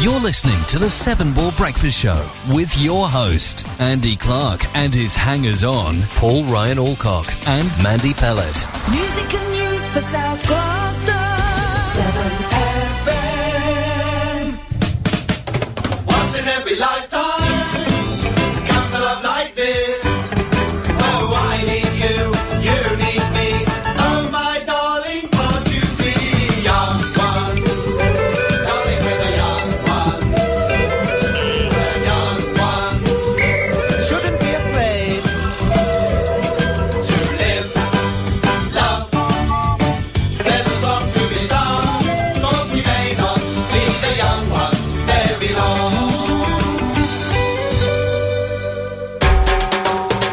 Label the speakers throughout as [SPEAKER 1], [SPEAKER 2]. [SPEAKER 1] You're listening to the Seven Ball Breakfast Show with your host, Andy Clark, and his hangers on, Paul Ryan Alcock and Mandy Pellet.
[SPEAKER 2] Music and news for South Gloucester. 7FM.
[SPEAKER 3] Once in every lifetime comes a love like this. Oh, I need you, you need me. Oh, my darling, can't you see? Young ones, darling, we're the young ones. The young ones shouldn't be afraid to live, love. There's a song to be sung, 'cause we may not be the young ones very long.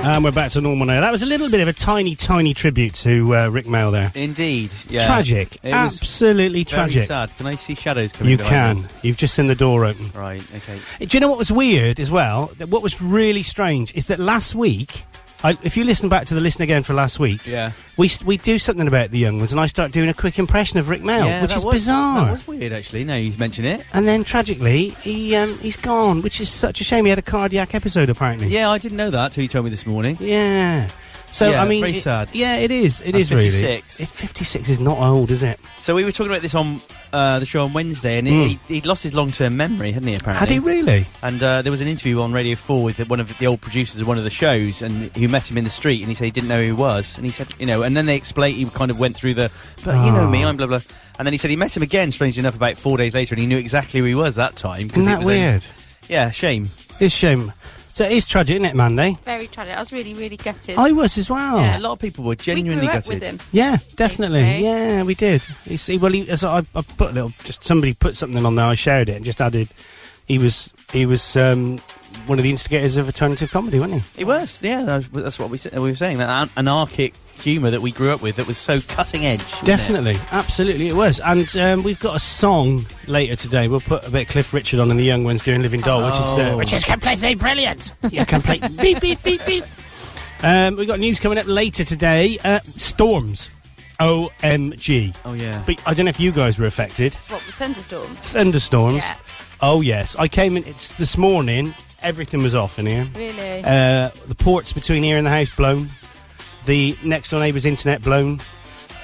[SPEAKER 4] And we're back to normal now. That was a little bit of a tiny, tiny tribute to uh, Rick Mail there.
[SPEAKER 5] Indeed. Yeah.
[SPEAKER 4] Tragic.
[SPEAKER 5] It was
[SPEAKER 4] Absolutely
[SPEAKER 5] very
[SPEAKER 4] tragic.
[SPEAKER 5] sad. Can I see shadows coming
[SPEAKER 4] You
[SPEAKER 5] behind
[SPEAKER 4] can. You've just seen the door open.
[SPEAKER 5] me? Right, okay.
[SPEAKER 4] Do you know what was weird as well? That What was really strange is that last week, I, if you listen back to the listen again for last week,
[SPEAKER 5] Yeah.
[SPEAKER 4] we s- we do something about the young ones, and I start doing a quick impression of Rick Mail,
[SPEAKER 5] yeah
[SPEAKER 4] which
[SPEAKER 5] that
[SPEAKER 4] is
[SPEAKER 5] was,
[SPEAKER 4] bizarre.
[SPEAKER 5] That was weird, actually, now you mention it.
[SPEAKER 4] And then tragically, he um, he's gone, which is such a shame. He had a cardiac episode apparently.
[SPEAKER 5] Yeah, I didn't know that till you told me this morning.
[SPEAKER 4] Yeah. So
[SPEAKER 5] Yeah,
[SPEAKER 4] I mean,
[SPEAKER 5] very
[SPEAKER 4] it-
[SPEAKER 5] sad.
[SPEAKER 4] Yeah, it is. It
[SPEAKER 5] I'm
[SPEAKER 4] is really.
[SPEAKER 5] 56.
[SPEAKER 4] It- Fifty-six is not old, is it?
[SPEAKER 5] So we were talking about this on uh, the show on Wednesday, and
[SPEAKER 4] Mm.
[SPEAKER 5] he, he'd lost his long-term memory, hadn't he, apparently?
[SPEAKER 4] Had he really?
[SPEAKER 5] And uh, there was an interview on Radio 4 with one of the old producers of one of the shows, and who met him in the street, and he said he didn't know who he was. And he said, you know, and then they explained, he kind of went through the, but you know
[SPEAKER 4] Oh.
[SPEAKER 5] me, I'm blah, blah. And then he said he met him again, strangely enough, about four days later, and he knew exactly who he was that time. 'cause
[SPEAKER 4] Isn't
[SPEAKER 5] it
[SPEAKER 4] that
[SPEAKER 5] was only-
[SPEAKER 4] weird?
[SPEAKER 5] yeah, shame.
[SPEAKER 4] It's a shame. So it is tragic, isn't it, Mandy?
[SPEAKER 6] very tragic. I was really, really gutted.
[SPEAKER 4] I was as well.
[SPEAKER 6] Yeah.
[SPEAKER 5] A lot of people were
[SPEAKER 6] we grew
[SPEAKER 5] genuinely
[SPEAKER 6] up
[SPEAKER 5] gutted.
[SPEAKER 6] with him.
[SPEAKER 4] Yeah, definitely.
[SPEAKER 6] Basically.
[SPEAKER 4] Yeah, we did. You see, well, he, as I, I put a little, just somebody put something on there. I shared it and just added, he was he was um, one of the instigators of alternative comedy, wasn't he?
[SPEAKER 5] It was, yeah. that was- That's what we sa- we were saying. That an- anarchic humour that we grew up with that was so cutting edge. wasn't it?
[SPEAKER 4] Definitely, absolutely, it was. And um, we've got a song later today. We'll put a bit of Cliff Richard on and the young ones doing Living Doll, which is uh,
[SPEAKER 5] Oh.
[SPEAKER 4] which is completely brilliant. You're complete beep beep beep beep. Um, we've got news coming up later today. Uh, storms, OMG.
[SPEAKER 5] Oh yeah.
[SPEAKER 4] But I don't know if you guys were affected.
[SPEAKER 6] What with thunderstorms?
[SPEAKER 4] Thunderstorms.
[SPEAKER 6] Yeah.
[SPEAKER 4] Oh yes, I came in. It's this morning. Everything was off in here.
[SPEAKER 6] Really?
[SPEAKER 4] Uh, the ports between here and the house blown. The next door neighbour's internet blown.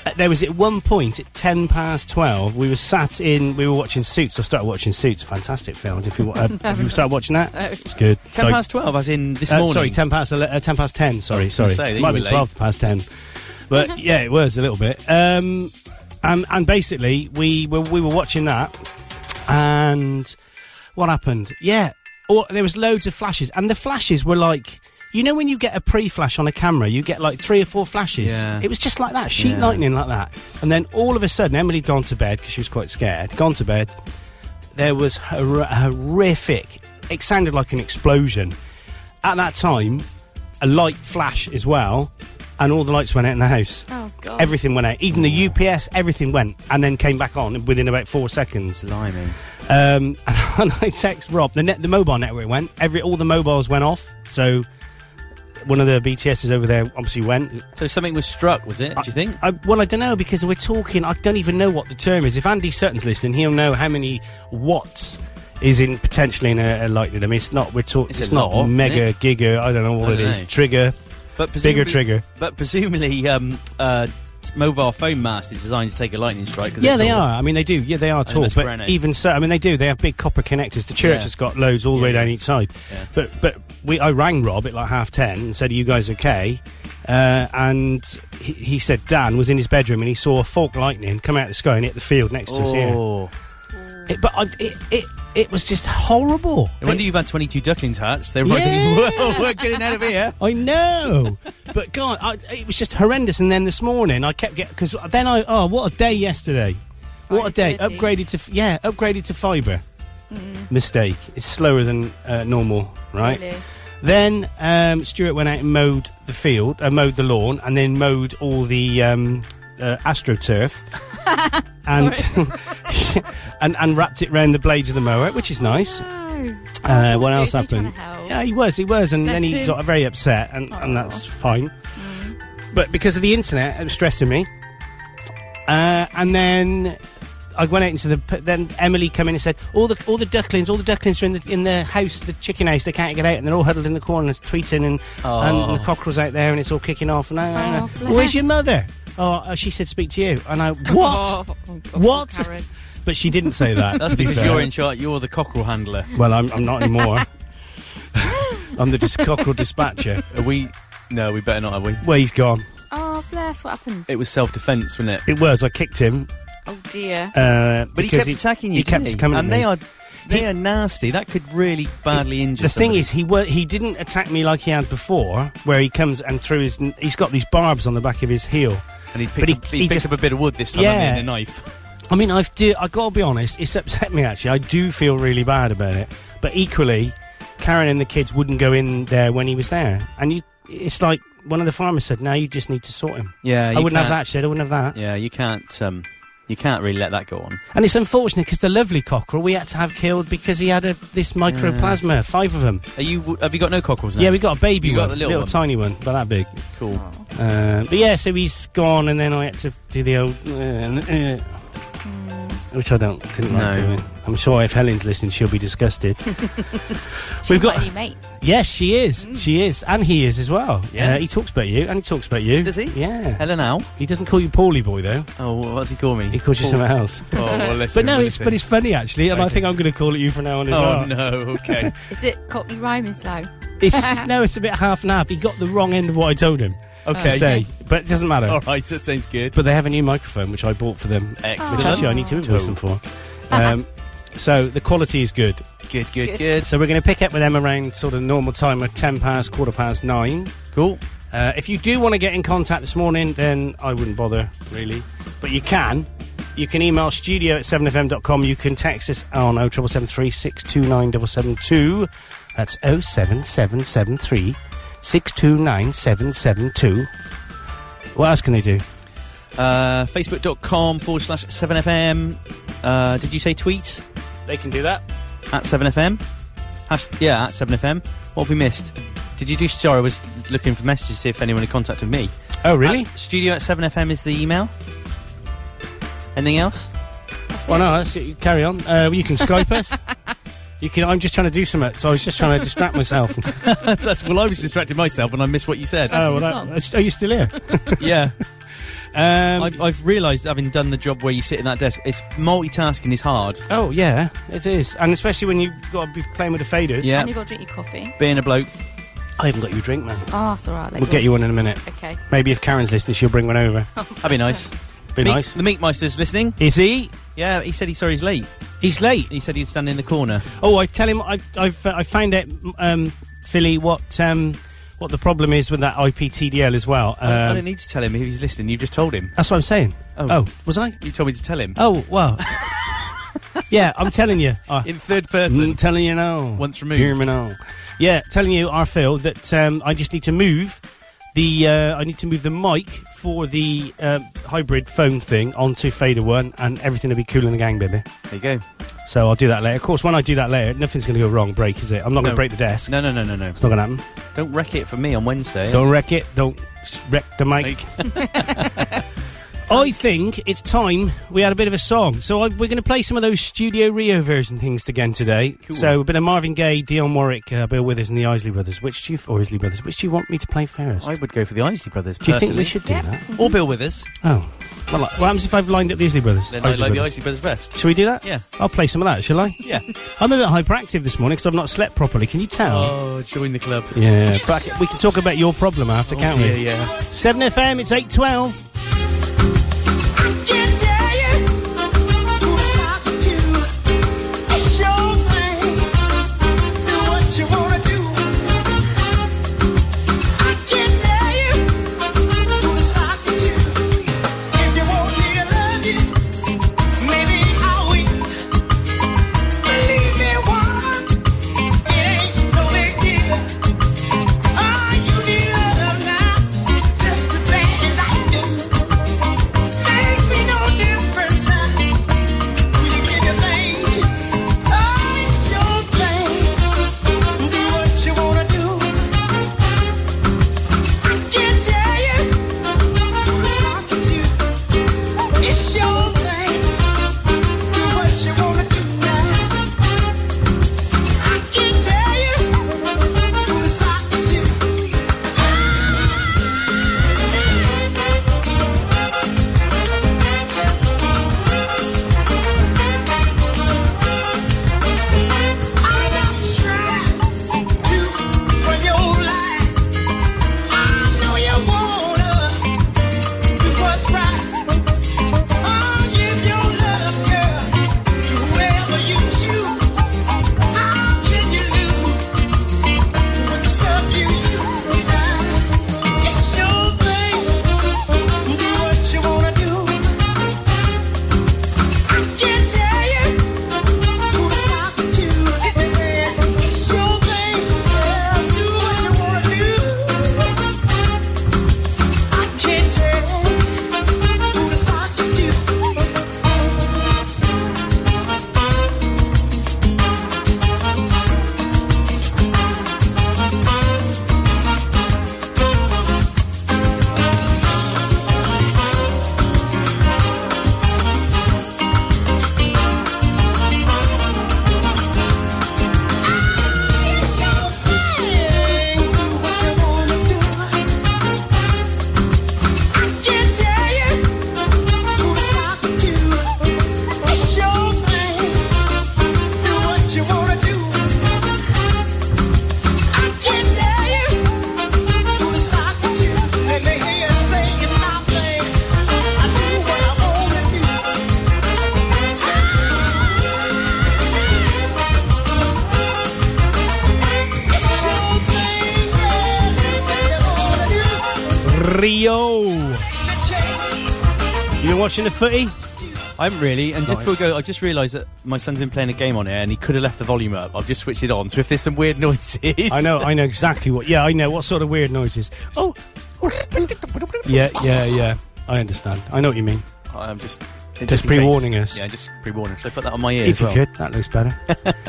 [SPEAKER 4] Uh, there was at one point at ten past twelve. We were sat in. We were watching Suits. I started watching Suits. Fantastic films. If you wa- uh, if you start watching that, it's good.
[SPEAKER 5] Ten
[SPEAKER 4] So-
[SPEAKER 5] past twelve, as in this
[SPEAKER 4] uh,
[SPEAKER 5] morning.
[SPEAKER 4] Sorry, ten past ele- uh, ten past ten. Sorry, sorry.
[SPEAKER 5] say that you
[SPEAKER 4] Might
[SPEAKER 5] were
[SPEAKER 4] be
[SPEAKER 5] late.
[SPEAKER 4] twelve past ten, but yeah, it was a little bit. Um, and and basically, we were we were watching that, and what happened? Yeah, or there was loads of flashes, and the flashes were like. You know when you get a pre-flash on a camera, you get like three or four flashes.
[SPEAKER 5] Yeah.
[SPEAKER 4] It was just like that, sheet
[SPEAKER 5] Yeah.
[SPEAKER 4] lightning like that. And then all of a sudden, Emily had gone to bed because she was quite scared. Gone to bed, there was hor- horrific. It sounded like an explosion. At that time, a light flash as well, and all the lights went out in the house.
[SPEAKER 6] oh God.
[SPEAKER 4] Everything went out, even the UPS, everything went, and then came back on within about four seconds.
[SPEAKER 5] Blimey.
[SPEAKER 4] Um, and I text Rob. The net, the mobile network went. Every all the mobiles went off. So one of the BTSs over there obviously went.
[SPEAKER 5] So something was struck, was it? Do you think?
[SPEAKER 4] I, well, I don't know because we're talking. I don't even know what the term is. If Andy Sutton's listening, he'll know how many watts is in potentially in a, a lightning. I mean, it's not. We're talking. It's,
[SPEAKER 5] It's a
[SPEAKER 4] not
[SPEAKER 5] lot, isn't
[SPEAKER 4] mega, giga. I don't know what
[SPEAKER 5] I
[SPEAKER 4] it
[SPEAKER 5] don't
[SPEAKER 4] is.
[SPEAKER 5] know.
[SPEAKER 4] Trigger,
[SPEAKER 5] But
[SPEAKER 4] bigger trigger.
[SPEAKER 5] But presumably, um, uh, s- mobile phone mast is designed to take a lightning strike. 'cause
[SPEAKER 4] Yeah,
[SPEAKER 5] it's
[SPEAKER 4] they
[SPEAKER 5] all-
[SPEAKER 4] are. I mean, they do. Yeah, they are
[SPEAKER 5] think
[SPEAKER 4] tall.
[SPEAKER 5] that's
[SPEAKER 4] But
[SPEAKER 5] Renault.
[SPEAKER 4] even so, I mean, they do. They have big copper connectors. The church
[SPEAKER 5] Yeah.
[SPEAKER 4] has got loads all the way
[SPEAKER 5] Yeah.
[SPEAKER 4] down each side.
[SPEAKER 5] Yeah.
[SPEAKER 4] But but we, I rang Rob at like half ten and said, "Are you guys okay?" Uh, and he, he said Dan was in his bedroom and he saw a fork lightning come out of the sky and hit the field next to us here.
[SPEAKER 5] Oh,
[SPEAKER 4] It, but I, it, it it was just horrible.
[SPEAKER 5] no wonder
[SPEAKER 4] It-
[SPEAKER 5] you've had twenty-two ducklings hatched. They're working.
[SPEAKER 4] Yeah.
[SPEAKER 5] Well, we're getting out of here.
[SPEAKER 4] I know, but God, I, it was just horrendous. And then this morning, I kept getting because then I oh, what a day yesterday! What a day!
[SPEAKER 6] Friday 13th.
[SPEAKER 4] Upgraded to f- yeah, upgraded to fibre. Mistake. It's slower than uh, normal, right?
[SPEAKER 6] Really?
[SPEAKER 4] Then um, Stuart went out and mowed the field, uh, mowed the lawn, and then mowed all the um, uh, astroturf, and and and wrapped it round the blades of the mower, which is nice. Uh, what
[SPEAKER 6] Stuart,
[SPEAKER 4] else
[SPEAKER 6] you're
[SPEAKER 4] happened?
[SPEAKER 6] trying to help.
[SPEAKER 4] Yeah, he was, he was, and
[SPEAKER 6] Bless
[SPEAKER 4] then he
[SPEAKER 6] him.
[SPEAKER 4] got very upset, and, and
[SPEAKER 6] Aw. Mm.
[SPEAKER 4] that's fine. But because of the internet, it was stressing me. Uh, and then I went out into the. p- Then Emily came in and said, "All the all the ducklings, all the ducklings are in the in the house, the chicken house. They can't get out, and they're all huddled in the corner, tweeting, and
[SPEAKER 5] Oh.
[SPEAKER 4] and the cockerel's out there, and it's all kicking off." And I,
[SPEAKER 6] Oh,
[SPEAKER 4] I- where's your
[SPEAKER 6] bless.
[SPEAKER 4] mother? Oh, uh, she said, "Speak to you." And I what?
[SPEAKER 6] Oh, oh, God,
[SPEAKER 4] What?
[SPEAKER 6] Karen.
[SPEAKER 4] But she didn't say that.
[SPEAKER 5] That's
[SPEAKER 4] to be
[SPEAKER 5] because
[SPEAKER 4] fair.
[SPEAKER 5] you're in charge. You're the cockerel handler.
[SPEAKER 4] Well, I'm, I'm not anymore. I'm the dis- cockerel dispatcher.
[SPEAKER 5] Are we? No, we better not. Are we?
[SPEAKER 4] Well, he's gone.
[SPEAKER 6] Oh, bless. What happened?
[SPEAKER 5] It was self-defense, wasn't it?
[SPEAKER 4] It was. I kicked him.
[SPEAKER 6] Oh, dear.
[SPEAKER 4] Uh,
[SPEAKER 5] But he
[SPEAKER 4] because
[SPEAKER 5] kept attacking you.
[SPEAKER 4] He kept
[SPEAKER 5] didn't
[SPEAKER 4] coming.
[SPEAKER 5] and
[SPEAKER 4] at me.
[SPEAKER 5] they are they
[SPEAKER 4] He-
[SPEAKER 5] are nasty. That could really badly injure.
[SPEAKER 4] The thing
[SPEAKER 5] somebody.
[SPEAKER 4] is, he were, he didn't attack me like he had before, where he comes and through his. He's got these barbs on the back of his heel.
[SPEAKER 5] and he
[SPEAKER 4] but
[SPEAKER 5] picked,
[SPEAKER 4] he-
[SPEAKER 5] up, he
[SPEAKER 4] he
[SPEAKER 5] picked
[SPEAKER 4] just-
[SPEAKER 5] up a bit of wood this time hadn't he,
[SPEAKER 4] Yeah.
[SPEAKER 5] and a knife.
[SPEAKER 4] I mean, I've do, I got to be honest. It's upset me actually. I do feel really bad about it. But equally, Karen and the kids wouldn't go in there when he was there, and you. It's like one of the farmers said, "Now you just need to sort him."
[SPEAKER 5] Yeah,
[SPEAKER 4] I
[SPEAKER 5] you
[SPEAKER 4] wouldn't have
[SPEAKER 5] can't-
[SPEAKER 4] that. She said, "I wouldn't have that."
[SPEAKER 5] Yeah, you can't um, you can't really let that go on.
[SPEAKER 4] And it's unfortunate because the lovely cockerel we had to have killed because he had a, this microplasma, five of them.
[SPEAKER 5] Are you? Have you got no cockles now?
[SPEAKER 4] Yeah, we got a baby
[SPEAKER 5] You got
[SPEAKER 4] one,
[SPEAKER 5] the little
[SPEAKER 4] little,
[SPEAKER 5] one.
[SPEAKER 4] tiny one, but that big.
[SPEAKER 5] cool.
[SPEAKER 4] Uh, but yeah, so he's gone, and then I had to do the old, uh, uh, which I don't didn't like
[SPEAKER 5] No.
[SPEAKER 4] doing. I'm sure if Helen's listening, she'll be disgusted.
[SPEAKER 6] She's
[SPEAKER 4] We've got-
[SPEAKER 6] my new mate.
[SPEAKER 4] yes, she is, she is, and he is as well.
[SPEAKER 5] Yeah.
[SPEAKER 4] uh, he talks about you, and he talks about you.
[SPEAKER 5] Does he?
[SPEAKER 4] Yeah,
[SPEAKER 5] Helen Al.
[SPEAKER 4] he doesn't call you Paulie Boy though.
[SPEAKER 5] Oh, what does he call me?
[SPEAKER 4] He calls you
[SPEAKER 5] Paul-
[SPEAKER 4] something else.
[SPEAKER 5] Oh, well, listen,
[SPEAKER 4] But no,
[SPEAKER 5] we'll
[SPEAKER 4] it's
[SPEAKER 5] see.
[SPEAKER 4] but it's funny actually, and I
[SPEAKER 5] Okay.
[SPEAKER 4] think I'm going to call it you from now on as well.
[SPEAKER 5] Oh no. Okay.
[SPEAKER 6] Is it Cockney rhyming slang?
[SPEAKER 4] It's no, it's a bit half and half. He got the wrong end of what I told him to
[SPEAKER 5] okay.
[SPEAKER 4] say, but it doesn't matter.
[SPEAKER 5] All right. That sounds good.
[SPEAKER 4] But they have a new microphone which I bought for them,
[SPEAKER 5] Excellent.
[SPEAKER 4] which actually I need to invoice them for. Um, so the quality is good.
[SPEAKER 5] Good. Good. Good.
[SPEAKER 4] So we're going to pick up with them around sort of normal time of ten past, quarter past nine.
[SPEAKER 5] Cool.
[SPEAKER 4] Uh, if you do want to get in contact this morning, then I wouldn't bother really, but you can. You can email studio at 7fm.com. You can text us on 0773 629 That's 07773 629 772. What else can they do?
[SPEAKER 5] Uh, Facebook.com forward slash 7FM. Uh, did you say tweet?
[SPEAKER 4] They can do that.
[SPEAKER 5] At 7FM? Hash- yeah, at 7FM. What have we missed? Did you do. Sorry, I was looking for messages to see if anyone had contacted me.
[SPEAKER 4] Oh, really?
[SPEAKER 5] At studio at 7FM is the email. Anything else?
[SPEAKER 6] That's
[SPEAKER 4] Well,
[SPEAKER 6] it.
[SPEAKER 4] no, that's it. carry on. Uh, you can Skype us. You can. I'm just trying to do something, so I was just trying to distract myself.
[SPEAKER 5] That's Well, I was distracting myself and I missed what you said.
[SPEAKER 6] That's your
[SPEAKER 4] Oh, well,
[SPEAKER 6] song.
[SPEAKER 4] that- are you still here?
[SPEAKER 5] yeah.
[SPEAKER 4] Um,
[SPEAKER 5] I've, I've realised, having done the job where you sit in that desk, it's multitasking is hard.
[SPEAKER 4] oh yeah, it is, and especially when you've got to be playing with the faders.
[SPEAKER 5] Yeah.
[SPEAKER 6] And you've got to drink your coffee.
[SPEAKER 5] Being a bloke.
[SPEAKER 4] I haven't got you a drink, man.
[SPEAKER 6] Oh, it's all right.
[SPEAKER 4] We'll get you one in a minute.
[SPEAKER 6] Okay.
[SPEAKER 4] Maybe if Karen's listening, she'll bring one over.
[SPEAKER 5] That'd be nice.
[SPEAKER 4] Be
[SPEAKER 5] Meat-
[SPEAKER 4] nice.
[SPEAKER 5] The Meatmeister's listening.
[SPEAKER 4] Is he?
[SPEAKER 5] Yeah, he said he's sorry he's late.
[SPEAKER 4] He's late.
[SPEAKER 5] He said he'd stand in the corner.
[SPEAKER 4] Oh, I tell him I, I've uh, I found out, um, Philly, what um, what the problem is with that IPTDL as well. Um,
[SPEAKER 5] I, I don't need to tell him if he's listening. You've just told him.
[SPEAKER 4] that's what I'm saying.
[SPEAKER 5] Oh.
[SPEAKER 4] oh, was I?
[SPEAKER 5] You told me to tell him.
[SPEAKER 4] Oh well. yeah, I'm telling you. Uh,
[SPEAKER 5] In third person.
[SPEAKER 4] Mm, telling you now.
[SPEAKER 5] Once removed.
[SPEAKER 4] Hear me now. Yeah, telling you, our Phil, that um, I just need to move the uh, I need to move the mic for the um, hybrid phone thing onto fader one, and everything will be cool in the gang, baby.
[SPEAKER 5] There you go.
[SPEAKER 4] So I'll do that later. Of course, when I do that later, nothing's going to go wrong. Break is it? I'm not
[SPEAKER 5] No.
[SPEAKER 4] going to break the desk.
[SPEAKER 5] No, no, no, no, no.
[SPEAKER 4] It's not going to happen.
[SPEAKER 5] Don't wreck it for me on Wednesday.
[SPEAKER 4] Don't wreck it. Don't s- wreck the mic.
[SPEAKER 5] Like-
[SPEAKER 4] I think it's time we had a bit of a song. So I, we're going to play some of those Studio Rio version things again today.
[SPEAKER 5] Cool.
[SPEAKER 4] So a bit of Marvin Gaye, Dionne Warwick, uh, Bill Withers, and the Isley Brothers. Which do you, or Isley Brothers? Which do you want me to play first?
[SPEAKER 5] I would go for the Isley Brothers.
[SPEAKER 4] do you think we
[SPEAKER 5] personally.
[SPEAKER 4] should do that?
[SPEAKER 5] Or Bill Withers.
[SPEAKER 4] Oh, well, like, what happens if I've lined up the Isley Brothers?
[SPEAKER 5] Then I like the
[SPEAKER 4] Brothers.
[SPEAKER 5] Isley Brothers best.
[SPEAKER 4] Shall we do that?
[SPEAKER 5] Yeah.
[SPEAKER 4] I'll play some of that. Shall I?
[SPEAKER 5] Yeah.
[SPEAKER 4] I'm a bit hyperactive this morning because I've not slept properly. Can you tell?
[SPEAKER 5] oh, join the club.
[SPEAKER 4] Yeah, but we can talk about your problem after, can't
[SPEAKER 5] dear,
[SPEAKER 4] we?
[SPEAKER 5] yeah.
[SPEAKER 4] 7 FM, it's 8.12.
[SPEAKER 7] Just as bad as I do. Makes me go oh,
[SPEAKER 4] Rio. You been watching the footy?
[SPEAKER 5] I'm really, and just before we go, I just realised that my son's been playing a game on here, and he could have left the volume up. I've just switched it on, so if there's some weird noises,
[SPEAKER 4] I know, I know exactly what. Yeah, I know what sort of weird noises. Oh, yeah, yeah, yeah. I understand. I know what you mean.
[SPEAKER 5] I'm just just, in
[SPEAKER 4] pre-warning
[SPEAKER 5] case.
[SPEAKER 4] us.
[SPEAKER 5] Yeah, just pre-warning. Should I put that on my ear? as
[SPEAKER 4] if you
[SPEAKER 5] well?
[SPEAKER 4] could, that looks better.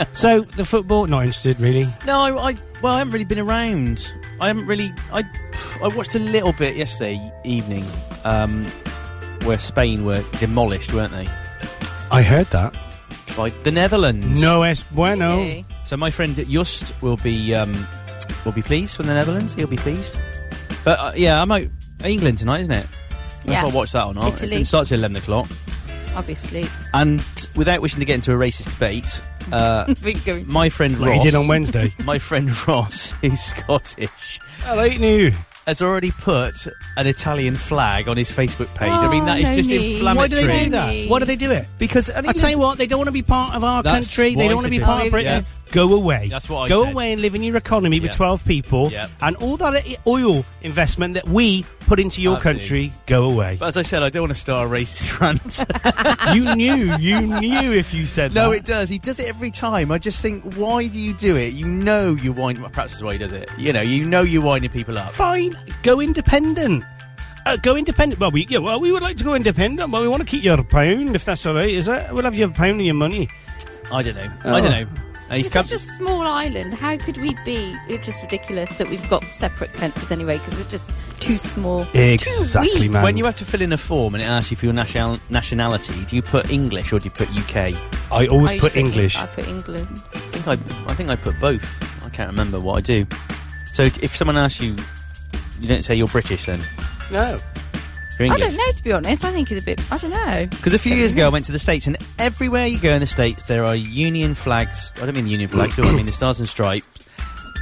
[SPEAKER 4] so the football, not interested really.
[SPEAKER 5] No, I, I well, I haven't really been around. I haven't really. I I watched a little bit yesterday evening, um, where Spain were demolished, weren't they?
[SPEAKER 4] I heard that.
[SPEAKER 5] By the Netherlands.
[SPEAKER 4] No es bueno.
[SPEAKER 6] Yay.
[SPEAKER 5] So my friend Just will be um, will be pleased from the Netherlands. He'll be pleased. But uh, yeah, I'm out England tonight, isn't it? I don't know
[SPEAKER 6] Yeah.
[SPEAKER 5] If I watch that or not.
[SPEAKER 6] Italy.
[SPEAKER 5] It starts at eleven o'clock.
[SPEAKER 6] I'll be asleep.
[SPEAKER 5] And without wishing to get into a racist debate, uh,
[SPEAKER 6] We're going
[SPEAKER 5] my friend
[SPEAKER 4] Like
[SPEAKER 5] Ross.
[SPEAKER 4] he did on Wednesday.
[SPEAKER 5] my friend Ross, who's Scottish,
[SPEAKER 4] Hello, you.
[SPEAKER 5] has already put an Italian flag on his Facebook page. I mean, that is
[SPEAKER 6] Oh, no
[SPEAKER 5] just
[SPEAKER 6] need.
[SPEAKER 5] inflammatory.
[SPEAKER 6] Why do they do that? Really? Why do
[SPEAKER 4] they do it?
[SPEAKER 5] Because and
[SPEAKER 4] I
[SPEAKER 5] he
[SPEAKER 4] tell you
[SPEAKER 5] lives-
[SPEAKER 4] what, they don't want to be part of our
[SPEAKER 5] That's
[SPEAKER 4] country.
[SPEAKER 5] what
[SPEAKER 4] They
[SPEAKER 5] I
[SPEAKER 4] don't want to be
[SPEAKER 5] said.
[SPEAKER 4] part of Britain. Go away.
[SPEAKER 5] That's what I
[SPEAKER 4] Go
[SPEAKER 5] said.
[SPEAKER 4] away and live in your economy with
[SPEAKER 5] Yeah.
[SPEAKER 4] 12 people
[SPEAKER 5] Yeah.
[SPEAKER 4] and all that i- oil investment that we put into your
[SPEAKER 5] Absolutely.
[SPEAKER 4] country, go away.
[SPEAKER 5] But as I said, I don't want to start a racist rant.
[SPEAKER 4] you knew, you knew if you said
[SPEAKER 5] no,
[SPEAKER 4] that.
[SPEAKER 5] it does. He does it every time. I just think, why do you do it? You know, you wind. Well, perhaps that's why he does it. You know, you know, you're winding people up.
[SPEAKER 4] Fine, go independent. Uh, go independent. Well, we, yeah, well, we would like to go independent, but we want to keep your pound, if that's all right, is it? We'll have your pound and your money.
[SPEAKER 5] I don't know.
[SPEAKER 4] Oh.
[SPEAKER 5] I don't know. And he's
[SPEAKER 6] It's
[SPEAKER 5] come.
[SPEAKER 6] such a small island. How could we be? It's just ridiculous that we've got separate countries anyway because we're just too small. Too
[SPEAKER 4] Exactly,
[SPEAKER 6] weak.
[SPEAKER 4] man.
[SPEAKER 5] when you have to fill in a form and it asks you for your national- nationality, do you put English or do you put UK?
[SPEAKER 4] I always
[SPEAKER 6] I
[SPEAKER 4] put
[SPEAKER 6] usually-
[SPEAKER 4] English.
[SPEAKER 6] I put England.
[SPEAKER 5] I think I, I think I put both. I can't remember what I do. So if someone asks you, you don't say you're British then.
[SPEAKER 4] No.
[SPEAKER 5] You're
[SPEAKER 6] I
[SPEAKER 5] English.
[SPEAKER 6] don't know, to be honest. I think he's a bit. I don't know.
[SPEAKER 5] Because a few years ago, I went to the States, and everywhere you go in the States, there are union flags. I don't mean union flags, do I I mean the stars and stripes.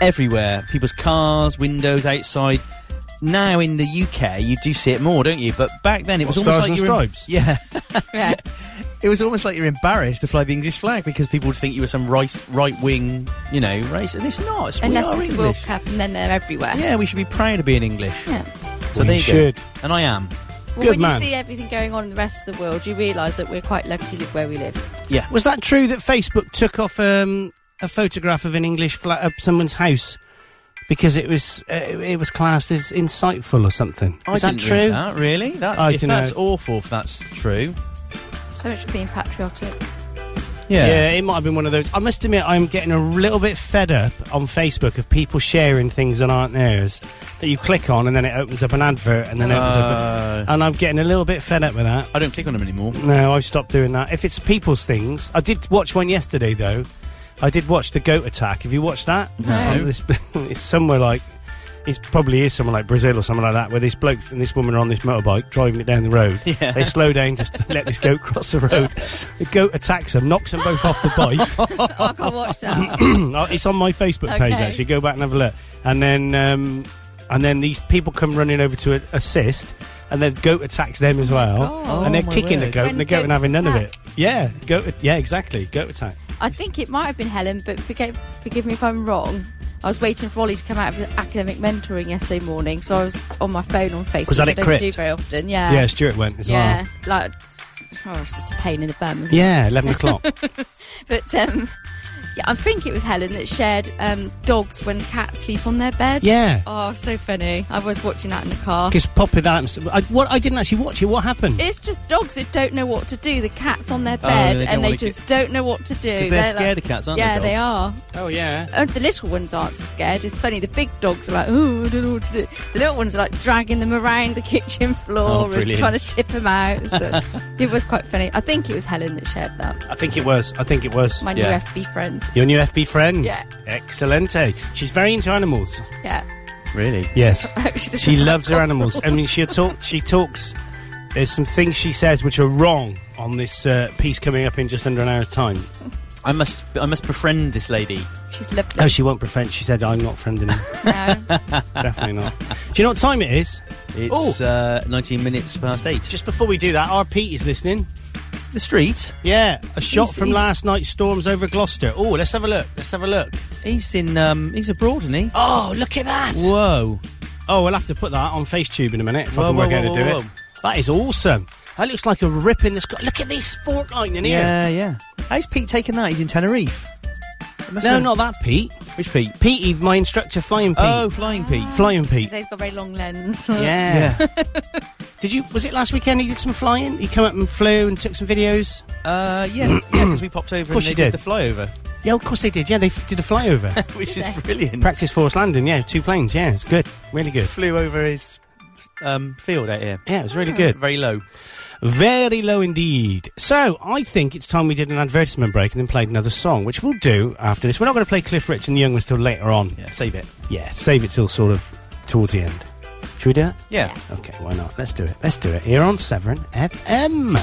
[SPEAKER 5] Everywhere. People's cars, windows, outside. Now in the UK, you do see it more, don't you? But back then, it was
[SPEAKER 4] What,
[SPEAKER 5] almost
[SPEAKER 4] stars
[SPEAKER 5] like
[SPEAKER 4] and
[SPEAKER 5] you were.
[SPEAKER 4] stripes?
[SPEAKER 5] Yeah.
[SPEAKER 6] Yeah.
[SPEAKER 5] It was almost like you're embarrassed to fly the English flag because people would think you were some right right wing, you know, race. And it's not. It's,
[SPEAKER 6] Unless
[SPEAKER 5] we are
[SPEAKER 6] it's the World
[SPEAKER 5] English.
[SPEAKER 6] Cup and then they're everywhere.
[SPEAKER 5] Yeah, we should be proud of being English.
[SPEAKER 6] Yeah.
[SPEAKER 5] So
[SPEAKER 4] We
[SPEAKER 5] there you
[SPEAKER 4] should.
[SPEAKER 5] go. And I am.
[SPEAKER 6] Well,
[SPEAKER 4] Good
[SPEAKER 6] when
[SPEAKER 4] man.
[SPEAKER 6] you see everything going on in the rest of the world, you realise that we're quite lucky to live where we live.
[SPEAKER 5] Yeah.
[SPEAKER 4] Was that true that Facebook took off um, a photograph of an English flat of someone's house because it was uh, it was classed as insightful or something?
[SPEAKER 5] I
[SPEAKER 4] Is that
[SPEAKER 5] didn't read
[SPEAKER 4] true?
[SPEAKER 5] That really? That's,
[SPEAKER 4] I
[SPEAKER 5] if
[SPEAKER 4] dunno.
[SPEAKER 5] that's awful. If that's true.
[SPEAKER 6] So much for being patriotic.
[SPEAKER 4] Yeah. it might have been one of those. I must admit, I'm getting a little bit fed up on Facebook of people sharing things that aren't theirs that you click on and then it opens up an advert and then it opens up.
[SPEAKER 5] Uh,
[SPEAKER 4] A, and I'm getting a little bit fed up with that.
[SPEAKER 5] I don't click on them anymore.
[SPEAKER 4] No, I've stopped doing that. If it's people's things, I did watch one yesterday though. I did watch the goat attack. Have you watched that?
[SPEAKER 6] No.
[SPEAKER 4] Oh, this- it's somewhere like it probably is somewhere like Brazil or somewhere like that, where this bloke and this woman are on this motorbike driving it down the road.
[SPEAKER 5] Yeah.
[SPEAKER 4] They slow down just to let this goat cross the road. The goat attacks them, knocks them both off the bike.
[SPEAKER 6] I can't watch that.
[SPEAKER 4] Oh, it's on my Facebook page
[SPEAKER 6] Okay.
[SPEAKER 4] actually. Go back and have a look. And then um, and then these people come running over to a- assist, and the goat attacks them as well.
[SPEAKER 6] God.
[SPEAKER 4] and they're
[SPEAKER 5] Oh, my
[SPEAKER 4] kicking the
[SPEAKER 5] word.
[SPEAKER 4] goat, and
[SPEAKER 6] When
[SPEAKER 4] the goat and
[SPEAKER 6] goats
[SPEAKER 4] having none of it.
[SPEAKER 6] attack.
[SPEAKER 4] Yeah, goat. Yeah, exactly. Goat attack.
[SPEAKER 6] I think it might have been Helen, but forget, forgive me if I'm wrong. I was waiting for Ollie to come out of the academic mentoring yesterday morning, so I was on my phone on Facebook.
[SPEAKER 4] Was that
[SPEAKER 6] which I don't
[SPEAKER 4] at Crit?
[SPEAKER 6] do very often. Yeah.
[SPEAKER 4] yeah, Stuart went as
[SPEAKER 6] yeah.
[SPEAKER 4] well.
[SPEAKER 6] Like, oh, it's just a pain in the bum. isn't it?
[SPEAKER 4] Yeah, eleven o'clock.
[SPEAKER 6] But um, yeah, I think it was Helen that shared um, dogs when cats sleep on their bed.
[SPEAKER 4] Yeah.
[SPEAKER 6] Oh, so funny. I was watching that in the car.
[SPEAKER 4] Because Poppy, that happens. I, what, I didn't actually watch it. What happened?
[SPEAKER 6] It's just dogs that don't know what to do. The cat's on their
[SPEAKER 5] Oh,
[SPEAKER 6] bed
[SPEAKER 5] they don't
[SPEAKER 6] and they
[SPEAKER 5] wanna
[SPEAKER 6] just don't know what to do.
[SPEAKER 5] Because they're scared of cats, aren't
[SPEAKER 6] yeah,
[SPEAKER 5] they?
[SPEAKER 6] they
[SPEAKER 5] dogs?
[SPEAKER 6] are.
[SPEAKER 4] oh yeah.
[SPEAKER 6] Oh, the little ones aren't so scared. It's funny. The big dogs are like, oh, I don't know what to do. The little ones are like dragging them around the kitchen
[SPEAKER 5] Oh,
[SPEAKER 6] floor and
[SPEAKER 5] brilliant.
[SPEAKER 6] trying to tip them out. So it was quite funny. I think it was Helen that shared that.
[SPEAKER 4] I think it was. I think it was.
[SPEAKER 6] My
[SPEAKER 5] Yeah.
[SPEAKER 6] new FB friend.
[SPEAKER 4] Your new FB friend.
[SPEAKER 6] Yeah.
[SPEAKER 4] Excelente. She's very into animals.
[SPEAKER 6] Yeah.
[SPEAKER 5] Really?
[SPEAKER 4] Yes.
[SPEAKER 6] I hope doesn't
[SPEAKER 4] She
[SPEAKER 6] like
[SPEAKER 4] loves her
[SPEAKER 6] dogs.
[SPEAKER 4] animals. I mean, she talk. She talks. There's some things she says which are wrong on this uh, piece coming up in just under an hour's time.
[SPEAKER 5] I must. I must befriend Mm, this lady.
[SPEAKER 6] She's lovely.
[SPEAKER 4] Oh, she won't be friends. She said, "I'm not friending him.
[SPEAKER 6] No.
[SPEAKER 4] Definitely not." Do you know what time it is?
[SPEAKER 5] It's
[SPEAKER 4] Oh.
[SPEAKER 5] uh, 19 minutes past eight. Just
[SPEAKER 4] Just before we do that, our Pete is listening.
[SPEAKER 5] the street.
[SPEAKER 4] Yeah, a shot
[SPEAKER 5] He's-
[SPEAKER 4] from
[SPEAKER 5] he's-
[SPEAKER 4] last night's storms over Gloucester. Oh, let's have a look. Let's have a look.
[SPEAKER 5] He's in. Um, he's abroad, isn't he?
[SPEAKER 4] Oh, look at that!
[SPEAKER 5] Whoa!
[SPEAKER 4] Oh, we'll have to put that on FaceTube in a minute if
[SPEAKER 5] Whoa,
[SPEAKER 4] I can work
[SPEAKER 5] whoa,
[SPEAKER 4] out
[SPEAKER 5] whoa,
[SPEAKER 4] how to do
[SPEAKER 5] whoa,
[SPEAKER 4] it.
[SPEAKER 5] whoa.
[SPEAKER 4] That is awesome. That looks like a rip in the sky. Look at this fork lightning here.
[SPEAKER 5] Yeah, yeah. How's Pete taking that? He's in Tenerife. It must
[SPEAKER 4] No,
[SPEAKER 5] have-
[SPEAKER 4] not that Pete.
[SPEAKER 5] Which Pete?
[SPEAKER 4] Pete, he's my instructor, Flying Pete.
[SPEAKER 5] Oh, Flying Pete.
[SPEAKER 4] Flying Pete.
[SPEAKER 6] So he's got a very long lens.
[SPEAKER 4] Yeah.
[SPEAKER 5] Yeah.
[SPEAKER 4] Did you? Was it last weekend? He did some flying. He came up and flew and took some videos.
[SPEAKER 5] Uh, yeah, yeah, because we popped over and
[SPEAKER 4] course
[SPEAKER 5] they
[SPEAKER 4] you
[SPEAKER 5] did
[SPEAKER 4] did.
[SPEAKER 5] the flyover,
[SPEAKER 4] Yeah, of course they did. Yeah, they f- did a flyover.
[SPEAKER 5] which
[SPEAKER 6] Did
[SPEAKER 5] is
[SPEAKER 6] they?
[SPEAKER 5] brilliant.
[SPEAKER 4] Practice force landing. Yeah, two planes. Yeah, it's good. Really good.
[SPEAKER 5] Flew over his um, field out here.
[SPEAKER 4] Yeah, it was really good.
[SPEAKER 5] Very low.
[SPEAKER 4] Very low indeed. So I think it's time we did an advertisement break and then played another song, which we'll do after this. We're not going to play Cliff Rich and the Young ones till later on.
[SPEAKER 5] Yeah, save it.
[SPEAKER 4] Yeah, save it till sort of towards the end. Should we do that?
[SPEAKER 5] Yeah.
[SPEAKER 4] Okay, why not? Let's do it. Let's do it here on Severn FM.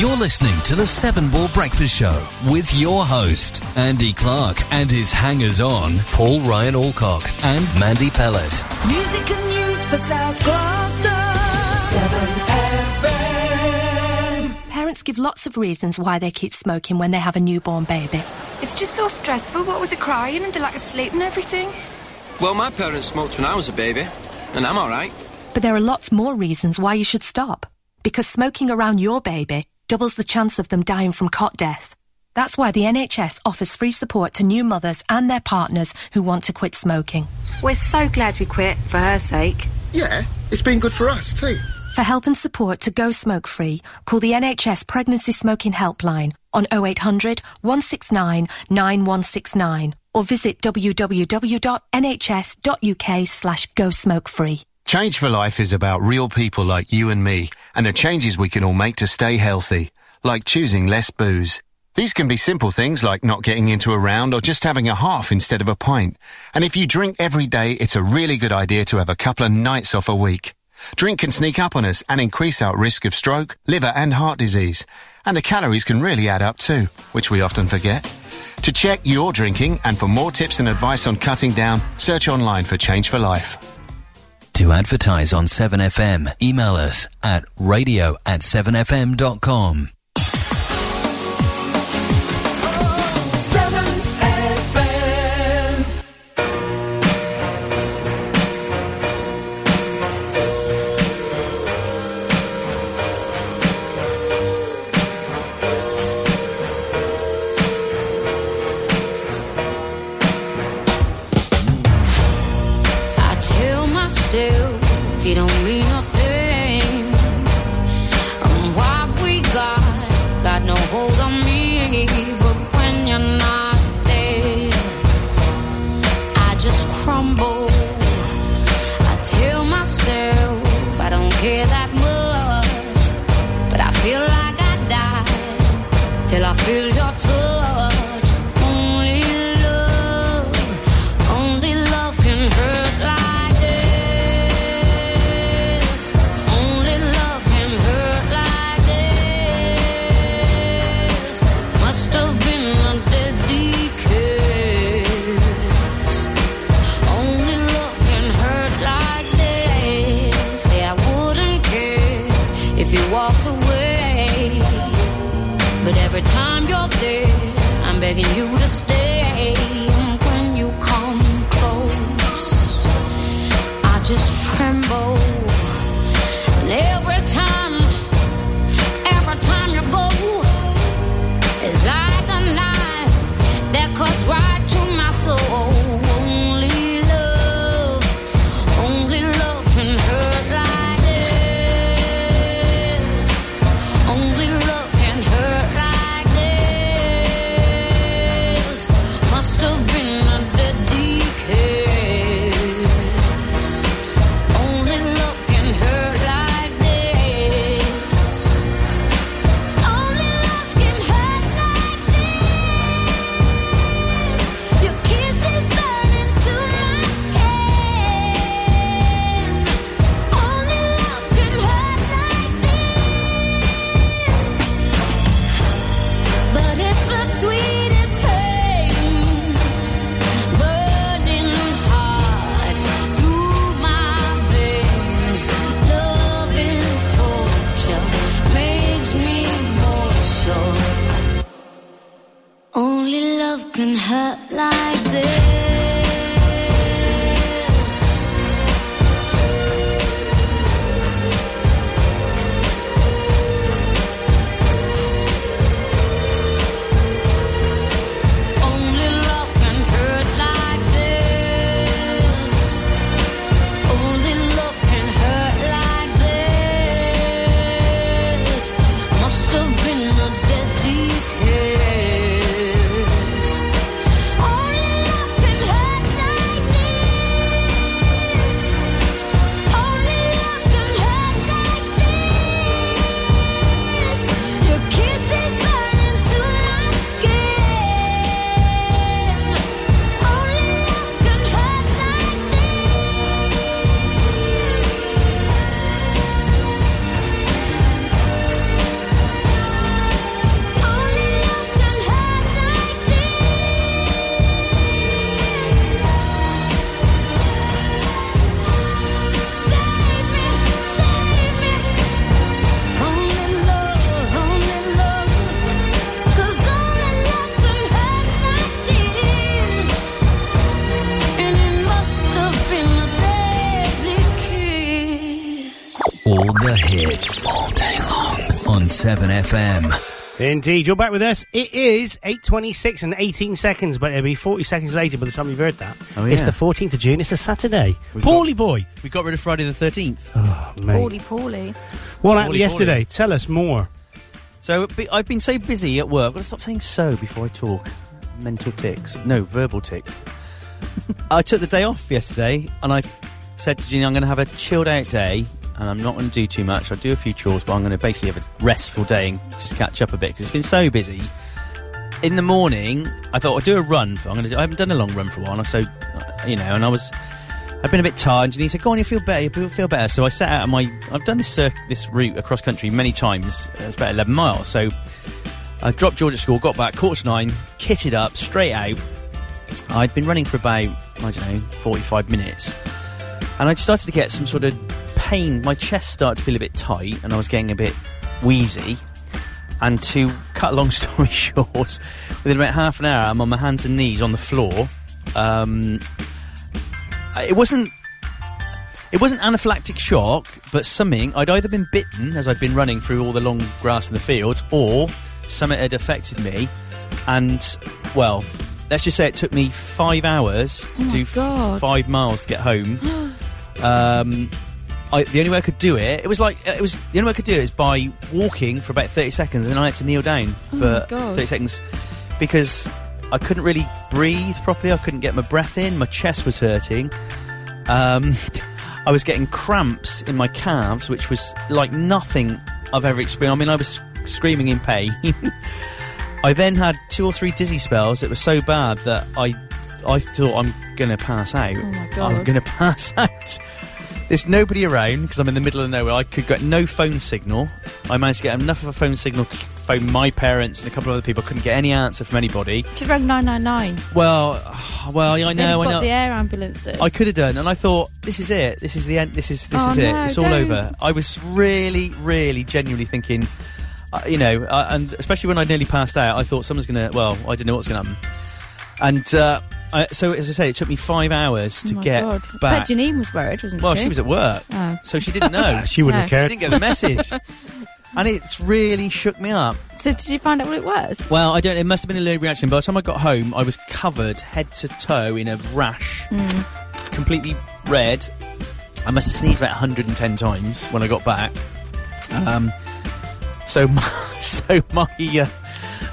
[SPEAKER 1] You're listening to the Seven Ball Breakfast Show with your host, Andy Clark, and his hangers on, Paul Ryan Alcock and Mandy Pellet.
[SPEAKER 7] Music and news for South Gloucester. 7FM.
[SPEAKER 2] Parents give lots of reasons why they keep smoking when they have a newborn baby.
[SPEAKER 8] It's just so stressful, what with the crying and the lack of sleep and everything.
[SPEAKER 9] Well, my parents smoked when I was a baby, and I'm all right.
[SPEAKER 2] But there are lots more reasons why you should stop. Because smoking around your baby doubles the chance of them dying from cot death. That's why the NHS offers free support to new mothers and their partners who want to quit smoking.
[SPEAKER 8] We're so glad we quit, for her sake.
[SPEAKER 10] Yeah, it's been good for us too.
[SPEAKER 2] For help and support to go smoke free, call the NHS Pregnancy Smoking Helpline on 0800 169 9169 or visit www.nhs.uk slash go smoke free.
[SPEAKER 10] Change for Life is about real people like you and me and the changes we can all make to stay healthy, like choosing less booze. These can be simple things like not getting into a round or just having a half instead of a pint. And if you drink every day, it's a really good idea to have a couple of nights off a week. Drink can sneak up on us and increase our risk of stroke, liver and heart disease. And the calories can really add up too, which we often forget. To check your drinking and for more tips and advice on cutting down, search online for Change for Life.
[SPEAKER 1] To advertise on 7FM, email us at radio at 7fm.com.
[SPEAKER 7] 7FM.
[SPEAKER 11] I tell myself you don't mean nothing. And what we got got no hold on me. But when you're not there, I just crumble. I tell myself I don't care that much, but I feel like I die till I feel your touch. Only love, only love can hurt like this. Only love can hurt like this. Must have been a deadly kiss. Only love can hurt like this. Say I wouldn't care if you walked away. But every time you're there, I'm begging you to stay. And when you come close, I just tremble. And every time, every time you go, it's like a knife that cuts right to my soul. Only love, only love can hurt like this. Only love can hurt like this. Must have been a deadly kiss. Only love can hurt like this. Only love can hurt like this. Your kiss is burning to my skin. Only love can hurt like this. But it's the sweetest pain, burning heart through my veins. Love is torture, makes me more sure. Only love can hurt like this.
[SPEAKER 1] the hits all day long on 7FM.
[SPEAKER 4] Indeed, you're back with us. It is 8.26 and 18 seconds, but it'll be 40 seconds later by the time you've heard that.
[SPEAKER 5] Oh,
[SPEAKER 4] It's
[SPEAKER 5] yeah.
[SPEAKER 4] the 14th of June, it's a Saturday. Paulie boy.
[SPEAKER 5] We got rid of Friday the 13th.
[SPEAKER 4] Oh, mate.
[SPEAKER 6] Paulie, Paulie.
[SPEAKER 4] What happened
[SPEAKER 5] Paulie,
[SPEAKER 4] yesterday? Tell us more.
[SPEAKER 5] So be- I've been so busy at work. I've got to stop saying so before I talk. Mental ticks. No, verbal ticks. I took the day off yesterday and I said to Gina, I'm going to have a chilled out day and I'm not going to do too much. I'll do a few chores, but I'm going to basically have a restful day and just catch up a bit because it's been so busy. In the morning, I thought I'll do a run. For, I'm going to. I haven't done a long run for a while, so uh, you know, and I was. I've been a bit tired. And Janine said, "Go on, you feel better. You feel better." So I set out on my. I've done this circ- this route across country many times. uh, It's about eleven miles. So I dropped George at school, got back, quarter to nine, kitted up, straight out. I'd been running for about I don't know forty-five minutes, and I'd started to get some sort of pain. My chest started to feel a bit tight, and I was getting a bit wheezy. And to cut a long story short, within about half an hour, I'm on my hands and knees on the floor. Um, I- it wasn't it wasn't anaphylactic shock, but something I'd either been bitten as I'd been running through all the long grass in the fields, or something had affected me. And well, let's just say it took me five hours to
[SPEAKER 6] Oh my
[SPEAKER 5] do f-
[SPEAKER 6] God.
[SPEAKER 5] five miles to get home. um, I, the only way I could do it, it was like uh, it was the only way I could do it is by walking for about thirty seconds, and then I had to kneel down
[SPEAKER 6] Oh my
[SPEAKER 5] for
[SPEAKER 6] God.
[SPEAKER 5] thirty seconds because I couldn't really breathe properly. I couldn't get my breath in. My chest was hurting. Um, I was getting cramps in my calves, which was like nothing I've ever experienced. I mean, I was screaming in pain. I then had two or three dizzy spells that were so bad that I, I thought I'm gonna pass out.
[SPEAKER 6] Oh my God.
[SPEAKER 5] I'm gonna pass out. There's nobody around because I'm in the middle of nowhere. I could get no phone signal. I managed to get enough of a phone signal to phone my parents and a couple of other people. I couldn't get any answer from anybody.
[SPEAKER 6] Should have rang 999.
[SPEAKER 5] Well, well, I know,
[SPEAKER 6] They've
[SPEAKER 5] I
[SPEAKER 6] got
[SPEAKER 5] know.
[SPEAKER 6] the air ambulance. in.
[SPEAKER 5] I could have done, and I thought, this is it. This is the end. This is this
[SPEAKER 6] Oh,
[SPEAKER 5] is it.
[SPEAKER 6] no,
[SPEAKER 5] it's all
[SPEAKER 6] don't.
[SPEAKER 5] over. I was really, really, genuinely thinking, uh, you know, uh, and especially when I nearly passed out, I thought someone's gonna. Well, I didn't know what's gonna happen, and uh, I, so as I say, it took me five hours
[SPEAKER 6] Oh
[SPEAKER 5] to
[SPEAKER 6] my
[SPEAKER 5] get
[SPEAKER 6] God. I
[SPEAKER 5] back.
[SPEAKER 6] bet Janine was worried, wasn't
[SPEAKER 5] Well,
[SPEAKER 6] she?
[SPEAKER 5] she was at work,
[SPEAKER 6] Oh.
[SPEAKER 5] so she didn't know.
[SPEAKER 4] She wouldn't have
[SPEAKER 6] No.
[SPEAKER 5] She
[SPEAKER 4] cared.
[SPEAKER 5] didn't get the message, and it's really shook me up.
[SPEAKER 6] So did you find out what it was?
[SPEAKER 5] Well, I don't. It must have been a low reaction. By the time I got home, I was covered head to toe in a rash,
[SPEAKER 6] Hmm.
[SPEAKER 5] completely red. I must have sneezed about 110 times when I got back. Um, so, my, so my uh,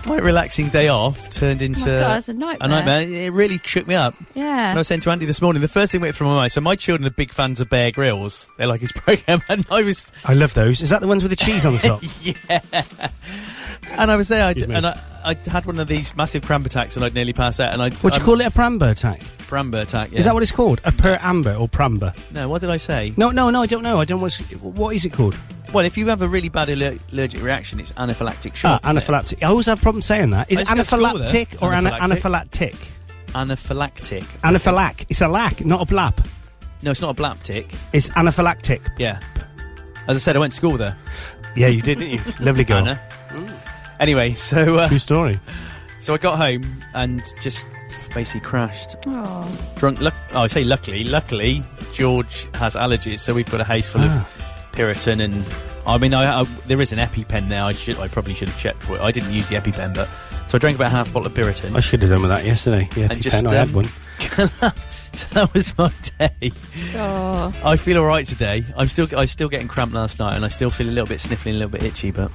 [SPEAKER 5] my relaxing day off turned into
[SPEAKER 6] Oh God, it's a nightmare.
[SPEAKER 5] It really shook me up.
[SPEAKER 6] Yeah.
[SPEAKER 5] And I was saying to Andy this morning, the first thing went through my mind. So my children are big fans of Bear Grylls. They like his program, and I was
[SPEAKER 4] I love those. Is that the ones with the cheese on the top?
[SPEAKER 5] and I was there, I'd,
[SPEAKER 4] Excuse me.
[SPEAKER 5] and I, I had one of these massive cramp attacks, and I'd nearly pass out. And I
[SPEAKER 4] What do you call it? A pramber attack?
[SPEAKER 5] Pramber attack. Yeah.
[SPEAKER 4] Is that what it's called? A per amber or pramber?
[SPEAKER 5] No, what did I say?
[SPEAKER 4] No, no, no. I don't know. I don't. What's, what is it called?
[SPEAKER 5] Well, if you have a really bad aller- allergic reaction, it's anaphylactic shock.
[SPEAKER 4] ah,
[SPEAKER 5] isn't it?
[SPEAKER 4] anaphylactic. I always have a problem saying that. Is
[SPEAKER 5] I
[SPEAKER 4] it
[SPEAKER 5] just go to school with it.
[SPEAKER 4] anaphylactic or ana- anaphylactic?
[SPEAKER 5] Anaphylactic.
[SPEAKER 4] Anaphylac. It's a lack, not a blap.
[SPEAKER 5] No, it's not a blaptic.
[SPEAKER 4] It's anaphylactic.
[SPEAKER 5] Yeah. As I said, I went to school there.
[SPEAKER 4] Yeah, you did, didn't you? Lovely girl.
[SPEAKER 5] Anna. Anyway, so uh,
[SPEAKER 4] True story.
[SPEAKER 5] so I got home and just basically crashed.
[SPEAKER 6] Oh.
[SPEAKER 5] Drunk. Luck- oh, I say luckily. Luckily, George has allergies, so we've got a house full
[SPEAKER 4] Ah.
[SPEAKER 5] of Puritan and. I mean, I, I, there is an EpiPen there. I should, I probably should have checked for it. I didn't use the EpiPen, but so I drank about half a bottle of Puritan.
[SPEAKER 4] I should have done with that yesterday. Yeah,
[SPEAKER 5] And
[SPEAKER 4] if you
[SPEAKER 5] just,
[SPEAKER 4] can, I had
[SPEAKER 5] um,
[SPEAKER 4] one.
[SPEAKER 5] so that was my day.
[SPEAKER 6] Oh.
[SPEAKER 5] um, I feel all right today. I'm still I was still getting cramped last night, and I still feel a little bit sniffling, a little bit itchy. But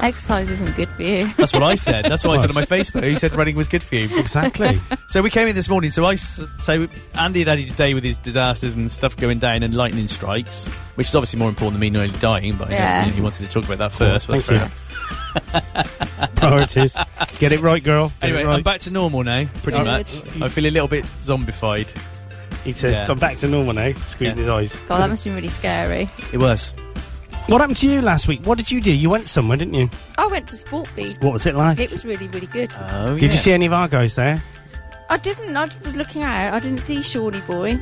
[SPEAKER 6] Exercise isn't good for you.
[SPEAKER 5] that's what I said. That's what I said on my Facebook. Who said running was good for you?
[SPEAKER 4] Exactly.
[SPEAKER 5] So we came in this morning. So I s- so Andy had had his day with his disasters and stuff going down and lightning strikes, which is obviously more important than me nearly dying. But
[SPEAKER 6] Yeah.
[SPEAKER 5] I know you wanted to talk about that first. but that's
[SPEAKER 4] Thank
[SPEAKER 5] fair
[SPEAKER 4] you.
[SPEAKER 5] enough.
[SPEAKER 4] Priorities. Get it right, girl. Get
[SPEAKER 5] Anyway,
[SPEAKER 4] it right.
[SPEAKER 5] I'm back to normal now, pretty
[SPEAKER 6] Yeah.
[SPEAKER 5] much. I feel a little bit zombified.
[SPEAKER 4] He says,
[SPEAKER 5] Yeah.
[SPEAKER 4] "I'm back to normal now." Squeezing
[SPEAKER 5] Yeah.
[SPEAKER 4] his eyes.
[SPEAKER 6] God, that must have been really scary.
[SPEAKER 5] It was.
[SPEAKER 4] What happened to you last week? What did you do? You went somewhere, didn't you?
[SPEAKER 6] I went to Sport Beat.
[SPEAKER 4] What was it like?
[SPEAKER 6] It was really, really good.
[SPEAKER 5] Oh,
[SPEAKER 4] did
[SPEAKER 5] yeah.
[SPEAKER 4] you see any of our guys there?
[SPEAKER 6] I didn't. I was looking out. I didn't see Shorty Boy.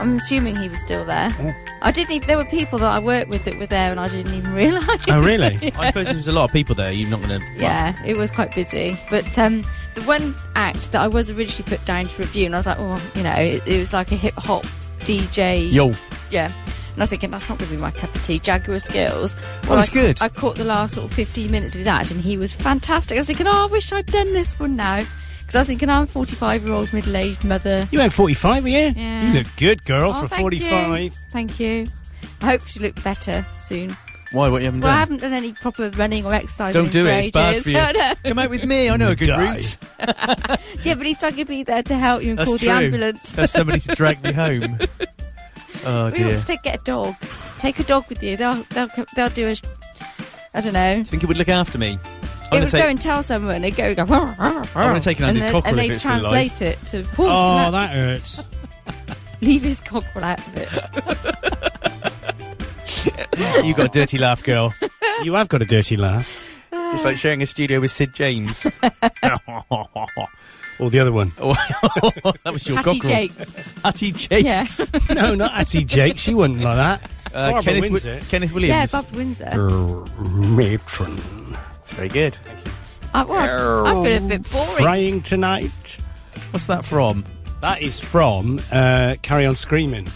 [SPEAKER 6] I'm assuming he was still there.
[SPEAKER 4] Oh.
[SPEAKER 6] I didn't. Even, there were people that I worked with that were there, and I didn't even realise.
[SPEAKER 4] Oh, really?
[SPEAKER 5] I suppose there was a lot of people there. You're not going to.
[SPEAKER 6] yeah, it was quite busy. But um, the one act that I was originally put down to review, and I was like, oh, you know, it, it was like a hip hop DJ.
[SPEAKER 5] Yo.
[SPEAKER 6] Yeah. And I was thinking, that's not going to be my cup of tea, Jaguar skills.
[SPEAKER 5] Oh, he's
[SPEAKER 6] I,
[SPEAKER 5] good.
[SPEAKER 6] I caught the last sort of 15 minutes of his act and he was fantastic. I was thinking, oh, I wish I'd done this one now. Because I was thinking, I'm a 45 year old middle aged mother.
[SPEAKER 4] You went 45, were you?
[SPEAKER 6] Yeah.
[SPEAKER 4] You look good, girl,
[SPEAKER 6] Oh,
[SPEAKER 4] for
[SPEAKER 6] thank
[SPEAKER 4] 45.
[SPEAKER 6] You. Thank you. I hope she looked better soon.
[SPEAKER 5] Why? What you haven't
[SPEAKER 6] Well, I
[SPEAKER 5] done?
[SPEAKER 6] haven't done any proper running or exercise.
[SPEAKER 5] Don't do
[SPEAKER 6] for
[SPEAKER 5] it, it's bad
[SPEAKER 6] ages.
[SPEAKER 5] for you.
[SPEAKER 6] Oh, no.
[SPEAKER 5] Come out with me. I know a good
[SPEAKER 4] Die.
[SPEAKER 5] route.
[SPEAKER 6] Yeah, but he's trying to be there to help you and
[SPEAKER 5] That's
[SPEAKER 6] call
[SPEAKER 5] true.
[SPEAKER 6] the ambulance.
[SPEAKER 5] There's somebody to drag me home. Oh
[SPEAKER 6] we
[SPEAKER 5] dear.
[SPEAKER 6] ought to take, get a dog. Take a dog with you. They'll they'll they'll do a. sh- I don't know.
[SPEAKER 5] Think it would look after me?
[SPEAKER 6] It
[SPEAKER 5] gonna
[SPEAKER 6] would go and tell someone. They go. go I'm
[SPEAKER 5] gonna
[SPEAKER 6] going
[SPEAKER 5] take an Andy's cockerel
[SPEAKER 6] and
[SPEAKER 5] if
[SPEAKER 6] they
[SPEAKER 5] it's still
[SPEAKER 6] translate
[SPEAKER 5] alive.
[SPEAKER 6] it to.
[SPEAKER 4] Oh,
[SPEAKER 6] "Paul's
[SPEAKER 4] that hurts.
[SPEAKER 6] Leave his cockerel out of it.
[SPEAKER 5] you got a dirty laugh, girl.
[SPEAKER 4] you have got a dirty laugh.
[SPEAKER 5] It's like sharing a studio with Sid James.
[SPEAKER 4] Or the other one.
[SPEAKER 5] that was your
[SPEAKER 6] Hattie
[SPEAKER 5] cockerel.
[SPEAKER 6] Jakes.
[SPEAKER 5] Hattie Jakes.
[SPEAKER 6] Yes.
[SPEAKER 4] No, not Atty Jake. She wouldn't like that.
[SPEAKER 5] Uh,
[SPEAKER 4] Barbara
[SPEAKER 5] Kenneth, Wi-
[SPEAKER 4] Windsor.
[SPEAKER 5] Kenneth
[SPEAKER 6] yeah,
[SPEAKER 5] Williams.
[SPEAKER 6] Bob Windsor.
[SPEAKER 4] Matron.
[SPEAKER 5] It's very good.
[SPEAKER 6] I, well, I've been a bit boring.
[SPEAKER 4] Frying tonight.
[SPEAKER 5] What's that from?
[SPEAKER 4] That is from uh, Carry On Screaming.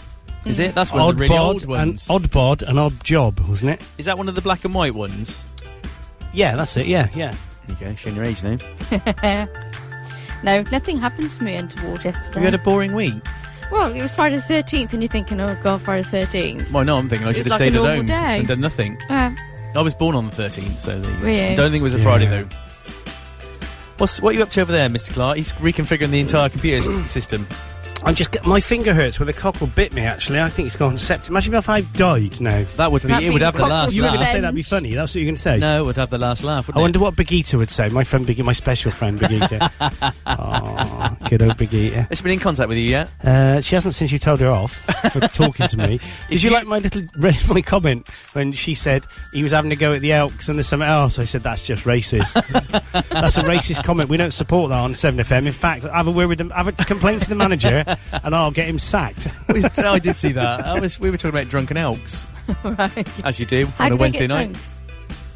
[SPEAKER 5] Is it? That's one of the really old
[SPEAKER 4] and
[SPEAKER 5] ones.
[SPEAKER 4] Odd Bod and Odd Job, wasn't it?
[SPEAKER 5] Is that one of the black and white ones?
[SPEAKER 4] Yeah, that's it. Yeah, yeah.
[SPEAKER 5] There you go, showing your age now.
[SPEAKER 6] No, nothing happened to me untoward yesterday.
[SPEAKER 5] You had a boring week.
[SPEAKER 6] Well, it was Friday the 13th, and you're thinking, oh, God, Friday the 13th.
[SPEAKER 5] Well, no, I'm thinking I
[SPEAKER 6] It's
[SPEAKER 5] should have
[SPEAKER 6] like a
[SPEAKER 5] stayed at
[SPEAKER 6] normal
[SPEAKER 5] home
[SPEAKER 6] day.
[SPEAKER 5] and done nothing.
[SPEAKER 6] Uh,
[SPEAKER 5] I was born on the 13th, so there you go.
[SPEAKER 6] Were you?
[SPEAKER 5] Don't think it was a
[SPEAKER 4] Yeah.
[SPEAKER 5] Friday though. What's what are you up to over there, Mr. Clark? He's reconfiguring the entire computer s- system.
[SPEAKER 4] I'm just get- my finger hurts where the cockle bit me. Actually, I think it's gone septic. Imagine if I died now.
[SPEAKER 5] That would be.
[SPEAKER 6] That'd
[SPEAKER 5] it
[SPEAKER 6] be
[SPEAKER 5] would have the
[SPEAKER 6] cock-
[SPEAKER 5] last
[SPEAKER 4] you were going to
[SPEAKER 5] laugh.
[SPEAKER 4] say that'd be funny. That's what you're going to say.
[SPEAKER 5] No, it would have the last laugh. Wouldn't
[SPEAKER 4] I wonder
[SPEAKER 5] It?
[SPEAKER 4] what Begita would say. My friend Begita, my special friend Begita. oh, good old Begita.
[SPEAKER 5] Has she been in contact with you yet?
[SPEAKER 4] Uh, she hasn't since you told her off for talking to me. Did you,
[SPEAKER 5] you-
[SPEAKER 4] like my little my comment when she said he was having a go at the Elks and there's something else? I said that's just racist. that's a racist comment. We don't support that on Seven FM. In fact, have a word with them. Have a complaint to the manager, and I'll get him sacked.
[SPEAKER 5] no, oh, I did see that. I was, we were talking about drunken elks,
[SPEAKER 6] right.
[SPEAKER 5] as you do
[SPEAKER 6] How
[SPEAKER 5] on
[SPEAKER 6] do
[SPEAKER 5] a
[SPEAKER 6] they
[SPEAKER 5] Wednesday
[SPEAKER 6] get
[SPEAKER 5] night.
[SPEAKER 6] drunk?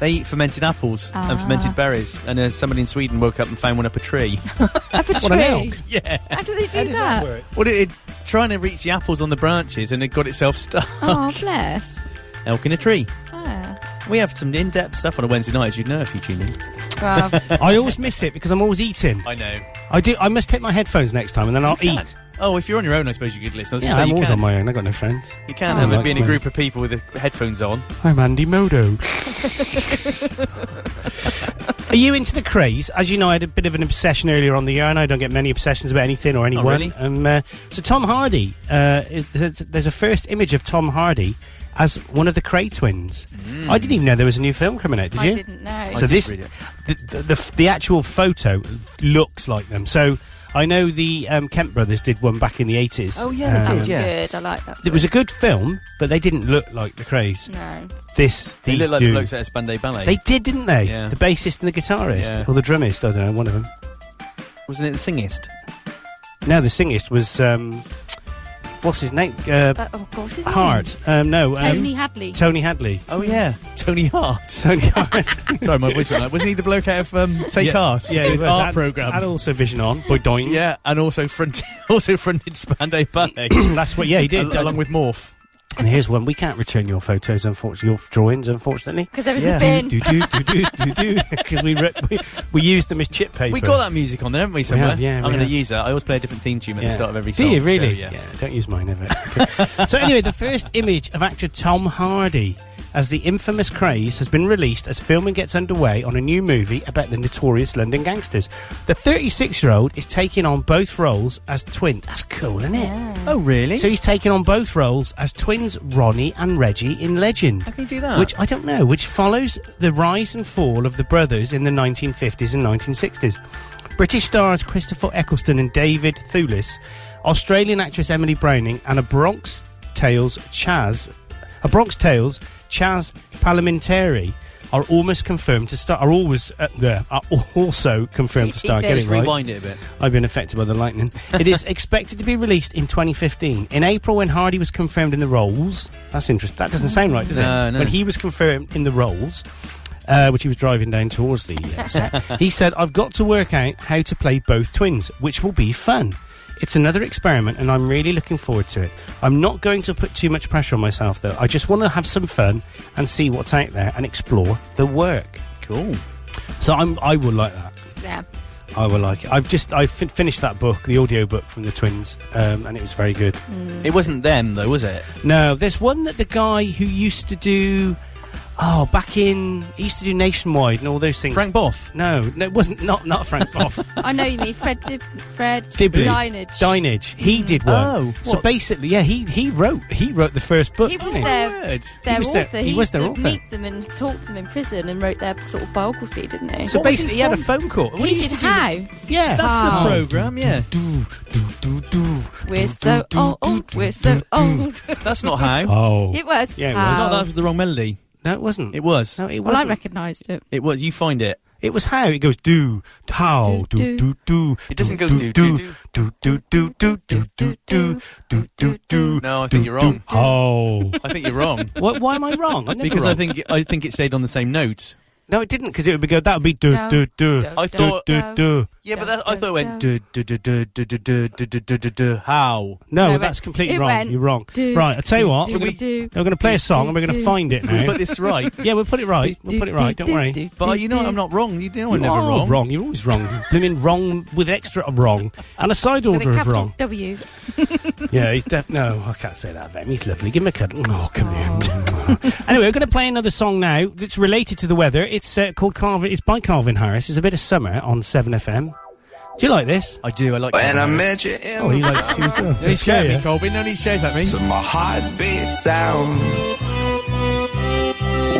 [SPEAKER 5] They eat fermented apples and
[SPEAKER 6] Ah.
[SPEAKER 5] fermented berries, and uh, somebody in Sweden woke up and found one up a tree.
[SPEAKER 6] Up a
[SPEAKER 4] What an
[SPEAKER 6] tree.
[SPEAKER 4] elk.
[SPEAKER 5] yeah.
[SPEAKER 6] How do they do that?
[SPEAKER 5] Well, it, it trying to reach the apples on the branches, and it got itself stuck.
[SPEAKER 6] Oh, bless.
[SPEAKER 5] Elk in a tree.
[SPEAKER 6] Ah.
[SPEAKER 5] We have some in-depth stuff on a Wednesday night, as you'd know if you tune in.
[SPEAKER 6] Well,
[SPEAKER 4] I always miss it because I'm always eating.
[SPEAKER 5] I know.
[SPEAKER 4] I do. I must take my headphones next time, and then I'll
[SPEAKER 5] Can't.
[SPEAKER 4] eat.
[SPEAKER 5] Oh, if you're on your own, I suppose you could listen. I was
[SPEAKER 4] Yeah,
[SPEAKER 5] gonna say,
[SPEAKER 4] I'm
[SPEAKER 5] you
[SPEAKER 4] always
[SPEAKER 5] can,
[SPEAKER 4] on my own. I got no friends.
[SPEAKER 5] You can
[SPEAKER 6] Oh,
[SPEAKER 5] have it
[SPEAKER 4] that's
[SPEAKER 5] being a
[SPEAKER 4] me.
[SPEAKER 5] group of people with the headphones on.
[SPEAKER 4] I'm Andy Modo. Are you into the craze? As you know, I had a bit of an obsession earlier on the year, and I don't get many obsessions about anything or anyone.
[SPEAKER 5] really?
[SPEAKER 4] um, uh, so Tom Hardy, uh, is- there's a- there's a first image of Tom Hardy as one of the Cray twins. I didn't even know there was a new film coming out. Did
[SPEAKER 6] I
[SPEAKER 4] you?
[SPEAKER 6] didn't know.
[SPEAKER 4] So
[SPEAKER 5] did
[SPEAKER 4] this,
[SPEAKER 5] Mm. read it.
[SPEAKER 4] the, the, the the actual photo looks like them. So I know the um, Kemp brothers did one back in the eighties. Um,
[SPEAKER 5] Oh, yeah, they
[SPEAKER 6] That
[SPEAKER 5] did,
[SPEAKER 6] was
[SPEAKER 5] yeah.
[SPEAKER 6] good. I like that.
[SPEAKER 4] It was a good film, but they didn't look like the Craze.
[SPEAKER 6] No.
[SPEAKER 4] This
[SPEAKER 5] They
[SPEAKER 4] these
[SPEAKER 5] look like
[SPEAKER 4] do.
[SPEAKER 5] the blokes at Espande Ballet.
[SPEAKER 4] They did, didn't they?
[SPEAKER 5] Yeah.
[SPEAKER 4] The bassist and the guitarist,
[SPEAKER 5] Yeah.
[SPEAKER 4] or the drummist. I don't know, one of them.
[SPEAKER 5] Wasn't it the singist?
[SPEAKER 4] No, the singist was um, what's his name? Uh,
[SPEAKER 6] Uh, oh, of course, his name.
[SPEAKER 4] Hart. Um, no, um,
[SPEAKER 6] Tony Hadley.
[SPEAKER 4] Tony Hadley.
[SPEAKER 5] Oh, yeah. Tony Hart.
[SPEAKER 4] Tony Hart.
[SPEAKER 5] Sorry, my voice went out. Wasn't he the bloke out of um, Take
[SPEAKER 4] Yeah,
[SPEAKER 5] Art?
[SPEAKER 4] Yeah, he was.
[SPEAKER 5] Art
[SPEAKER 4] And-
[SPEAKER 5] programme.
[SPEAKER 4] And also Vision On by Doink.
[SPEAKER 5] Yeah, and also front, also fronted Spandau Ballet,
[SPEAKER 4] That's what. Yeah, he did.
[SPEAKER 5] al- along with Morph.
[SPEAKER 4] And here's one. We can't return your photos, unfortunately, your drawings, unfortunately.
[SPEAKER 6] Because everything
[SPEAKER 5] Yeah.
[SPEAKER 6] yeah. bin.
[SPEAKER 4] Do do do do do do. Because we, re- we we used them as chip paper.
[SPEAKER 5] We got that music on there, haven't we? Somewhere.
[SPEAKER 4] have, yeah,
[SPEAKER 5] I'm
[SPEAKER 4] we
[SPEAKER 5] going to
[SPEAKER 4] have.
[SPEAKER 5] use that. I always play a different theme tune at the start of every
[SPEAKER 4] Do
[SPEAKER 5] song.
[SPEAKER 4] you
[SPEAKER 5] so,
[SPEAKER 4] really?
[SPEAKER 5] yeah.
[SPEAKER 4] Don't use mine ever. Okay. so anyway, the first image of actor Tom Hardy as the infamous craze has been released as filming gets underway on a new movie about the notorious London gangsters. The 36-year-old is taking on both roles as twin. That's cool, isn't it?
[SPEAKER 5] Oh, really?
[SPEAKER 4] So he's taking on both roles as twins Ronnie and Reggie in Legend.
[SPEAKER 5] How can you do that?
[SPEAKER 4] Which I don't know, which follows the rise and fall of the brothers in the 1950s and 1960s. British stars Christopher Eccleston and David Thewlis, Australian actress Emily Browning, and a Bronx Tales Chaz, a Bronx Tales Chaz Parliamentary are almost confirmed to start. Are always uh, there, are also confirmed to start.
[SPEAKER 5] Just
[SPEAKER 4] Getting right.
[SPEAKER 5] rewind it a bit.
[SPEAKER 4] I've been affected by the lightning. It is expected to be released in 2015. In April, when Hardy was confirmed in the roles, that's interesting. That doesn't sound right, does
[SPEAKER 5] No,
[SPEAKER 4] it?
[SPEAKER 5] no.
[SPEAKER 4] When he was confirmed in the roles, uh, which he was driving down towards the uh, set, he said, "I've got to work out how to play both twins, which will be fun." It's another experiment, and I'm really looking forward to it. I'm not going to put too much pressure on myself, though. I just want to have some fun and see what's out there and explore the work.
[SPEAKER 5] Cool.
[SPEAKER 4] So I'm, I will like that.
[SPEAKER 6] Yeah.
[SPEAKER 4] I will like it. I've just I fin- finished that book, the audio book from the twins, um, and it was very good.
[SPEAKER 6] Mm.
[SPEAKER 5] It wasn't them though, was it?
[SPEAKER 4] No, there's one that the guy who used to do, oh, back in he used to do Nationwide and all those things.
[SPEAKER 5] Frank Boff.
[SPEAKER 4] No, no, it wasn't. Not not Frank Boff.
[SPEAKER 6] I know you mean Fred Dib- Fred
[SPEAKER 4] Dibley.
[SPEAKER 6] Dinage.
[SPEAKER 4] Dinage. He did one.
[SPEAKER 5] Oh,
[SPEAKER 4] so
[SPEAKER 5] what?
[SPEAKER 4] basically, yeah, he he wrote he wrote the first book.
[SPEAKER 6] He was
[SPEAKER 4] didn't
[SPEAKER 6] their, their
[SPEAKER 4] He was their-
[SPEAKER 6] author.
[SPEAKER 4] he
[SPEAKER 6] he
[SPEAKER 4] was
[SPEAKER 6] used
[SPEAKER 4] their
[SPEAKER 6] to
[SPEAKER 4] author.
[SPEAKER 6] meet them and talk to them in prison and wrote their sort of biography, didn't he?
[SPEAKER 4] So basically, he had a phone call. What
[SPEAKER 6] He
[SPEAKER 4] used
[SPEAKER 6] did
[SPEAKER 4] to do-
[SPEAKER 6] how?
[SPEAKER 4] Yeah,
[SPEAKER 5] That's
[SPEAKER 6] Oh.
[SPEAKER 5] the program. Yeah.
[SPEAKER 6] We're so old. We're so old.
[SPEAKER 5] That's not how.
[SPEAKER 4] Oh,
[SPEAKER 6] It was.
[SPEAKER 4] Yeah,
[SPEAKER 5] No,
[SPEAKER 4] it was.
[SPEAKER 6] how.
[SPEAKER 5] that was the wrong melody.
[SPEAKER 4] no, it wasn't.
[SPEAKER 5] It was.
[SPEAKER 4] No, it
[SPEAKER 6] well, I
[SPEAKER 4] wasn't.
[SPEAKER 6] recognised it.
[SPEAKER 5] It was. You find it.
[SPEAKER 4] It was how it goes do how do
[SPEAKER 6] Do,
[SPEAKER 4] do do.
[SPEAKER 5] It doesn't go
[SPEAKER 4] do do
[SPEAKER 5] do,
[SPEAKER 4] do do do do do do do do do do.
[SPEAKER 5] No, I think
[SPEAKER 4] do,
[SPEAKER 5] you're
[SPEAKER 4] do,
[SPEAKER 5] wrong.
[SPEAKER 4] How?
[SPEAKER 5] I think you're wrong.
[SPEAKER 4] What? Why am I wrong? I'm never
[SPEAKER 5] because I
[SPEAKER 4] wrong.
[SPEAKER 5] think I think it stayed on the same note.
[SPEAKER 4] no, it didn't. Because it would be go. That would be do
[SPEAKER 6] No.
[SPEAKER 4] do do
[SPEAKER 6] Don't,
[SPEAKER 5] I
[SPEAKER 6] don't,
[SPEAKER 4] do
[SPEAKER 5] thought-
[SPEAKER 4] do
[SPEAKER 6] don't.
[SPEAKER 4] do.
[SPEAKER 5] Yeah,
[SPEAKER 6] but
[SPEAKER 5] but
[SPEAKER 6] that-
[SPEAKER 5] I thought it went
[SPEAKER 6] Yeah.
[SPEAKER 5] du- du- du- du- du- du- du- du- du- du- du- du- how.
[SPEAKER 4] No,
[SPEAKER 6] No, it-
[SPEAKER 4] that's completely
[SPEAKER 6] it
[SPEAKER 4] wrong.
[SPEAKER 6] went
[SPEAKER 4] you're wrong.
[SPEAKER 6] do,
[SPEAKER 4] right, I tell you
[SPEAKER 6] do,
[SPEAKER 4] what.
[SPEAKER 6] do,
[SPEAKER 4] we're gonna,
[SPEAKER 6] do,
[SPEAKER 4] we're gonna play a
[SPEAKER 6] do,
[SPEAKER 4] song and we're
[SPEAKER 6] do,
[SPEAKER 4] gonna
[SPEAKER 6] do.
[SPEAKER 4] find it
[SPEAKER 5] We
[SPEAKER 4] now.
[SPEAKER 5] put this right,
[SPEAKER 4] yeah, we'll put it right.
[SPEAKER 6] Do,
[SPEAKER 4] We'll
[SPEAKER 6] do,
[SPEAKER 4] put it right.
[SPEAKER 6] do,
[SPEAKER 4] Don't worry.
[SPEAKER 6] do, do,
[SPEAKER 5] but you know
[SPEAKER 6] do.
[SPEAKER 5] I'm not wrong. You know
[SPEAKER 4] You
[SPEAKER 5] I'm never
[SPEAKER 4] are
[SPEAKER 5] wrong.
[SPEAKER 4] You're always wrong. Blimmin' wrong with extra wrong and a side
[SPEAKER 6] With
[SPEAKER 4] order
[SPEAKER 6] a
[SPEAKER 4] of
[SPEAKER 6] capital
[SPEAKER 4] wrong.
[SPEAKER 6] W.
[SPEAKER 4] Yeah, he's def- no, I can't say that of him. He's lovely. Give him a cuddle. Oh, come here. anyway, we're going to play another song now that's related to the weather. It's uh, called Carvin. It's by Carvin Harris. It's a bit of summer on Seven FM. Do you like this?
[SPEAKER 5] I do. I like.
[SPEAKER 7] When I met you in the
[SPEAKER 5] No need shares at me, Colby. No need shares at me.
[SPEAKER 7] to my heartbeat sound.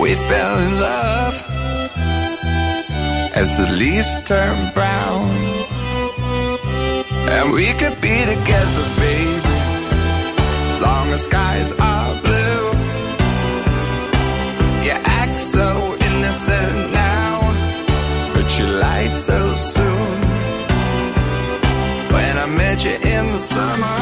[SPEAKER 7] We fell in love as the leaves turn brown. And we could be together, baby, as long as skies are blue. You act so innocent now, but you lied so soon. When I met you in the summer.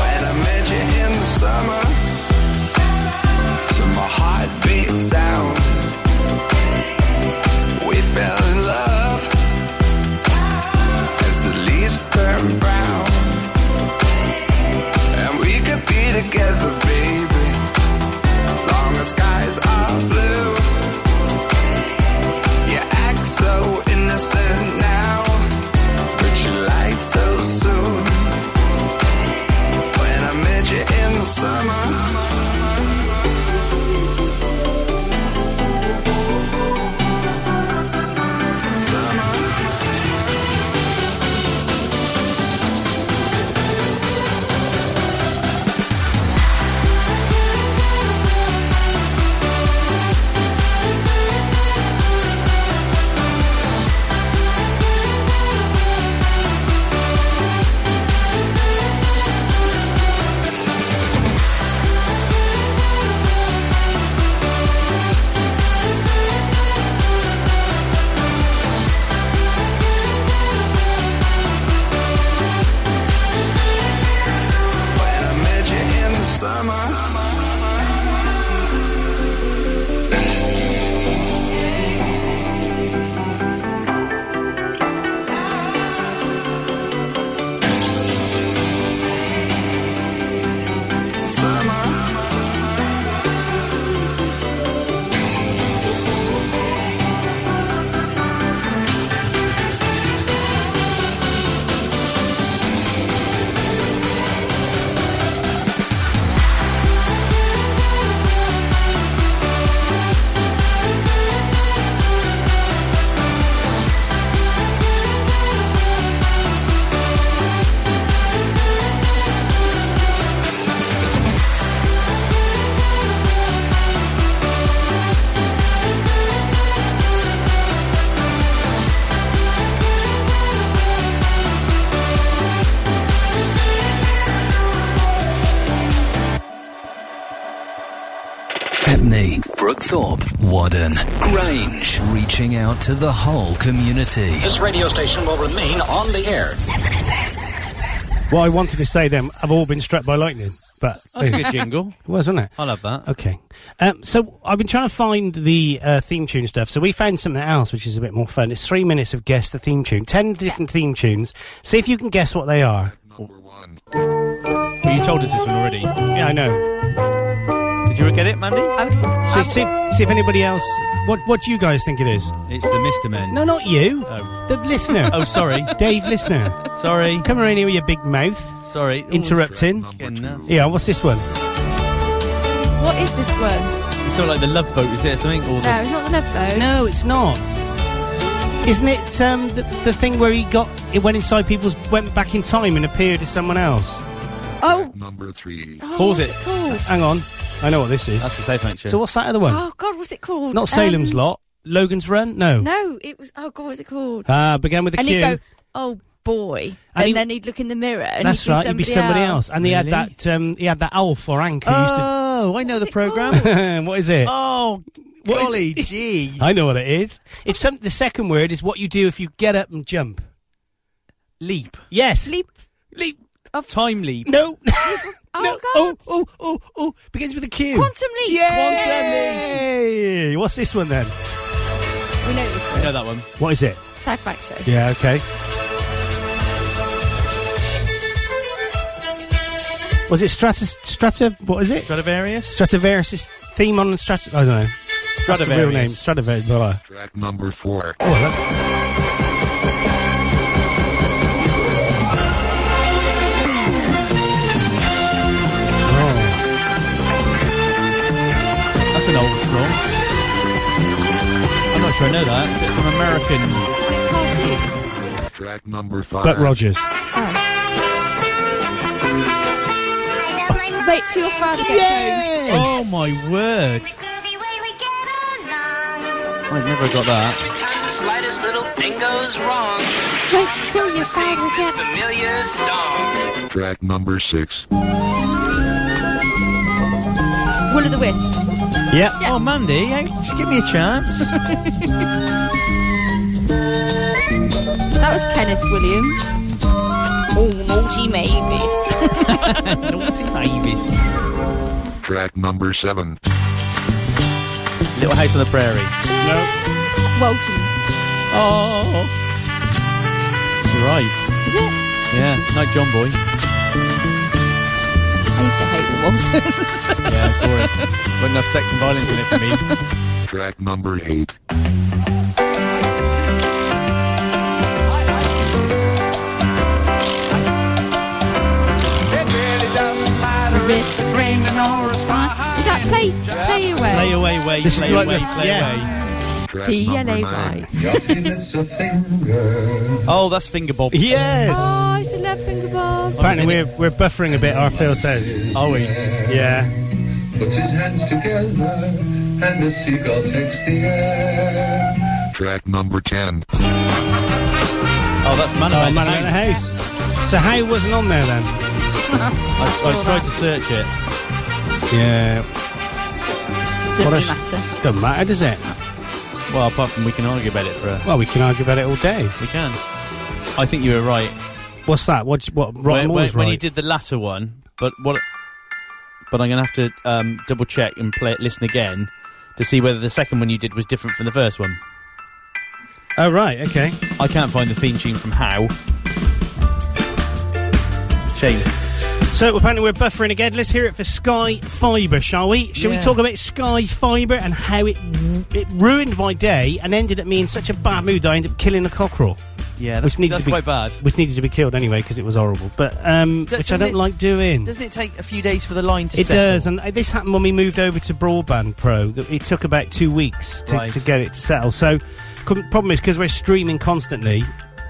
[SPEAKER 7] When I met you in the summer, to my heartbeat sound, we fell in love as the leaves turn brown, and we could be together, baby, as long as skies are blue. You act so innocent now, but you lied so soon. When I met you in the summer. Summer.
[SPEAKER 1] Stepney, Brookthorpe, Wadden, Grange, reaching out to the whole community.
[SPEAKER 12] This radio station will remain on the air.
[SPEAKER 4] What I wanted to say then, I've all been struck by lightning, but
[SPEAKER 5] That's a good jingle.
[SPEAKER 4] It was, wasn't it?
[SPEAKER 5] I love that.
[SPEAKER 4] Okay. Um, so I've been trying to find the uh, theme tune stuff. So we found something else which is a bit more fun. It's three minutes of guess the theme tune, ten different theme tunes. See if you can guess what they are.
[SPEAKER 5] Well, you told us this one already.
[SPEAKER 4] Yeah, I know.
[SPEAKER 5] Did you get it, Mandy?
[SPEAKER 4] So see, see if anybody else. What What do you guys think it is?
[SPEAKER 5] It's the Mister Men.
[SPEAKER 4] No, not you.
[SPEAKER 5] Oh.
[SPEAKER 4] The listener.
[SPEAKER 5] Oh, sorry.
[SPEAKER 4] Dave, listener.
[SPEAKER 5] Sorry.
[SPEAKER 4] Come around here with your big mouth.
[SPEAKER 5] Sorry. Ooh,
[SPEAKER 4] Interrupting.
[SPEAKER 5] it's getting nasty.
[SPEAKER 4] Yeah, what's this one?
[SPEAKER 6] What is this one?
[SPEAKER 5] It's sort of like the Love Boat, is it or something? Or the...
[SPEAKER 6] No, it's not the love boat.
[SPEAKER 4] No, it's not. Isn't it um, the, the thing where he got it went inside people's went back in time and appeared as someone else?
[SPEAKER 6] Oh,
[SPEAKER 13] Number three.
[SPEAKER 6] oh
[SPEAKER 5] Pause
[SPEAKER 6] what's
[SPEAKER 5] it.
[SPEAKER 6] called?
[SPEAKER 4] Hang on, I know what this is.
[SPEAKER 5] That's the safe nature.
[SPEAKER 4] So what's that other one?
[SPEAKER 6] Oh God, what's it called?
[SPEAKER 4] Not Salem's
[SPEAKER 6] Um,
[SPEAKER 4] Lot, Logan's Run. No.
[SPEAKER 6] No, it was. Oh God, what's it called?
[SPEAKER 4] Ah, began with a
[SPEAKER 6] and
[SPEAKER 4] Q.
[SPEAKER 6] he'd go, "Oh boy," and,
[SPEAKER 4] he-
[SPEAKER 6] then he'd look in the mirror and
[SPEAKER 4] That's
[SPEAKER 6] he'd be
[SPEAKER 4] right.
[SPEAKER 6] somebody
[SPEAKER 4] He'd be somebody else. And he had
[SPEAKER 5] Really?
[SPEAKER 4] that. Um, he had that elf or anchor.
[SPEAKER 5] Oh, I know the
[SPEAKER 6] it
[SPEAKER 5] program.
[SPEAKER 4] used to... what is it?
[SPEAKER 5] oh,
[SPEAKER 4] What is-
[SPEAKER 5] golly gee.
[SPEAKER 4] I know what it is. It's some, the second word is what you do if you get up and jump.
[SPEAKER 5] Leap.
[SPEAKER 4] Yes.
[SPEAKER 6] Leap.
[SPEAKER 4] Leap.
[SPEAKER 5] Time leap.
[SPEAKER 4] No.
[SPEAKER 6] Oh
[SPEAKER 4] no.
[SPEAKER 6] God.
[SPEAKER 4] Oh, oh, oh, oh. Begins with a Q.
[SPEAKER 6] Quantum leap.
[SPEAKER 4] Yay! What's this one then?
[SPEAKER 6] We know this.
[SPEAKER 5] You know that one.
[SPEAKER 4] What is it?
[SPEAKER 6] South Bank show.
[SPEAKER 4] Yeah, okay. Was it Stratus, Strata, what is it?
[SPEAKER 5] Stradivarius.
[SPEAKER 4] Stradivarius' theme on Strat. I don't know. That's the real name, Stradivarius. Blah, blah.
[SPEAKER 13] Track number four.
[SPEAKER 4] Oh, I love it. Oh.
[SPEAKER 5] That's an old song. I'm not sure I know that. It's some American.
[SPEAKER 6] Is it cartoon?
[SPEAKER 13] Track number five.
[SPEAKER 4] Buck Rogers.
[SPEAKER 6] Wait till your father gets
[SPEAKER 5] Oh my word! I never got that.
[SPEAKER 3] Slightest little thing goes wrong.
[SPEAKER 6] home. Wait till your father gets.
[SPEAKER 3] Familiar song.
[SPEAKER 13] Track number six.
[SPEAKER 6] Will of the Wisp.
[SPEAKER 4] Yep.
[SPEAKER 5] Oh, Mandy, hey, just give me a chance.
[SPEAKER 6] That was Kenneth Williams. Oh, naughty Mavis.
[SPEAKER 5] Naughty Mavis.
[SPEAKER 13] Track number seven.
[SPEAKER 5] Little House on the Prairie.
[SPEAKER 4] No.
[SPEAKER 6] Waltons.
[SPEAKER 5] Oh, you're right.
[SPEAKER 6] Is it?
[SPEAKER 5] Yeah, like John Boy.
[SPEAKER 6] I used to hate the Waltons.
[SPEAKER 5] Yeah, it's boring. Not enough sex and violence in it for me.
[SPEAKER 13] Track number eight.
[SPEAKER 6] Riff's ringing all response. Is that play? Play away.
[SPEAKER 5] Play away, way,
[SPEAKER 4] This is
[SPEAKER 5] play
[SPEAKER 4] like
[SPEAKER 5] away,
[SPEAKER 4] the-
[SPEAKER 5] play
[SPEAKER 4] yeah.
[SPEAKER 13] Track
[SPEAKER 6] P L
[SPEAKER 13] number
[SPEAKER 6] A
[SPEAKER 13] nine.
[SPEAKER 6] Y.
[SPEAKER 5] away. Oh, that's finger bob.
[SPEAKER 4] Yes.
[SPEAKER 6] Oh, I used to love finger bob.
[SPEAKER 4] Apparently we're, we're buffering a bit, our Phil says.
[SPEAKER 5] Are we?
[SPEAKER 4] Yeah.
[SPEAKER 14] Puts his hands together and the seagull takes the air.
[SPEAKER 13] Track number ten.
[SPEAKER 5] Oh, that's man
[SPEAKER 4] Oh,
[SPEAKER 5] about
[SPEAKER 4] man out of the house. So how wasn't on there then?
[SPEAKER 5] I, I tried to search it.
[SPEAKER 4] Yeah.
[SPEAKER 6] Doesn't
[SPEAKER 4] What
[SPEAKER 6] really
[SPEAKER 4] else?
[SPEAKER 6] matter.
[SPEAKER 4] Doesn't matter, does it?
[SPEAKER 5] Well, apart from we can argue about it for a.
[SPEAKER 4] Well, we can argue about it all day.
[SPEAKER 5] We can. I think you were right.
[SPEAKER 4] What's that? What? What?
[SPEAKER 5] when,
[SPEAKER 4] Rotten
[SPEAKER 5] when,
[SPEAKER 4] Wall's
[SPEAKER 5] when
[SPEAKER 4] right.
[SPEAKER 5] you did the latter one, but what? But I'm gonna have to um, double check and play it, listen again, to see whether the second one you did was different from the first one.
[SPEAKER 4] Oh right. Okay.
[SPEAKER 5] I can't find the theme tune from How. Shame.
[SPEAKER 4] So apparently we're buffering again. Let's hear it for Sky Fibre, shall we? Shall
[SPEAKER 5] Yeah.
[SPEAKER 4] we talk about Sky Fibre and how it it ruined my day and ended at me in such a bad mood that I ended up killing a cockerel,
[SPEAKER 5] Yeah,
[SPEAKER 4] Which
[SPEAKER 5] that's,
[SPEAKER 4] needs
[SPEAKER 5] that's
[SPEAKER 4] to be-
[SPEAKER 5] quite bad.
[SPEAKER 4] which needed to be killed anyway because it was horrible. But um,
[SPEAKER 5] Do-
[SPEAKER 4] which I
[SPEAKER 5] doesn't
[SPEAKER 4] don't
[SPEAKER 5] it-
[SPEAKER 4] like doing.
[SPEAKER 5] Doesn't it take a few days for the line to
[SPEAKER 4] It
[SPEAKER 5] settle?
[SPEAKER 4] does, and uh, this happened when we moved over to Broadband Pro. That It took about two weeks to,
[SPEAKER 5] Right.
[SPEAKER 4] to get it to settle. So, com- problem is because we're streaming constantly,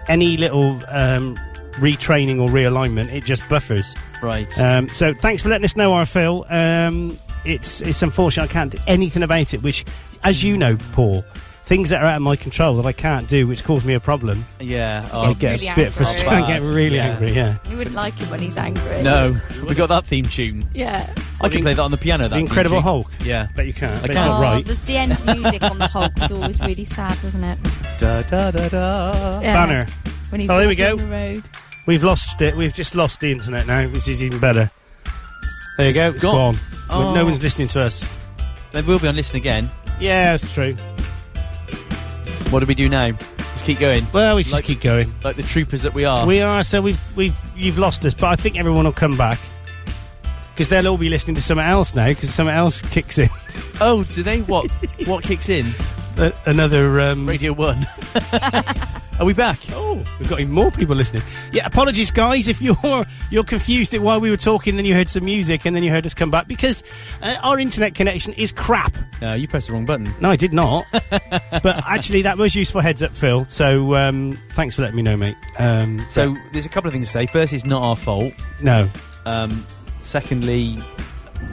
[SPEAKER 4] any little um, retraining or realignment, it just buffers.
[SPEAKER 5] Right.
[SPEAKER 4] Um, so, thanks for letting us know, our Phil. Um, it's it's unfortunate I can't do anything about it, which, as you know, Paul, things that are out of my control that I can't do, which cause me a problem.
[SPEAKER 5] yeah.
[SPEAKER 4] I
[SPEAKER 5] Oh,
[SPEAKER 4] get
[SPEAKER 6] really
[SPEAKER 4] a bit
[SPEAKER 6] angry.
[SPEAKER 4] frustrated. I get really
[SPEAKER 5] Yeah.
[SPEAKER 4] angry. Yeah.
[SPEAKER 6] You wouldn't like him when he's angry.
[SPEAKER 5] no, we got that theme tune.
[SPEAKER 6] Yeah.
[SPEAKER 5] I can play that on the piano. That
[SPEAKER 4] The Incredible
[SPEAKER 5] theme tune.
[SPEAKER 4] Hulk.
[SPEAKER 5] Yeah,
[SPEAKER 4] bet you can't.
[SPEAKER 5] I can't.
[SPEAKER 4] bet it's not right.
[SPEAKER 6] The, the end music on the Hulk was always really sad, wasn't it?
[SPEAKER 5] Da, da, da, da.
[SPEAKER 6] Yeah.
[SPEAKER 4] Banner.
[SPEAKER 6] When he's
[SPEAKER 4] oh, there we
[SPEAKER 6] walking
[SPEAKER 4] go.
[SPEAKER 6] on the road.
[SPEAKER 4] We've lost it. We've just lost the internet now, which is even better. There you
[SPEAKER 5] It's
[SPEAKER 4] go. It's
[SPEAKER 5] gone.
[SPEAKER 4] gone.
[SPEAKER 5] Oh.
[SPEAKER 4] No one's listening to us.
[SPEAKER 5] They will be on listen again.
[SPEAKER 4] Yeah, it's true.
[SPEAKER 5] What do we do now? Just keep going.
[SPEAKER 4] Well, we just keep going.
[SPEAKER 5] Like the troopers that we are.
[SPEAKER 4] We are. So we've we've you've lost us, but I think everyone will come back because they'll all be listening to something else now because something else kicks in.
[SPEAKER 5] Oh, do they? What? what kicks in?
[SPEAKER 4] A- Another um,
[SPEAKER 5] Radio One. are we back?
[SPEAKER 4] Oh, we've got even more people listening. Yeah, apologies, guys, if you're you're confused at why we were talking, then you heard some music, and then you heard us come back because uh, our internet connection is crap.
[SPEAKER 5] No, you pressed the wrong button.
[SPEAKER 4] No, I did not. but actually, that was useful heads up, Phil. So um, thanks for letting me know, mate. Um,
[SPEAKER 5] So there's a couple of things to say. First, it's not our fault.
[SPEAKER 4] no,
[SPEAKER 5] Um, secondly,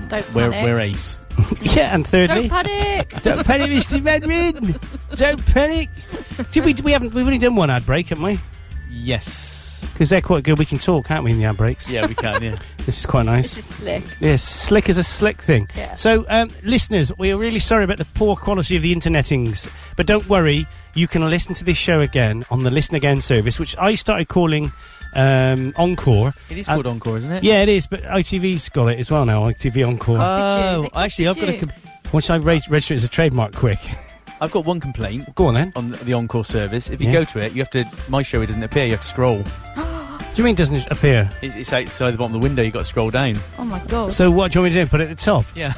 [SPEAKER 6] Don't
[SPEAKER 5] we're,
[SPEAKER 6] panic.
[SPEAKER 5] we're ace.
[SPEAKER 4] yeah, and
[SPEAKER 6] Don't
[SPEAKER 4] thirdly,
[SPEAKER 6] panic.
[SPEAKER 4] don't panic, Mr. Medrin. Don't panic. Did we? We haven't. We've only done one ad break, haven't we?
[SPEAKER 5] Yes.
[SPEAKER 4] Because they're quite good. We can talk, can't we, in the ad breaks?
[SPEAKER 5] Yeah, we can. Yeah.
[SPEAKER 4] This is quite nice.
[SPEAKER 6] This is slick.
[SPEAKER 4] Yes, slick as a slick thing.
[SPEAKER 6] Yeah.
[SPEAKER 4] So, um, listeners, we are really sorry about the poor quality of the internetings, but don't worry, you can listen to this show again on the Listen Again service, which I started calling um, Encore.
[SPEAKER 5] it is
[SPEAKER 4] And-
[SPEAKER 5] called Encore, isn't it?
[SPEAKER 4] Uh, Yeah, it is, but ITV's got it as well now, ITV Encore,
[SPEAKER 5] Oh,
[SPEAKER 6] Did you?
[SPEAKER 5] actually, I've got a
[SPEAKER 6] Did you?
[SPEAKER 5] com-
[SPEAKER 4] which I reg- registered as a trademark quick.
[SPEAKER 5] I've got one complaint
[SPEAKER 4] Go on then.
[SPEAKER 5] on the Encore service. If you
[SPEAKER 4] Yeah.
[SPEAKER 5] go to it, you have to. My show it doesn't appear. You have to scroll.
[SPEAKER 4] Do you mean it doesn't appear?
[SPEAKER 5] It's, it's outside the bottom of the window. You have got to scroll down.
[SPEAKER 6] Oh my god.
[SPEAKER 4] So, what do you want me to do? Put it at the top?
[SPEAKER 5] Yeah.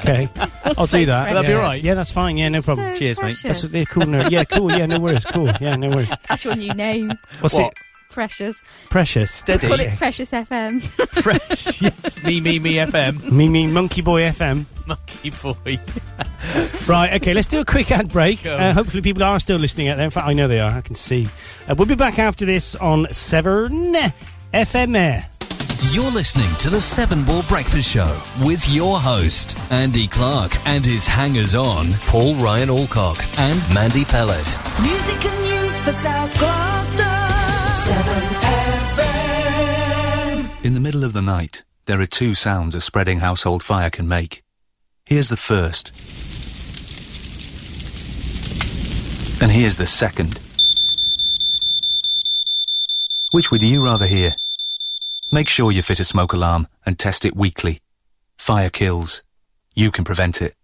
[SPEAKER 4] Okay. I'll
[SPEAKER 6] so
[SPEAKER 4] do that.
[SPEAKER 6] Will that
[SPEAKER 5] be
[SPEAKER 4] Yeah.
[SPEAKER 5] all right?
[SPEAKER 4] Yeah, that's fine. Yeah, no problem.
[SPEAKER 6] So
[SPEAKER 5] Cheers, mate.
[SPEAKER 4] That's
[SPEAKER 6] precious.
[SPEAKER 4] they're cool. No, yeah, cool. Yeah, no worries. Cool. Yeah, no worries.
[SPEAKER 6] That's your new name.
[SPEAKER 4] What's
[SPEAKER 5] What?
[SPEAKER 4] it?
[SPEAKER 6] Precious.
[SPEAKER 4] Precious.
[SPEAKER 5] Steady.
[SPEAKER 6] Call it Precious FM.
[SPEAKER 5] Press. yes. Me, me, me. FM.
[SPEAKER 4] Me, me, Monkey Boy FM.
[SPEAKER 5] Monkey boy.
[SPEAKER 4] Right, okay, let's do a quick ad break.
[SPEAKER 5] Go.
[SPEAKER 4] Uh, hopefully, people are still listening out there. In fact, I know they are, I can see. Uh, we'll be back after this on Severn FM Air.
[SPEAKER 1] You're listening to the Seven Ball Breakfast Show with your host, Andy Clark, and his hangers on, Paul Ryan Alcock and Mandy Pellet.
[SPEAKER 2] Music and news for South Gloucester. 7FM.
[SPEAKER 15] In the middle of the night, there are two sounds a spreading household fire can make. Here's the first. And here's the second. Which would you rather hear? Make sure you fit a smoke alarm and test it weekly. Fire kills. You can prevent it.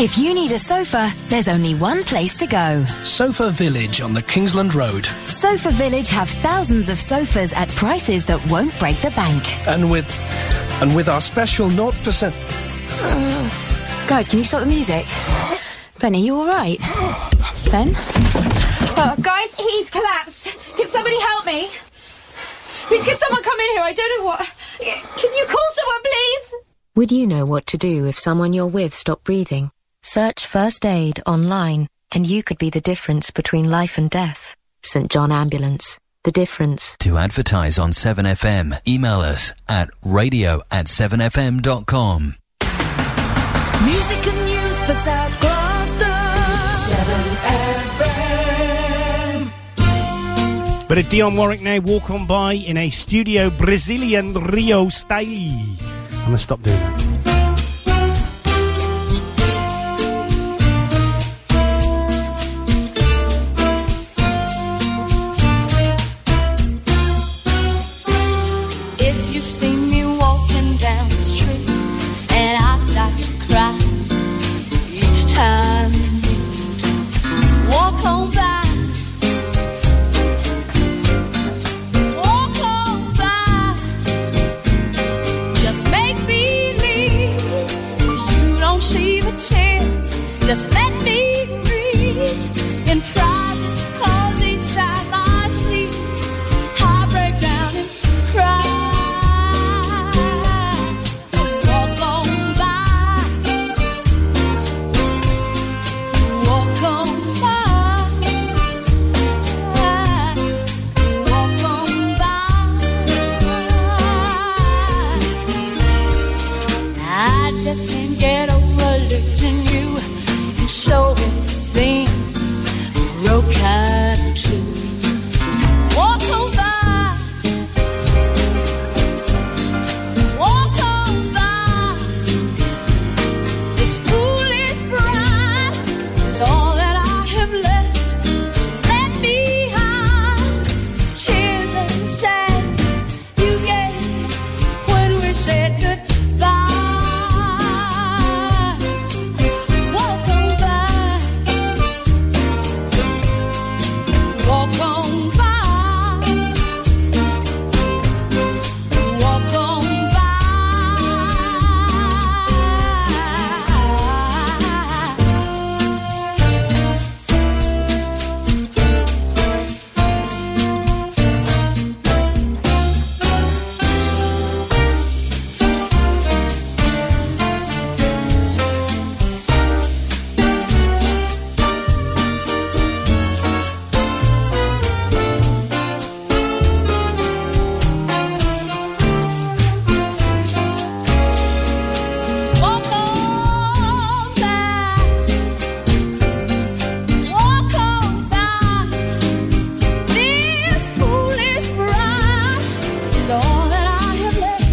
[SPEAKER 16] If you need a sofa, there's only one place to go.
[SPEAKER 17] Sofa Village on the Kingsland Road.
[SPEAKER 16] Sofa Village have thousands of sofas at prices that won't break the bank.
[SPEAKER 17] And with and with our special 0%.
[SPEAKER 16] Guys, can you stop the music? Ben, are you alright? Ben?
[SPEAKER 18] Oh, guys, he's collapsed. Can somebody help me? Please, can someone come in here? I don't know what. Can you call someone, please?
[SPEAKER 19] Would you know what to do if someone you're with stopped breathing? Search first aid online, and you could be the difference between life and death. St. John Ambulance. The difference.
[SPEAKER 1] To advertise on 7FM, email us at radio at 7fm.com.
[SPEAKER 2] Music and news for South Gloucester. 7FM.
[SPEAKER 4] But at Dion Warwick now, walk on by in a studio Brazilian Rio style. I'm going to stop doing that.
[SPEAKER 20] If you see me walking down the street and I start to cry each time you meet, walk on by. Walk on by. Just make believe you don't see the chance. Just let me breathe in private, 'cause each time I see, I break down and cry. Walk on by. Walk on by. Walk on by. I just can't get over losing you, and so it seems broke out too. Walk on by, said goodbye. Walk on by, walk on by, walk on by. Walk on by, walk on by. This foolish pride is all that I have left.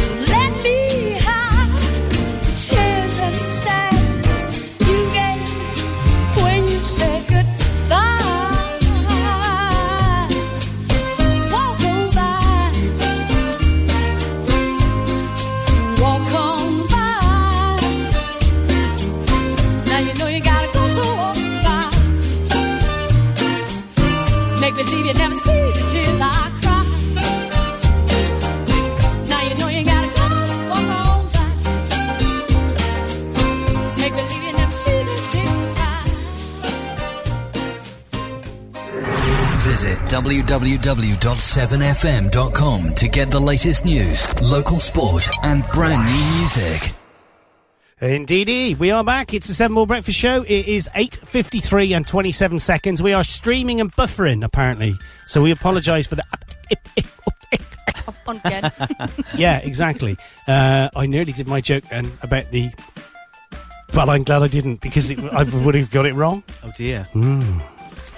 [SPEAKER 20] So let me hide the tears and the sadness you gave when you said goodbye. Walk on by. Walk on by. Now you know you gotta go, so walk by. Make believe you never see the tears I cry. Now you know you gotta go, so walk on by. Make believe you never see the tears I
[SPEAKER 1] Visit www.7fm.com to get the latest news, local sport, and brand new music.
[SPEAKER 4] Indeedy, we are back. It's the Seven Ball Breakfast Show. It is eight fifty-three and twenty-seven seconds. We are streaming and buffering apparently, so we apologise for the.
[SPEAKER 6] On again.
[SPEAKER 4] yeah, exactly. Uh, I nearly did my joke then about the, but I'm glad I didn't because it, I would have got it wrong.
[SPEAKER 5] Oh dear.
[SPEAKER 4] Mm.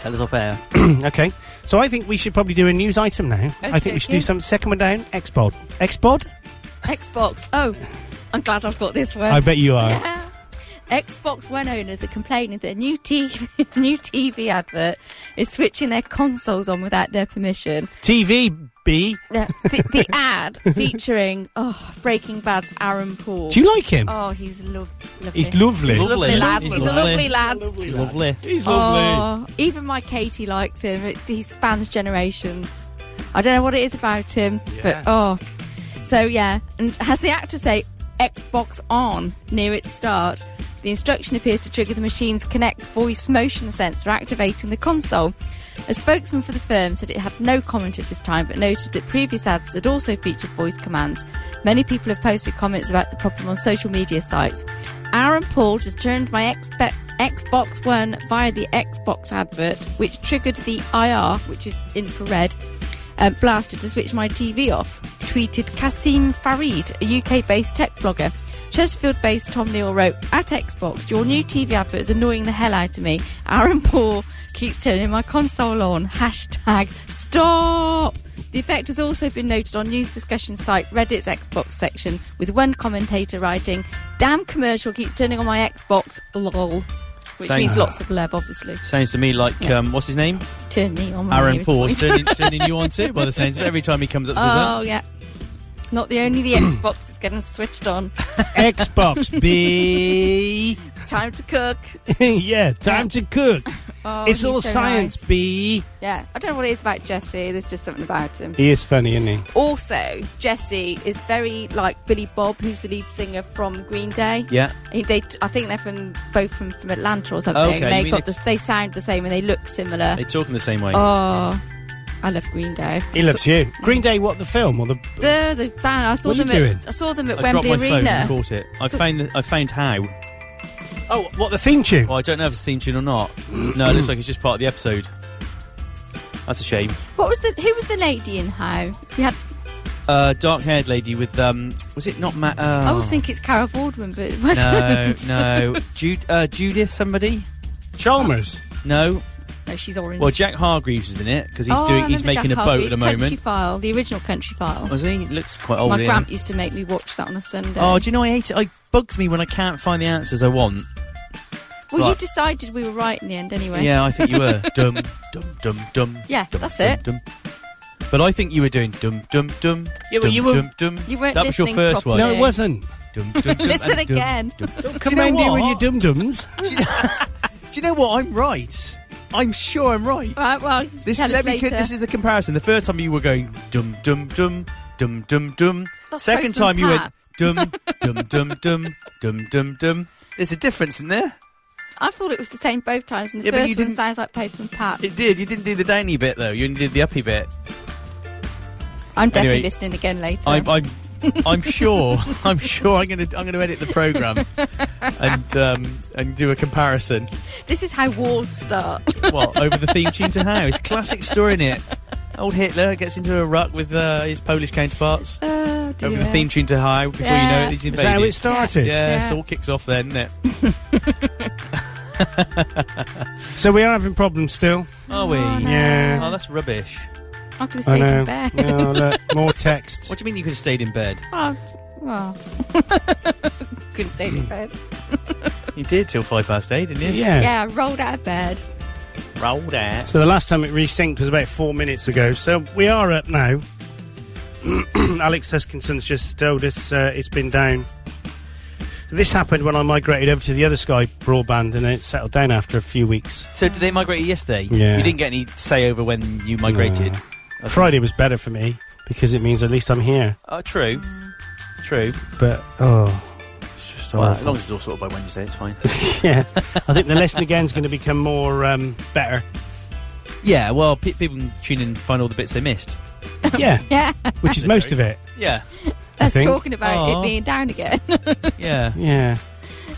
[SPEAKER 5] Tell us off air.
[SPEAKER 4] okay, so I think we should probably do a news item now. I think we should do
[SPEAKER 6] Okey-dokey.
[SPEAKER 4] some second one down. Xpod. Xpod.
[SPEAKER 6] Xbox. Oh, I'm glad I've got this word.
[SPEAKER 4] I bet you are.
[SPEAKER 6] Yeah. Xbox One owners are complaining that a new TV, new TV advert is switching their consoles on without their permission.
[SPEAKER 4] TV B.
[SPEAKER 6] Uh, the, the ad featuring oh, Breaking Bad's Aaron Paul.
[SPEAKER 4] Do you like him?
[SPEAKER 6] Oh, he's lov- lovely.
[SPEAKER 4] He's lovely.
[SPEAKER 6] He's a lovely,
[SPEAKER 4] Lovely.
[SPEAKER 6] lad.
[SPEAKER 4] He's
[SPEAKER 6] He's, a lovely
[SPEAKER 4] lovely.
[SPEAKER 6] lad.
[SPEAKER 5] He's lovely.
[SPEAKER 4] He's lovely.
[SPEAKER 6] Oh, even my Katie likes him. It, he spans generations. I don't know what it is about him,
[SPEAKER 4] Yeah.
[SPEAKER 6] but oh. So yeah, and has the actor say Xbox on near its start? The instruction appears to trigger the machine's Kinect voice motion sensor, activating the console. A spokesman for the firm said it had no comment at this time, but noted that previous ads had also featured voice commands. Many people have posted comments about the problem on social media sites. Aaron Paul just turned my expe- Xbox One via the Xbox advert, which triggered the IR, which is infrared, uh, blaster to switch my TV off, tweeted Kasim Farid, a UK based tech blogger. Chesterfield based Tom Neal wrote, At Xbox, your new TV advert is annoying the hell out of me. Aaron Paul keeps turning my console on. Hashtag stop. The effect has also been noted on news discussion site Reddit's Xbox section, with one commentator writing, Damn commercial keeps turning on my Xbox, lol. Which
[SPEAKER 5] Same.
[SPEAKER 6] means lots of love, obviously.
[SPEAKER 5] Sounds to me like um, what's his name?
[SPEAKER 6] Turn me on. Oh, my
[SPEAKER 5] Aaron
[SPEAKER 6] nearest
[SPEAKER 5] Paul's
[SPEAKER 6] point.
[SPEAKER 5] turning, turning you on too by the sounds of it. Every time he comes up to
[SPEAKER 6] Oh
[SPEAKER 5] us.
[SPEAKER 6] yeah. Not the only the Xbox is getting switched on.
[SPEAKER 4] Xbox B.
[SPEAKER 6] Time to cook.
[SPEAKER 4] yeah, time to cook.
[SPEAKER 6] Oh,
[SPEAKER 4] it's
[SPEAKER 6] he's
[SPEAKER 4] all
[SPEAKER 6] so
[SPEAKER 4] science
[SPEAKER 6] nice.
[SPEAKER 4] B.
[SPEAKER 6] Yeah, I don't know what it is about Jesse. There's just something about him.
[SPEAKER 4] He is funny, isn't he?
[SPEAKER 6] Also, Jesse is very like Billy Bob, who's the lead singer from Green Day.
[SPEAKER 4] Yeah.
[SPEAKER 6] He- They, I think they're from both from, from Atlanta or something.
[SPEAKER 5] Okay, you
[SPEAKER 6] they
[SPEAKER 5] mean
[SPEAKER 6] got the,
[SPEAKER 5] it's-
[SPEAKER 6] they sound the same and they look similar.
[SPEAKER 5] They talk in the same way.
[SPEAKER 6] Oh, I love Green Day.
[SPEAKER 4] He loves you. Green Day, what the film or the?
[SPEAKER 6] The the band I saw
[SPEAKER 4] What are you
[SPEAKER 6] them
[SPEAKER 4] doing?
[SPEAKER 6] at I saw them at
[SPEAKER 5] I dropped
[SPEAKER 6] Wembley
[SPEAKER 5] my phone
[SPEAKER 6] Arena.
[SPEAKER 5] and caught it. I found the, I found how.
[SPEAKER 4] Oh, what the theme tune?
[SPEAKER 5] Well, I don't know if it's theme tune or not. No, it looks like it's just part of the episode. That's a shame.
[SPEAKER 6] What was the who was the lady in How? You had
[SPEAKER 5] Uh, dark-haired lady with um, was it not Matt? Uh,
[SPEAKER 6] I always think it's Carol Baldwin, but it
[SPEAKER 5] no,
[SPEAKER 6] wasn't.
[SPEAKER 5] no, Jude, uh, Judith, somebody.
[SPEAKER 4] Chalmers.
[SPEAKER 5] No.
[SPEAKER 6] No, she's orange.
[SPEAKER 5] Well, Jack Hargreaves was in it because he's
[SPEAKER 6] Oh, I
[SPEAKER 5] doing he's
[SPEAKER 6] remember
[SPEAKER 5] making
[SPEAKER 6] Jack
[SPEAKER 5] a boat
[SPEAKER 6] Harvey's
[SPEAKER 5] at the
[SPEAKER 6] Country
[SPEAKER 5] moment.
[SPEAKER 6] File, the original Country File.
[SPEAKER 5] Was he? Looks quite old.
[SPEAKER 6] My
[SPEAKER 5] yeah.
[SPEAKER 6] gramp used to make me watch that on a Sunday.
[SPEAKER 5] Oh, do you know I hate it? It bugs me when I can't find the answers I want.
[SPEAKER 6] well, you
[SPEAKER 5] Right.
[SPEAKER 6] decided we were right in the end, anyway.
[SPEAKER 5] Yeah, I think you were. dum dum dum dum.
[SPEAKER 6] Yeah,
[SPEAKER 5] dum,
[SPEAKER 6] that's
[SPEAKER 5] dum,
[SPEAKER 6] it.
[SPEAKER 5] Dum. But I think you were doing dum dum dum.
[SPEAKER 4] Yeah, well,
[SPEAKER 5] dum,
[SPEAKER 4] you were-
[SPEAKER 5] dum, dum.
[SPEAKER 6] You weren't
[SPEAKER 5] That was your
[SPEAKER 6] listening
[SPEAKER 5] first one.
[SPEAKER 6] properly. No, it
[SPEAKER 4] wasn't.
[SPEAKER 5] Dum, dum, dum,
[SPEAKER 6] Listen
[SPEAKER 5] and dum,
[SPEAKER 6] again.
[SPEAKER 5] dum.
[SPEAKER 4] Don't
[SPEAKER 5] Do
[SPEAKER 4] come
[SPEAKER 5] you know
[SPEAKER 4] round here with
[SPEAKER 5] what?
[SPEAKER 4] your dum dums.
[SPEAKER 5] Do you know what? I'm right. I'm sure I'm right.
[SPEAKER 6] Right, well,
[SPEAKER 5] This
[SPEAKER 6] tell
[SPEAKER 5] let
[SPEAKER 6] us
[SPEAKER 5] me.
[SPEAKER 6] later.
[SPEAKER 5] This is a comparison. The first time you were going dum dum dum dum dum dum.
[SPEAKER 6] That's
[SPEAKER 5] Second
[SPEAKER 6] Postman
[SPEAKER 5] time you
[SPEAKER 6] Pat.
[SPEAKER 5] went dum dum dum dum dum dum dum. There's a difference in there.
[SPEAKER 6] I thought it was the same both times, and the
[SPEAKER 5] Yeah, but you
[SPEAKER 6] first one
[SPEAKER 5] didn't-
[SPEAKER 6] sounds like Postman Pat.
[SPEAKER 5] It did. You didn't do the downy bit though. You only did the uppy bit.
[SPEAKER 6] I'm definitely
[SPEAKER 5] Anyway,
[SPEAKER 6] listening again later.
[SPEAKER 5] I'm, I'm, I'm sure. I'm sure. I'm gonna. I'm gonna edit the program and um, and do a comparison.
[SPEAKER 6] This is how wars start.
[SPEAKER 5] What over the theme tune to how? It's a classic story in it. Old Hitler gets into a ruck with uh, his Polish counterparts
[SPEAKER 6] Oh,
[SPEAKER 5] over the
[SPEAKER 6] dear.
[SPEAKER 5] theme tune to how. Before you
[SPEAKER 6] Yeah.
[SPEAKER 5] know it, he's
[SPEAKER 6] Is
[SPEAKER 5] invaded.
[SPEAKER 4] that how it started?
[SPEAKER 5] Yeah,
[SPEAKER 4] Yeah.
[SPEAKER 5] so all kicks off then, isn't it?
[SPEAKER 4] So we are having problems still.
[SPEAKER 5] Are we?
[SPEAKER 4] Yeah.
[SPEAKER 5] Oh, that's rubbish.
[SPEAKER 6] Oh, I could have
[SPEAKER 4] I
[SPEAKER 6] stayed
[SPEAKER 4] know.
[SPEAKER 6] in bed.
[SPEAKER 4] No, look, more text.
[SPEAKER 5] What do you mean you could have stayed in bed?
[SPEAKER 6] Oh, well. could have stayed in bed.
[SPEAKER 5] You did till five past eight, didn't you?
[SPEAKER 4] Yeah.
[SPEAKER 6] Yeah, I rolled out of bed.
[SPEAKER 5] Rolled out.
[SPEAKER 4] So the last time it resynced was about four minutes ago. So we are up now. Alex Huskinson's just told us uh, it's been down. This happened when I migrated over to the other Sky broadband, and it settled down after a few weeks.
[SPEAKER 5] So did they migrate you yesterday?
[SPEAKER 4] Yeah.
[SPEAKER 5] You didn't get any say over when you migrated.
[SPEAKER 4] No. Uh, Friday was better for me because it means at least I'm here.
[SPEAKER 5] Oh, true. True.
[SPEAKER 4] But oh, it's just
[SPEAKER 5] Well, as
[SPEAKER 4] awful.
[SPEAKER 5] long as it's all sorted by Wednesday, it's fine.
[SPEAKER 4] yeah, I think the lesson again is going to become more um, better.
[SPEAKER 5] yeah, well, pe- people can tune in and find all the bits they missed.
[SPEAKER 4] Yeah,
[SPEAKER 6] Yeah.
[SPEAKER 4] which is most of it.
[SPEAKER 5] Yeah.
[SPEAKER 4] I
[SPEAKER 6] That's
[SPEAKER 4] think.
[SPEAKER 6] talking about
[SPEAKER 4] Aw.
[SPEAKER 6] it being down again.
[SPEAKER 5] Yeah.
[SPEAKER 4] Yeah,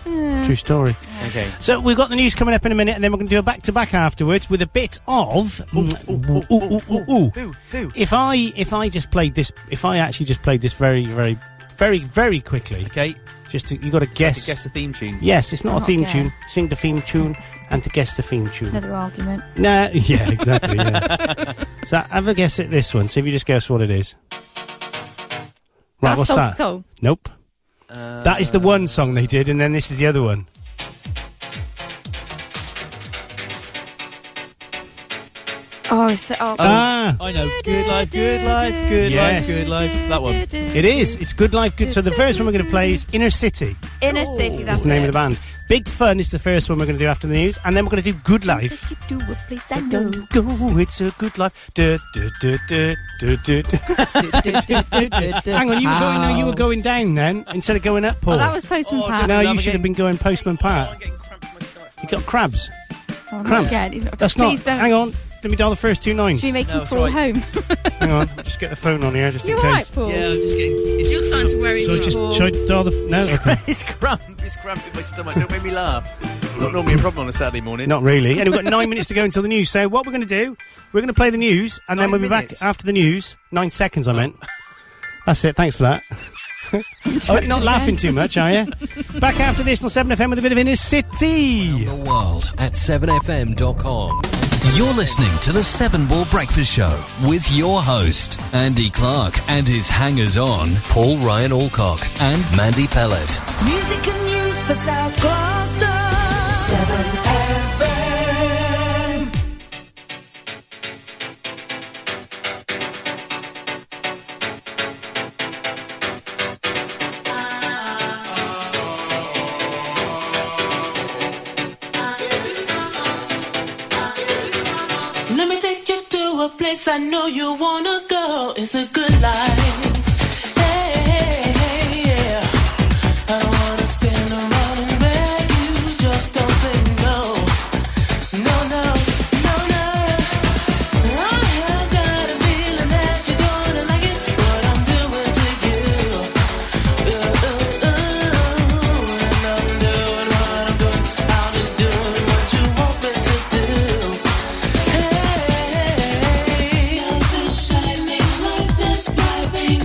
[SPEAKER 9] Hmm.
[SPEAKER 4] true story.
[SPEAKER 5] Okay.
[SPEAKER 4] So we've got the news coming up in a minute, and then we're going to do a back to back afterwards with a bit of. Mm, ooh, ooh, ooh, ooh, ooh. If I if I just played this, if I actually just played this very very very very quickly.
[SPEAKER 5] Okay.
[SPEAKER 4] Just to, you got to
[SPEAKER 5] Guess.
[SPEAKER 4] guess.
[SPEAKER 5] guess the theme tune.
[SPEAKER 4] Yes, it's not
[SPEAKER 6] Not
[SPEAKER 4] a theme
[SPEAKER 6] guess.
[SPEAKER 4] tune. Sing the theme tune and to guess the theme tune.
[SPEAKER 6] Another argument.
[SPEAKER 4] No, yeah, exactly. Yeah. so have a guess at this one. See if you just guess what it is. Right,
[SPEAKER 6] That's
[SPEAKER 4] what's
[SPEAKER 6] Soul to
[SPEAKER 4] that?
[SPEAKER 6] Soul.
[SPEAKER 4] Nope. that is the one song they did, and then this is the other one.
[SPEAKER 6] Oh, so, oh.
[SPEAKER 4] Ah.
[SPEAKER 5] I know. Good life, good life, good life,
[SPEAKER 4] Yes.
[SPEAKER 5] good life. That one.
[SPEAKER 4] It is. It's Good Life, Good. So the first one we're going to play is Inner City.
[SPEAKER 6] Inner City, that's
[SPEAKER 4] That's the name
[SPEAKER 6] it.
[SPEAKER 4] of the band. Big Fun is the first one we're going to do after the news, and then we're going to do Good Life.
[SPEAKER 6] You do a place I know.
[SPEAKER 4] Don't go, it's a good life. Du- du- du- du- du- du- du. Hang on, you were going. No, you were going down then instead of going up, Paul.
[SPEAKER 6] Oh, that was Postman Pat.
[SPEAKER 4] No, you should have been going Postman Pat. You got crabs.
[SPEAKER 6] Oh, not
[SPEAKER 4] Cramp.
[SPEAKER 6] again. He's not-
[SPEAKER 4] That's not.
[SPEAKER 6] Please don't.
[SPEAKER 4] Hang on. Let me dial the first two nines.
[SPEAKER 6] Should we make
[SPEAKER 5] No,
[SPEAKER 6] him
[SPEAKER 5] it's
[SPEAKER 6] crawl
[SPEAKER 5] all right.
[SPEAKER 6] home?
[SPEAKER 4] Hang on. Just get the phone on here, just
[SPEAKER 6] You're
[SPEAKER 4] in case.
[SPEAKER 6] right, Paul.
[SPEAKER 5] Yeah, I'm just getting. It's,
[SPEAKER 6] You're starting to worry
[SPEAKER 4] Should I
[SPEAKER 6] me,
[SPEAKER 4] just
[SPEAKER 6] Paul.
[SPEAKER 4] should I dial the no? Okay.
[SPEAKER 5] it's cramp. It's cramp in my stomach. Don't make me laugh. It's not normally a problem on a Saturday morning.
[SPEAKER 4] Not really. And we've got nine minutes to go until the news. So what we're going to do? We're going to play the news, and then
[SPEAKER 5] Nine
[SPEAKER 4] we'll be
[SPEAKER 5] minutes?
[SPEAKER 4] back after the news. Nine seconds, I meant. That's it. Thanks for that. Oh,
[SPEAKER 6] Interrupted
[SPEAKER 4] not
[SPEAKER 6] again.
[SPEAKER 4] laughing too much, are you? Back after this on Seven FM with a bit of Inner City.
[SPEAKER 1] The world at 7fm.com. You're listening to the Seven Ball Breakfast Show with your host, Andy Clark, and his hangers on, Paul Ryan Alcock and Mandy Pellet.
[SPEAKER 2] Music and news for South Gloucester. 7 FM.
[SPEAKER 21] Let me take you to a place I know you wanna go. It's a good life. Hey, hey, hey, yeah. I don't wanna stand around and beg you. Just don't say no. No, no, no, no. I have got a feeling that you're gonna like it. What I'm doing to you. Ooh, ooh, ooh. And I'm doing what I'm doing. I'm just doing what you want me to do. Hey, nothing shiny like this driving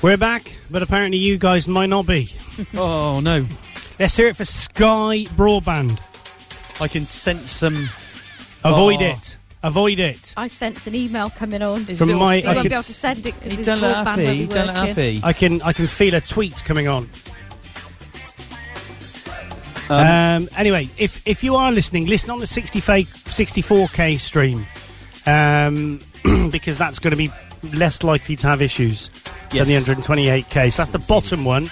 [SPEAKER 4] We're back, but apparently you guys might not be.
[SPEAKER 5] oh no!
[SPEAKER 4] Let's hear it for Sky Broadband.
[SPEAKER 5] I can sense some.
[SPEAKER 4] Avoid
[SPEAKER 5] Oh.
[SPEAKER 4] it. Avoid it.
[SPEAKER 6] I sense an email coming on.
[SPEAKER 4] From my-
[SPEAKER 6] so
[SPEAKER 4] I
[SPEAKER 6] I won't
[SPEAKER 4] could
[SPEAKER 6] be able
[SPEAKER 4] s-
[SPEAKER 6] to send it because
[SPEAKER 5] You
[SPEAKER 6] his
[SPEAKER 5] don't look
[SPEAKER 6] broadband
[SPEAKER 5] happy,
[SPEAKER 6] won't be
[SPEAKER 5] you don't look
[SPEAKER 6] working.
[SPEAKER 5] happy.
[SPEAKER 4] I can I can feel a tweet coming on. Um, anyway, if if you are listening, listen on the 60 fa- 64k stream um, because that's going to be less likely to have issues
[SPEAKER 5] Yes.
[SPEAKER 4] than the 128k. So that's the bottom one.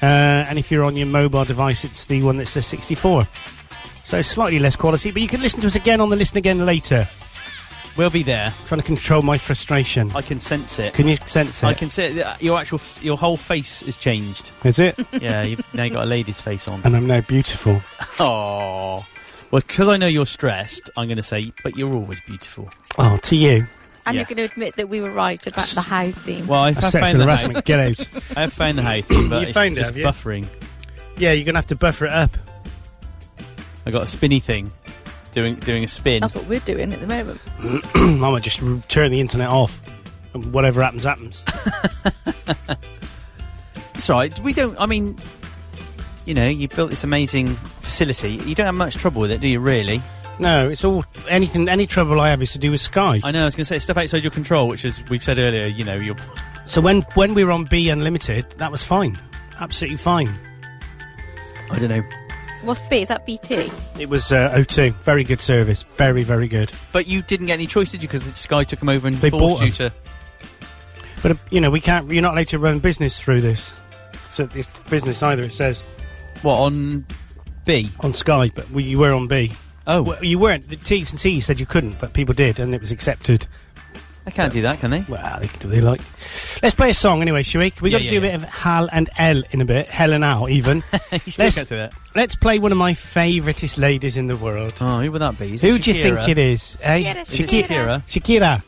[SPEAKER 4] Uh, and if you're on your mobile device, it's the one that says 64. So it's slightly less quality, but you can listen to us again on the listen again later.
[SPEAKER 5] We'll be there.
[SPEAKER 4] Trying to control my frustration.
[SPEAKER 5] I can sense it.
[SPEAKER 4] Can you sense it?
[SPEAKER 5] I can sense it. your actual, f- your whole face has changed.
[SPEAKER 4] Is it?
[SPEAKER 5] yeah, you've now got a lady's face on.
[SPEAKER 4] and I'm now beautiful.
[SPEAKER 5] Oh, well, because I know you're stressed, I'm going to say, but you're always beautiful.
[SPEAKER 4] Oh, to you.
[SPEAKER 6] And
[SPEAKER 5] Yeah.
[SPEAKER 6] you're going to admit that we were right about the how theme.
[SPEAKER 5] Well, I've, I've found
[SPEAKER 4] sexual
[SPEAKER 5] the
[SPEAKER 4] harassment, get out.
[SPEAKER 5] I have found the how thing, but
[SPEAKER 4] You
[SPEAKER 5] it's
[SPEAKER 4] found it,
[SPEAKER 5] just
[SPEAKER 4] have you?
[SPEAKER 5] buffering.
[SPEAKER 4] Yeah, you're going to have to buffer it up.
[SPEAKER 5] I got a spinny thing, doing doing a spin.
[SPEAKER 6] That's what we're doing at the moment.
[SPEAKER 4] I might just r- turn the internet off. And whatever happens, happens.
[SPEAKER 5] It's all right. We don't. I mean, you know, you built this amazing facility. You don't have much trouble with it, do you? Really?
[SPEAKER 4] No, it's all anything. Any trouble I have is to do with Sky.
[SPEAKER 5] I know. I was going to say stuff outside your control, which is we've said earlier. You know, you're
[SPEAKER 4] So when when we were on B Unlimited, that was fine, absolutely fine.
[SPEAKER 5] I don't know,
[SPEAKER 6] What's B? Is that BT?
[SPEAKER 4] It was uh, O2, very good service, very very good.
[SPEAKER 5] but you didn't get any choice, did you? Because Sky took them over and
[SPEAKER 4] They
[SPEAKER 5] forced
[SPEAKER 4] bought
[SPEAKER 5] you to.
[SPEAKER 4] But uh, you know we can't. You're not allowed to run business through this. So it's business either. It says
[SPEAKER 5] What on B?
[SPEAKER 4] on Sky, but we, you were on B.
[SPEAKER 5] Oh.
[SPEAKER 4] well, you weren't. The T's and C's said you couldn't, but people did, and it was accepted.
[SPEAKER 5] I can't do that, can they?
[SPEAKER 4] Well, they can do what they like. Let's play a song anyway, shall we? We've
[SPEAKER 5] Yeah,
[SPEAKER 4] got to
[SPEAKER 5] yeah,
[SPEAKER 4] do a
[SPEAKER 5] yeah.
[SPEAKER 4] bit of Hal and L in a bit. Hell and Al, even.
[SPEAKER 5] You still
[SPEAKER 4] Let's-
[SPEAKER 5] can't do that.
[SPEAKER 4] Let's play one of my favouritest ladies in the world.
[SPEAKER 5] Oh, who would that be? Is it
[SPEAKER 4] Who do you
[SPEAKER 5] Shakira?
[SPEAKER 4] think it is? Eh?
[SPEAKER 6] Shakira,
[SPEAKER 4] Shaki-
[SPEAKER 5] Shakira.
[SPEAKER 4] Shakira.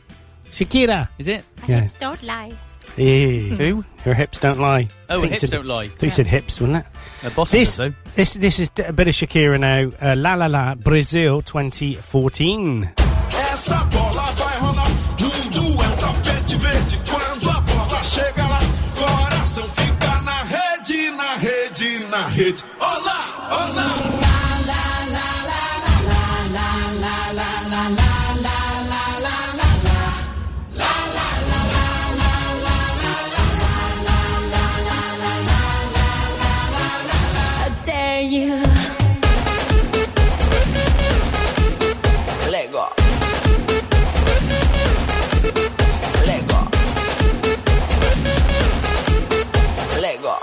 [SPEAKER 4] Shakira.
[SPEAKER 5] Is it?
[SPEAKER 4] Yeah.
[SPEAKER 6] Don't lie.
[SPEAKER 4] Yeah.
[SPEAKER 5] Who?
[SPEAKER 4] Her hips don't lie.
[SPEAKER 5] Oh,
[SPEAKER 4] Think
[SPEAKER 5] hips
[SPEAKER 4] said-
[SPEAKER 5] don't lie.
[SPEAKER 4] Think you said hips, wouldn't it?
[SPEAKER 5] A boss
[SPEAKER 4] This,
[SPEAKER 5] though.
[SPEAKER 4] this, this is a bit of Shakira now. Uh, La La La, Brazil 2014.
[SPEAKER 7] Essa bola vai rolar. Mundo é um tapete verde. Quando a bola chega lá, coração fica na rede, na rede, na rede. Olá, olá.
[SPEAKER 11] How dare you? Let go. Let go. Let go.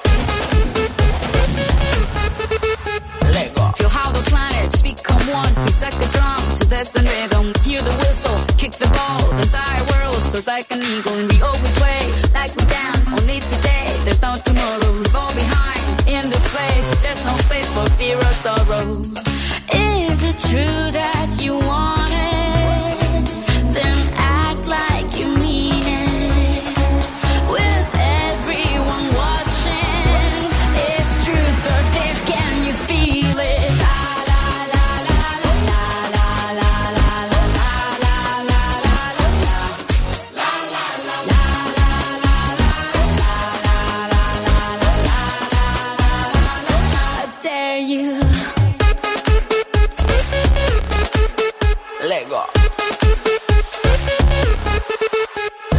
[SPEAKER 11] Let go.
[SPEAKER 22] Feel how the planets become one. We take a drum to this and rhythm. Hear the whistle, kick the ball. The entire world soars like an eagle. And we all we play, like we dance. Only today, there's no tomorrow. We fall behind in this place. There's no space for fear or sorrow.
[SPEAKER 11] Is it true that you want it? Then act like you mean it. With everyone watching, it's truth or dare can you feel it? La la la la la la la la la la la la la la la. How dare you?
[SPEAKER 22] Let go.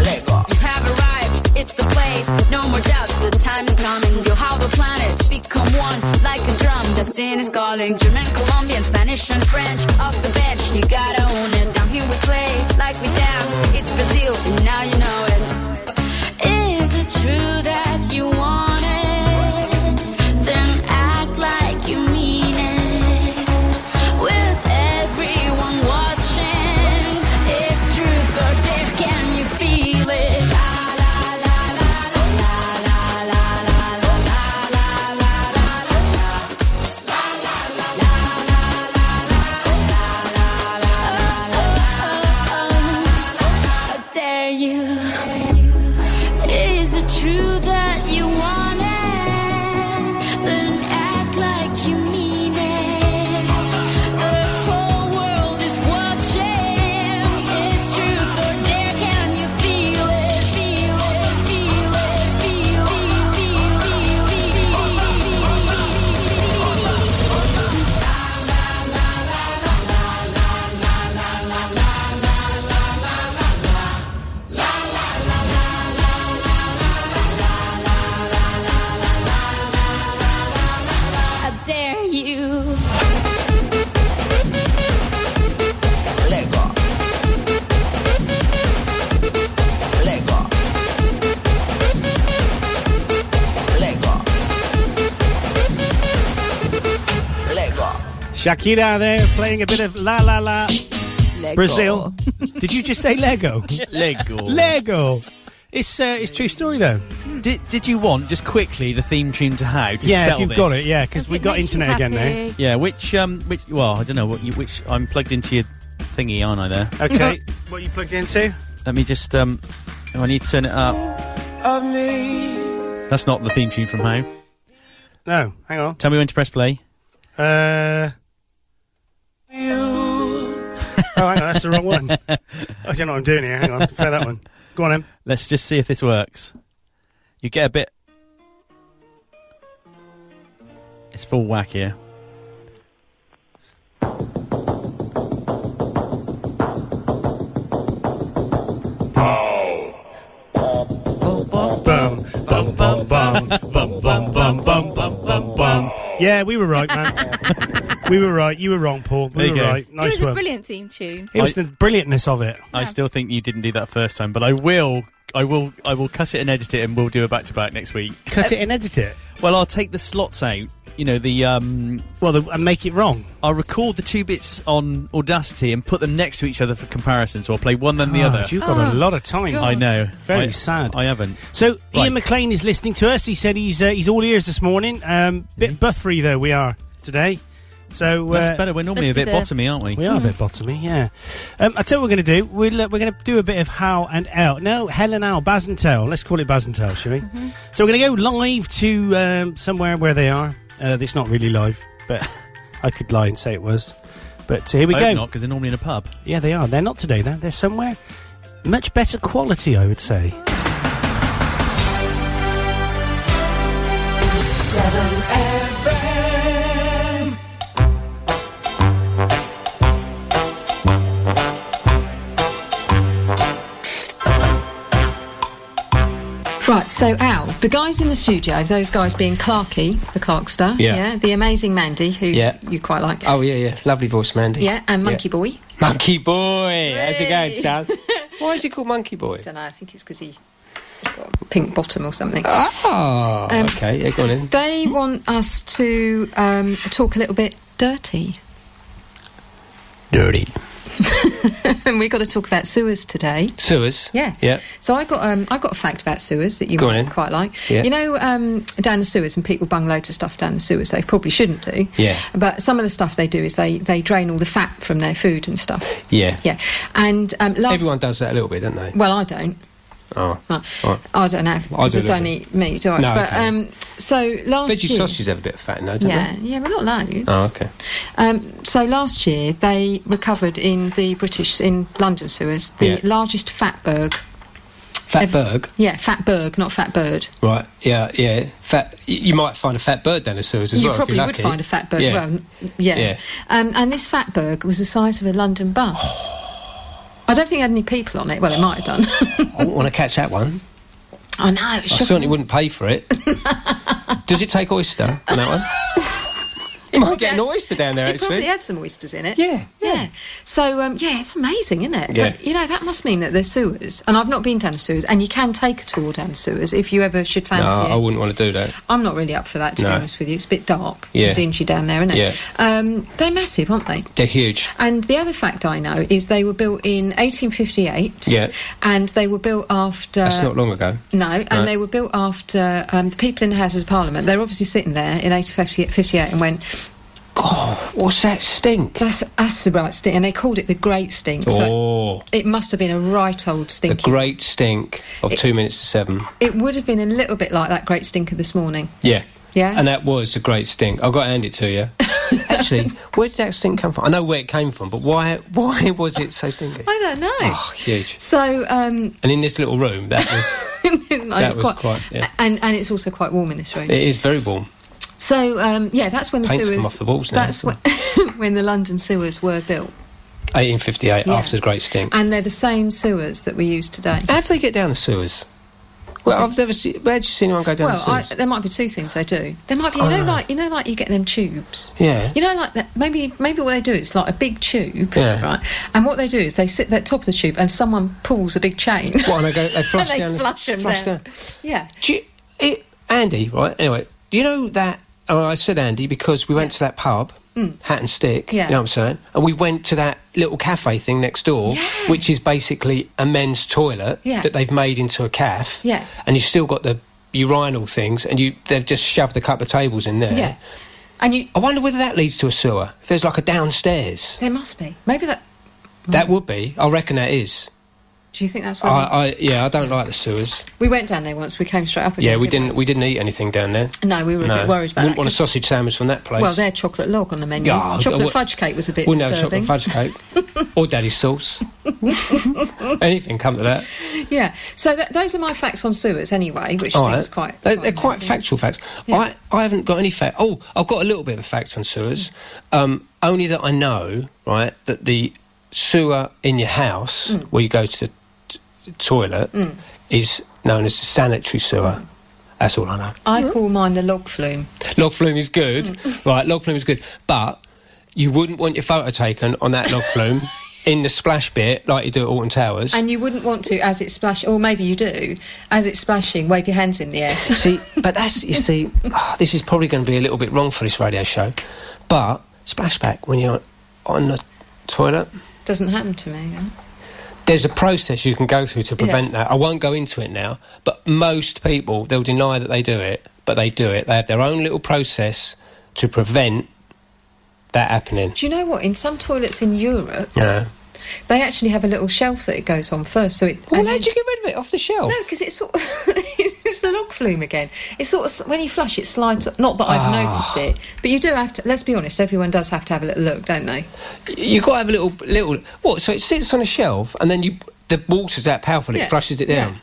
[SPEAKER 22] Let go. You have arrived, it's the place. No more doubts, the time is coming. Feel how the planets become one, like a drum. Destiny is calling. German, Colombian, Spanish, and French. Off the bench, you gotta own it. Down here we play, like we dance. It's Brazil, and now you know it.
[SPEAKER 11] Is it true that you want it? Then act like you mean it. With everyone watching, it's truth or dare. Can you feel it? La la la la la la la la la la la la la la la la. How dare you?
[SPEAKER 4] Shakira there playing a bit of La La La.
[SPEAKER 6] Lego.
[SPEAKER 4] Brazil. Did you just say Lego?
[SPEAKER 5] Lego.
[SPEAKER 4] Lego. It's uh, it's true story though.
[SPEAKER 5] Did, did you want just quickly the theme tune to how to
[SPEAKER 4] Yeah, if
[SPEAKER 5] sell
[SPEAKER 4] you've
[SPEAKER 5] this?
[SPEAKER 4] got it, yeah, 'cause If we've it got makes you internet again now. happy.
[SPEAKER 5] Yeah, which um, which well, I don't know what you, which I'm plugged into your thingy, aren't I? There.
[SPEAKER 4] Okay. what are you plugged into?
[SPEAKER 5] Let me just um, oh, I need to turn it up.
[SPEAKER 3] Of me.
[SPEAKER 5] That's not the theme tune from How.
[SPEAKER 4] No, hang on.
[SPEAKER 5] Tell me when to press play.
[SPEAKER 4] Uh. oh, hang on, that's the wrong one. I don't know what I'm doing here. Hang on, try that one. Go on, Em.
[SPEAKER 5] Let's just see if this works. You get a bit. It's full whack here.
[SPEAKER 4] Bum, bum, bum, bum, bum, bum, bum, bum, bum, bum, bum. Yeah, we were right, man. we were right. You were wrong, Paul.
[SPEAKER 5] There
[SPEAKER 4] We
[SPEAKER 5] you
[SPEAKER 4] were
[SPEAKER 5] go.
[SPEAKER 4] right.
[SPEAKER 6] it
[SPEAKER 4] Nice
[SPEAKER 6] was a
[SPEAKER 4] one.
[SPEAKER 6] brilliant theme tune.
[SPEAKER 4] It was the brilliantness of it.
[SPEAKER 5] I still think you didn't do that first time, but I will. I will. I will cut it and edit it, and we'll do a back to back next week.
[SPEAKER 4] Cut it and edit it.
[SPEAKER 5] Well, I'll take the slots out. You know the um.
[SPEAKER 4] Well, the, and make it wrong.
[SPEAKER 5] I'll record the two bits on Audacity and put them next to each other for comparison. So I'll play one then the
[SPEAKER 4] Oh,
[SPEAKER 5] other.
[SPEAKER 4] you've got a Oh, lot of time. God.
[SPEAKER 5] I know.
[SPEAKER 4] Very
[SPEAKER 5] I-
[SPEAKER 4] sad.
[SPEAKER 5] I haven't.
[SPEAKER 4] So
[SPEAKER 5] Right.
[SPEAKER 4] Ian McLean is listening to us. He said he's uh, he's all ears this morning. Um, bit buffery though we are today. So uh,
[SPEAKER 5] Mm-hmm. That's better. We're normally a bit bottomy, aren't we?
[SPEAKER 4] We are a bit bottomy, yeah. Um, I tell you what we're going to do. We'll, uh, we're going to do a bit of how and out. No, hell and out, Basentel. Let's call it Basentel, shall we?
[SPEAKER 5] Mm-hmm.
[SPEAKER 4] So we're going to go live to um, somewhere where they are. Uh, it's not really live, but I could lie and say it was. But uh, here we
[SPEAKER 5] I
[SPEAKER 4] go.
[SPEAKER 5] hope not because they're normally in a pub.
[SPEAKER 4] Yeah, they are. They're not today, though. They're somewhere much better quality, I would say.
[SPEAKER 3] 7FM.
[SPEAKER 8] Right, so Al, the guys in the studio, those guys being Clarky, the Clarkster,
[SPEAKER 9] Yeah.
[SPEAKER 8] the amazing Mandy, who
[SPEAKER 9] Yeah.
[SPEAKER 8] you quite like,
[SPEAKER 9] Oh yeah, yeah, lovely voice, Mandy.
[SPEAKER 8] yeah, and Monkey
[SPEAKER 9] Yeah.
[SPEAKER 8] Boy.
[SPEAKER 9] Monkey boy, how's it going,
[SPEAKER 8] Hey.
[SPEAKER 9] son? Why is he called Monkey Boy?
[SPEAKER 8] don't know, I think it's because he got a pink bottom or something.
[SPEAKER 9] Oh,
[SPEAKER 8] Um,
[SPEAKER 9] okay, yeah, go on in.
[SPEAKER 8] They want us to um, talk a little bit dirty,
[SPEAKER 9] Dirty
[SPEAKER 8] and we've got to talk about sewers today.
[SPEAKER 9] sewers.
[SPEAKER 8] Yeah.
[SPEAKER 9] yeah.
[SPEAKER 8] So I got um, I got a fact about sewers that you
[SPEAKER 9] Go on
[SPEAKER 8] might
[SPEAKER 9] then.
[SPEAKER 8] quite like.
[SPEAKER 9] Yeah.
[SPEAKER 8] You know, um, down the sewers, and people bung loads of stuff down the sewers they probably shouldn't do.
[SPEAKER 9] Yeah.
[SPEAKER 8] But some of the stuff they do is they, they drain all the fat from their food and stuff.
[SPEAKER 9] Yeah.
[SPEAKER 8] Yeah. And um, last
[SPEAKER 9] Everyone does that a little bit, don't they?
[SPEAKER 8] well, I don't.
[SPEAKER 9] Oh,
[SPEAKER 8] No.
[SPEAKER 9] all right.
[SPEAKER 8] I don't know.
[SPEAKER 9] Well, I
[SPEAKER 8] Because
[SPEAKER 9] do
[SPEAKER 8] I
[SPEAKER 9] a
[SPEAKER 8] do not
[SPEAKER 9] little
[SPEAKER 8] eat meat, do I?
[SPEAKER 9] No,
[SPEAKER 8] but
[SPEAKER 9] okay.
[SPEAKER 8] um, so last
[SPEAKER 9] Veggie
[SPEAKER 8] year,
[SPEAKER 9] sausages have a bit of fat, in there, don't
[SPEAKER 8] yeah,
[SPEAKER 9] they?
[SPEAKER 8] yeah, but not loads.
[SPEAKER 9] Oh, okay.
[SPEAKER 8] Um, so last year they recovered in the British in London sewers the
[SPEAKER 9] Yeah.
[SPEAKER 8] largest fatberg.
[SPEAKER 9] Fat
[SPEAKER 8] Ev-
[SPEAKER 9] burg.
[SPEAKER 8] Yeah, fatberg, not fat bird.
[SPEAKER 9] Right. Yeah. Yeah. Fat. y- You might find a fat bird down the sewers as
[SPEAKER 8] you
[SPEAKER 9] well.
[SPEAKER 8] probably
[SPEAKER 9] if you're
[SPEAKER 8] would find
[SPEAKER 9] lucky.
[SPEAKER 8] a fatberg.
[SPEAKER 9] Yeah.
[SPEAKER 8] Well, n- yeah.
[SPEAKER 9] Yeah.
[SPEAKER 8] Um, and this fatberg was the size of a London bus. I don't think it had any people on it. Well, it might have done.
[SPEAKER 9] I wouldn't want to catch that one.
[SPEAKER 8] I know.
[SPEAKER 9] I
[SPEAKER 8] It's shocking.
[SPEAKER 9] certainly wouldn't pay for it. Does it take oyster? on That one. You might get an oyster down there.
[SPEAKER 8] It probably
[SPEAKER 9] Actually.
[SPEAKER 8] had some oysters in it.
[SPEAKER 9] Yeah,
[SPEAKER 8] yeah. So, um, yeah, it's amazing, isn't it?
[SPEAKER 9] Yeah.
[SPEAKER 8] But, you know, that must mean that there's sewers. And I've not been down the sewers. And you can take a tour down the sewers if you ever should
[SPEAKER 9] No,
[SPEAKER 8] fancy
[SPEAKER 9] I
[SPEAKER 8] it.
[SPEAKER 9] wouldn't want to do that.
[SPEAKER 8] I'm not really up for that, to be
[SPEAKER 9] No.
[SPEAKER 8] honest with you. It's a bit dark
[SPEAKER 9] Yeah.
[SPEAKER 8] and dingy down there, isn't it?
[SPEAKER 9] Yeah.
[SPEAKER 8] Um, they're massive, aren't they?
[SPEAKER 9] They're huge.
[SPEAKER 8] And the other fact I know is they were built in 1858.
[SPEAKER 9] Yeah.
[SPEAKER 8] And they were built after.
[SPEAKER 9] That's not long ago.
[SPEAKER 8] Uh, No, and
[SPEAKER 9] Right.
[SPEAKER 8] they were built after um, the people in the Houses of Parliament. They were obviously sitting there in 1858 and went,
[SPEAKER 9] Oh, what's that stink?
[SPEAKER 8] That's, that's the right stink. And they called it the Great Stink. So
[SPEAKER 9] Oh,
[SPEAKER 8] it must have been a right old
[SPEAKER 9] the
[SPEAKER 8] stinky.
[SPEAKER 9] great stink of
[SPEAKER 8] It-
[SPEAKER 9] two minutes to seven.
[SPEAKER 8] it would have been a little bit like that Great Stinker this morning.
[SPEAKER 9] Yeah.
[SPEAKER 8] Yeah?
[SPEAKER 9] And that was a great stink. I've got to hand it to you. Actually, where did that stink come from? I know where it came from, but why why was it so stinky?
[SPEAKER 8] I don't know.
[SPEAKER 9] Oh, huge.
[SPEAKER 8] So, um,
[SPEAKER 9] And in this little room, that was, that
[SPEAKER 8] Oh, it's
[SPEAKER 9] was
[SPEAKER 8] quite, uh,
[SPEAKER 9] quite. yeah.
[SPEAKER 8] and, and it's also quite warm in this room.
[SPEAKER 9] It is very warm.
[SPEAKER 8] So, um, yeah, that's when the
[SPEAKER 9] Paint's come
[SPEAKER 8] sewers.
[SPEAKER 9] off the walls now,
[SPEAKER 8] that's when, when the London sewers were built.
[SPEAKER 9] 1858,
[SPEAKER 8] Yeah.
[SPEAKER 9] after the great stink.
[SPEAKER 8] And they're the same sewers that we use today.
[SPEAKER 9] How do they get down the sewers? Well, I've never seen. Where would you see anyone go down
[SPEAKER 8] well, I,
[SPEAKER 9] the sewers?
[SPEAKER 8] there might be two things they do. There might be, you know,
[SPEAKER 9] Ah.
[SPEAKER 8] like you know, like you get them tubes.
[SPEAKER 9] Yeah.
[SPEAKER 8] You know, like that. Maybe, maybe what they do is like a big tube,
[SPEAKER 9] Yeah.
[SPEAKER 8] right? And what they do is they sit at the top of the tube, and someone pulls a big chain.
[SPEAKER 9] What, and they go- they flush
[SPEAKER 8] and
[SPEAKER 9] down
[SPEAKER 8] They
[SPEAKER 9] the-
[SPEAKER 8] flush 'em
[SPEAKER 9] flush
[SPEAKER 8] down. Yeah.
[SPEAKER 9] Do you, it, Andy, right? Anyway, do you know that oh, I said Andy because we went to that pub,
[SPEAKER 8] Mm.
[SPEAKER 9] Hat and Stick.
[SPEAKER 8] Yeah.
[SPEAKER 9] You know what I'm saying? And we went to that little cafe thing next door, which is basically a men's toilet
[SPEAKER 8] Yeah.
[SPEAKER 9] that they've made into a caf.
[SPEAKER 8] Yeah.
[SPEAKER 9] And you've still got the urinal things, and you they've just shoved a couple of tables in there.
[SPEAKER 8] Yeah. And you.
[SPEAKER 9] I wonder whether that leads to a sewer. If there's like a downstairs,
[SPEAKER 8] There must be. Maybe that.
[SPEAKER 9] that
[SPEAKER 8] Mm.
[SPEAKER 9] would be. I reckon that is.
[SPEAKER 8] Do you think that's
[SPEAKER 9] I,
[SPEAKER 8] why? we-
[SPEAKER 9] I yeah, I don't like the sewers.
[SPEAKER 8] we went down there once. We came straight up. Again,
[SPEAKER 9] Yeah, we didn't we didn't eat anything down there.
[SPEAKER 8] No, we were a bit worried about
[SPEAKER 9] Wouldn't
[SPEAKER 8] that,
[SPEAKER 9] want a
[SPEAKER 8] 'cause-
[SPEAKER 9] sausage sandwich from that place.
[SPEAKER 8] Well, their chocolate log on the menu.
[SPEAKER 9] Yeah, I- I
[SPEAKER 8] chocolate
[SPEAKER 9] would-
[SPEAKER 8] fudge cake was a bit
[SPEAKER 9] Wouldn't
[SPEAKER 8] disturbing.
[SPEAKER 9] have chocolate fudge cake or daddy's sauce. Anything come to that.
[SPEAKER 8] yeah. So th- those are my facts on sewers, anyway, which I
[SPEAKER 9] All
[SPEAKER 8] think
[SPEAKER 9] right.
[SPEAKER 8] is quite.
[SPEAKER 9] They- they're quite factual facts. I, I haven't got any fact. Oh, I've got a little bit of a fact on sewers. Um, only that I know, right, that the sewer in your house
[SPEAKER 7] Mm.
[SPEAKER 9] where you go to the t- toilet
[SPEAKER 8] Mm.
[SPEAKER 9] is known as the sanitary sewer. That's all I know.
[SPEAKER 8] I call mine the log flume.
[SPEAKER 9] Log flume is good,
[SPEAKER 8] Mm.
[SPEAKER 9] right? Log flume is good, but you wouldn't want your photo taken on that log flume in the splash bit like you do at Alton Towers.
[SPEAKER 8] And you wouldn't want to, as it's splashing, or maybe you do, as it's splashing, wave your hands in the air.
[SPEAKER 9] See, but that's you see, oh, this is probably going to be a little bit wrong for this radio show, but splashback when you're on the toilet.
[SPEAKER 8] Doesn't happen to me. though.
[SPEAKER 9] There's a process you can go through to prevent
[SPEAKER 8] Yeah.
[SPEAKER 9] that. I won't go into it now, but most people they'll deny that they do it, but they do it. They have their own little process to prevent that happening.
[SPEAKER 8] Do you know what? In some toilets in Europe,
[SPEAKER 9] Yeah.
[SPEAKER 8] they actually have a little shelf that it goes on first. So it.
[SPEAKER 9] Well,
[SPEAKER 8] and
[SPEAKER 9] how'd
[SPEAKER 8] then-
[SPEAKER 9] you get rid of it off the shelf?
[SPEAKER 8] No, because it's sort of, it's the log flume again. It's sort of s- when you flush, it slides. up- Not that I've
[SPEAKER 9] Ah.
[SPEAKER 8] noticed it, but you do have to. Let's be honest. Everyone does have to have a little look, don't they?
[SPEAKER 9] You've got to have a little little what? So it sits on a shelf, and then you the water's that powerful,
[SPEAKER 8] Yeah.
[SPEAKER 9] it flushes it down.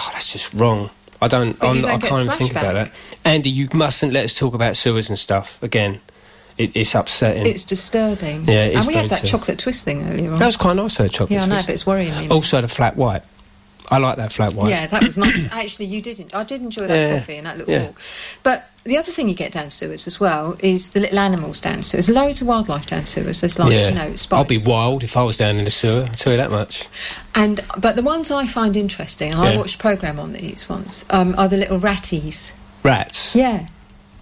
[SPEAKER 9] Oh, that's just wrong. I don't.
[SPEAKER 8] But
[SPEAKER 9] I'm,
[SPEAKER 8] you don't
[SPEAKER 9] I
[SPEAKER 8] get
[SPEAKER 12] a
[SPEAKER 9] can't even think about
[SPEAKER 8] splashback.
[SPEAKER 9] that. Andy, you mustn't let us talk about sewers and stuff again. It, it's upsetting.
[SPEAKER 8] It's disturbing.
[SPEAKER 9] Yeah, it is
[SPEAKER 8] and we
[SPEAKER 9] very
[SPEAKER 8] had that
[SPEAKER 9] too.
[SPEAKER 8] chocolate twist thing earlier on.
[SPEAKER 9] that was quite nice, though, chocolate.
[SPEAKER 8] yeah, I know,
[SPEAKER 9] twist. Oh,
[SPEAKER 8] but it's worrying me. now.
[SPEAKER 9] Also, the flat white. I like that flat white.
[SPEAKER 8] Yeah, that was nice. Actually, you did. en- I did enjoy that
[SPEAKER 9] Yeah,
[SPEAKER 8] coffee and that little
[SPEAKER 9] yeah.
[SPEAKER 8] walk. But the other thing you get down sewers as well is the little animals down sewers. Loads of wildlife down sewers. There's like
[SPEAKER 9] yeah.
[SPEAKER 8] you know spiders.
[SPEAKER 9] I'd be wild if I was down in the sewer. I tell you that much.
[SPEAKER 8] And but the ones I find interesting, and I
[SPEAKER 9] Yeah.
[SPEAKER 8] watched a program on these once, um, are the little ratties.
[SPEAKER 9] Rats.
[SPEAKER 8] Yeah,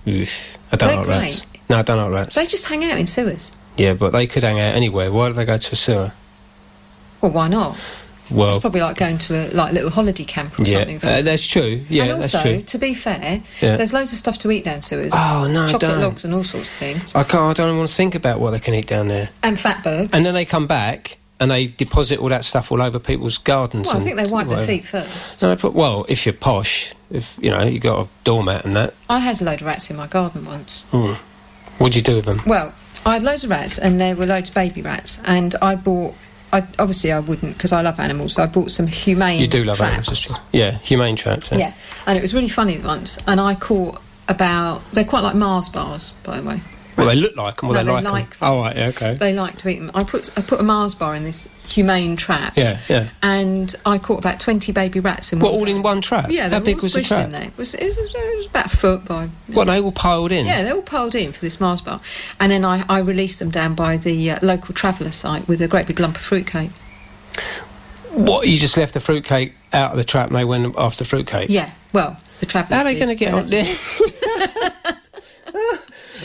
[SPEAKER 9] Oof. I don't
[SPEAKER 8] They're
[SPEAKER 9] like rats. No, I don't like rats.
[SPEAKER 8] they just hang out in sewers.
[SPEAKER 9] yeah, but they could hang out anywhere. Why do they go to a sewer?
[SPEAKER 8] Well, why not?
[SPEAKER 9] Well,
[SPEAKER 8] it's probably like going to a like little holiday camp or
[SPEAKER 9] yeah,
[SPEAKER 8] something. for-
[SPEAKER 9] uh, that's true. Yeah,
[SPEAKER 8] and
[SPEAKER 9] that's
[SPEAKER 8] also,
[SPEAKER 9] true.
[SPEAKER 8] to be fair,
[SPEAKER 9] Yeah.
[SPEAKER 8] there's loads of stuff to eat down sewers.
[SPEAKER 9] Oh, no,
[SPEAKER 8] chocolate
[SPEAKER 9] don't.
[SPEAKER 8] logs and all sorts of things.
[SPEAKER 9] I can't. I don't want to think about what they can eat down there.
[SPEAKER 8] And fatbergs.
[SPEAKER 9] And then they come back and they deposit all that stuff all over people's gardens.
[SPEAKER 8] Well, I
[SPEAKER 9] and
[SPEAKER 8] think they wipe their
[SPEAKER 9] whatever.
[SPEAKER 8] feet first.
[SPEAKER 9] No, they put. Well, if you're posh, if you know you got a doormat and that.
[SPEAKER 8] I had a load of rats in my garden once.
[SPEAKER 9] Hmm. What'd you do with them?
[SPEAKER 8] Well, I had loads of rats, and there were loads of baby rats, and I bought. I, obviously, I wouldn't because I love animals. So I bought some humane.
[SPEAKER 9] you do love
[SPEAKER 8] traps.
[SPEAKER 9] animals, that's true. Yeah, humane traps. Yeah.
[SPEAKER 8] Yeah, and it was really funny once, and I caught about they're quite like Mars bars, by the way.
[SPEAKER 9] Well, they look like them. Well,
[SPEAKER 8] No, they
[SPEAKER 9] they like
[SPEAKER 8] like
[SPEAKER 9] them. Oh, right. Yeah, okay.
[SPEAKER 8] They like to eat them. I put I put a Mars bar in this humane trap.
[SPEAKER 9] yeah. Yeah.
[SPEAKER 8] And I caught about twenty baby rats in
[SPEAKER 9] What,
[SPEAKER 8] one.
[SPEAKER 9] all
[SPEAKER 8] go.
[SPEAKER 9] in one trap?
[SPEAKER 8] Yeah, they
[SPEAKER 9] How
[SPEAKER 8] were
[SPEAKER 9] big
[SPEAKER 8] all
[SPEAKER 9] was the
[SPEAKER 8] squished
[SPEAKER 9] trap?
[SPEAKER 8] in there. It was, it was- it was about a foot by.
[SPEAKER 9] What they all piled in.
[SPEAKER 8] Yeah, they're all piled in for this Mars bar, and then I, I released them down by the uh, local traveller site with a great big lump of fruitcake.
[SPEAKER 9] What? You just left the fruitcake out of the trap and they went after fruitcake.
[SPEAKER 8] Yeah, well, the travellers.
[SPEAKER 9] How are they
[SPEAKER 8] did.
[SPEAKER 9] going to get
[SPEAKER 8] left-
[SPEAKER 9] up there?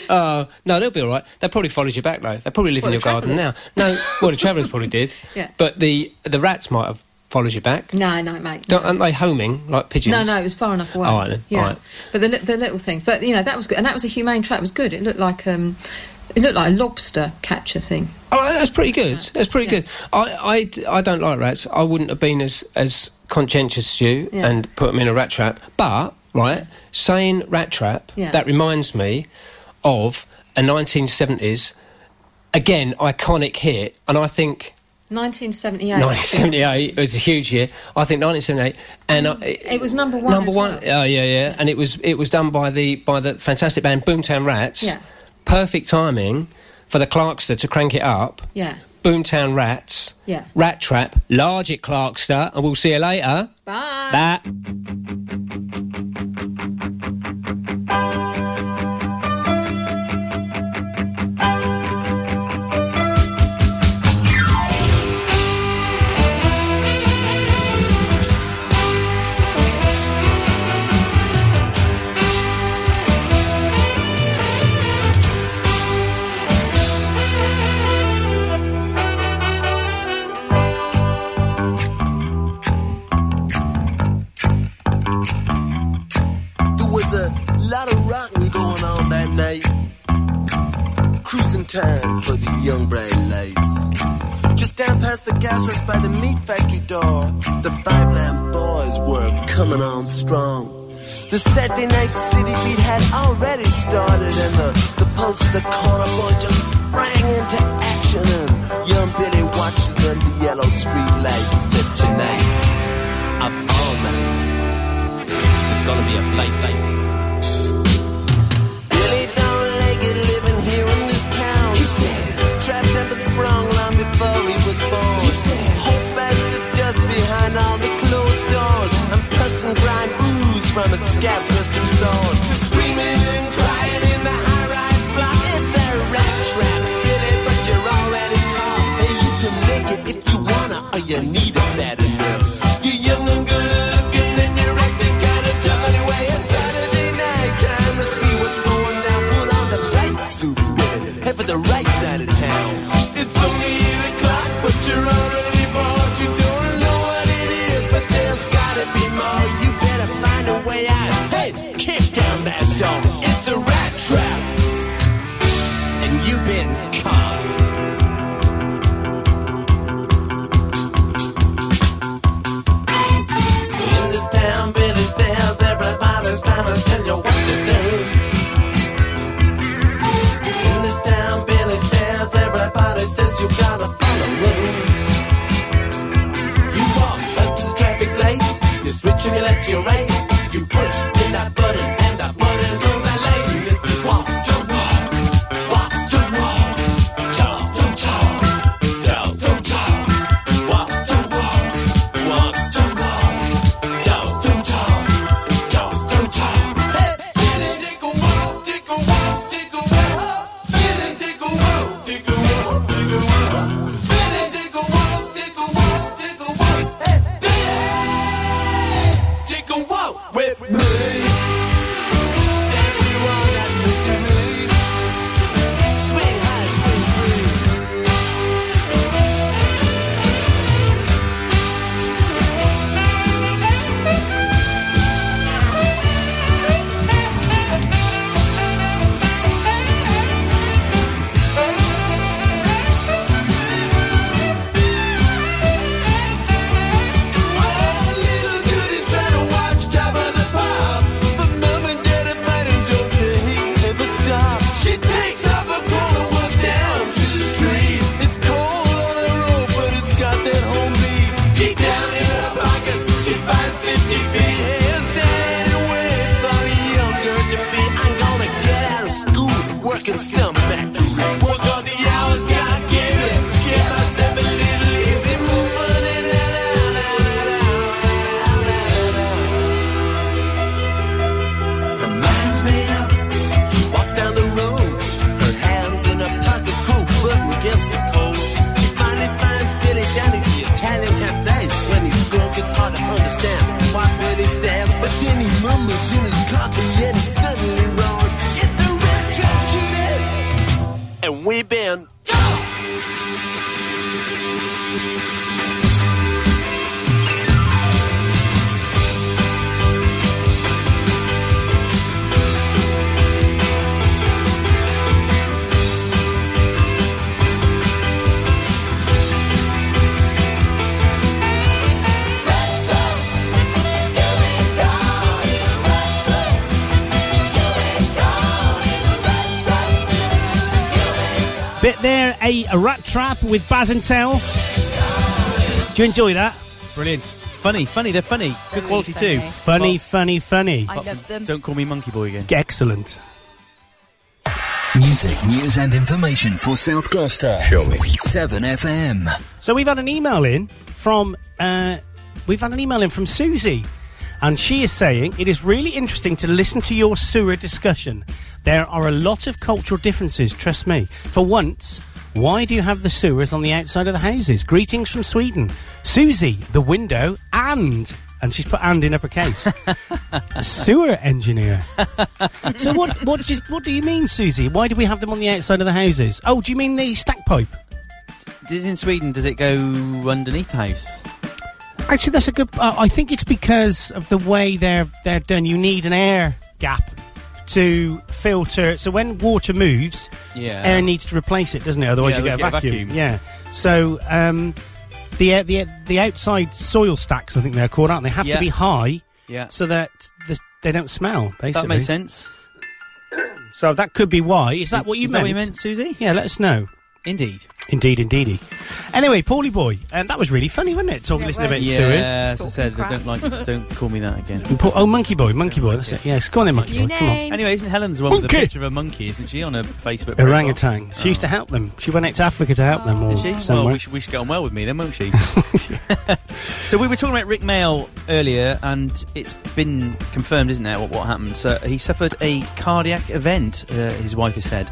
[SPEAKER 9] Uh, no, they'll be all right. They probably followed you back though. They probably live
[SPEAKER 8] Well,
[SPEAKER 9] in your
[SPEAKER 8] the
[SPEAKER 9] garden now.
[SPEAKER 8] travellers.
[SPEAKER 9] No, well, the travellers probably did.
[SPEAKER 8] Yeah.
[SPEAKER 9] But the the rats might have followed you back.
[SPEAKER 8] No, no, mate.
[SPEAKER 9] Don't, aren't they homing like pigeons? Oh,
[SPEAKER 8] No, no, it was far enough away.
[SPEAKER 9] All right then,
[SPEAKER 8] Yeah,
[SPEAKER 9] all right.
[SPEAKER 8] but the, li- the little things. But you know that was good, and that was a humane trap. It was good. It looked like um, it looked like a lobster capture thing.
[SPEAKER 9] Oh, that's pretty good. That's pretty good. I, I, I don't like rats. I wouldn't have been as, as conscientious as you
[SPEAKER 8] Yeah.
[SPEAKER 9] and put them in a rat trap. But, right, saying rat trap,
[SPEAKER 8] Yeah.
[SPEAKER 9] that reminds me of a 1970s, again, iconic hit. And I think
[SPEAKER 8] 1978.
[SPEAKER 9] 1978 was a huge year. I think 1978. And I,
[SPEAKER 8] It was number one.
[SPEAKER 9] number
[SPEAKER 8] as
[SPEAKER 9] one.
[SPEAKER 8] well.
[SPEAKER 9] Oh yeah, yeah. And it was it was done by the by the fantastic band Boomtown Rats.
[SPEAKER 8] Yeah.
[SPEAKER 9] Perfect timing for the Clarkster to crank it up.
[SPEAKER 8] Yeah.
[SPEAKER 9] Boomtown Rats.
[SPEAKER 8] Yeah.
[SPEAKER 9] Rat Trap. Large at Clarkster, and we'll see you later.
[SPEAKER 8] Bye.
[SPEAKER 9] Bye.
[SPEAKER 14] Thank
[SPEAKER 7] was a lot of rocking going on that night. Cruising time for the young bright lights. Just down past the gas works by the meat factory door, the five lamb boys were coming on strong. The Saturday night city beat had already started, and the, the pulse of the corner boys just sprang into action. And young Billy watched it under yellow street lights and said, Tonight, up all night. It's gonna be a fight, fight. Billy don't like it living here in this town. He said, Traps have been sprung long before he was born. He said, Hope as the dust behind all the closed doors. And pus and grime ooze from its scab crusted sword. Screaming and crying in the high rise block. It's a rat trap, Billy, but you're already caught. Hey, you can make it if you wanna, or you need it bad enough. You're young and good looking, and you're acting kinda dumb anyway. It's Saturday night, time to see what's going down. Put on the right suit, Billy. Head for the right side of town. It's only eight o'clock, but you're already bored. You don't know what it is, but there's gotta be more. You better find a way out. Hey, kick down that door. It's a rat trap, and you've been caught. In this town, Billy Sales, everybody's trying to tell you what to do. In this town, Billy Sales, everybody says you gotta follow rules. You walk up to the traffic lights, you switch from your left to your right, you push in that button, and that button goes that light. If you walk, don't walk, walk, don't walk, talk, don't talk, talk, don't talk, walk, don't walk, walk, don't walk, talk, don't talk, talk, don't talk. Hey, Billy, take a walk, take a walk, take a walk. Billy, take a walk, take a walk, take a walk. Billy, take a walk, take a walk, take a walk. Hey, Billy, take a walk with me. Tell everyone that missing me. Swing high, swing free. Some factory work all the hours, God give it. Get myself a little easy, move on and Her mind's made up. She walks down the road. Her hands in her pocket, cold button against the cold. She finally finds Billy down at the Italian cafe. When he's drunk, it's hard to understand why Billy stands. But then he mumbles in his coffee and he suddenly roars, "It's a rat trap, Judy!" And we've been.
[SPEAKER 4] Bit there, a, a rat trap with Baz and Tell. Do you enjoy that?
[SPEAKER 5] Brilliant. Funny, funny. They're funny. Good quality too.
[SPEAKER 4] Funny, funny, funny.
[SPEAKER 5] But- but Don't call me Monkey Boy again.
[SPEAKER 4] Excellent.
[SPEAKER 1] Music, news, and information for South Gloucester. Show me. 7FM.
[SPEAKER 4] So we've had an email in from uh, we've had an email in from Susie, and she is saying it is really interesting to listen to your sewer discussion. There are a lot of cultural differences. Trust me. For once, why do you have the sewers on the outside of the houses? Greetings from Sweden, Susie. The window and and she's put and in uppercase. a sewer engineer. so what what do, you, what do you mean, Susie? Why do we have them on the outside of the houses? Oh, do you mean the stack pipe?
[SPEAKER 5] Does in Sweden does it go underneath the house?
[SPEAKER 4] Actually, that's a good. Uh, I think it's because of the way they're they're done. You need an air gap to filter. So when water moves,
[SPEAKER 5] Yeah.
[SPEAKER 4] air needs to replace it, doesn't it?
[SPEAKER 5] Yeah,
[SPEAKER 4] Otherwise, you get a,
[SPEAKER 5] otherwise
[SPEAKER 4] vacuum.
[SPEAKER 5] you get a
[SPEAKER 4] Yeah. So um, the air- the air- the outside soil stacks, I think they're called, aren't they? Have
[SPEAKER 5] Yeah.
[SPEAKER 4] to be high,
[SPEAKER 5] Yeah.
[SPEAKER 4] so that the, they don't smell. Basically,
[SPEAKER 5] That makes sense.
[SPEAKER 4] So that could be why. Is that what you
[SPEAKER 5] Is that
[SPEAKER 4] meant?
[SPEAKER 5] what you meant, Susie?
[SPEAKER 4] Yeah, let us know.
[SPEAKER 5] Indeed.
[SPEAKER 4] Indeed, indeedy. Anyway, Paulie boy, um, that was really funny, wasn't it? Talking,
[SPEAKER 5] Yeah,
[SPEAKER 4] listening about
[SPEAKER 5] yeah,
[SPEAKER 4] serious.
[SPEAKER 5] as I said, I don't like. Don't call me that again.
[SPEAKER 4] Pa- oh, monkey boy, monkey boy. That's it. Yes, go on then, monkey boy. Come on.
[SPEAKER 5] Anyway, isn't Helen's the one with the
[SPEAKER 4] Monkey.
[SPEAKER 5] picture of a monkey? Isn't she on her Facebook? profile?
[SPEAKER 4] Orangutan. She used to help them. She went out to Africa to help them or
[SPEAKER 5] Is Oh. she?
[SPEAKER 4] somewhere.
[SPEAKER 5] Well, we should, we should get on well with me then, won't she? so we were talking about Rick Mail earlier, and it's been confirmed, isn't it, what, what happened? So he suffered a cardiac event, uh, his wife has said.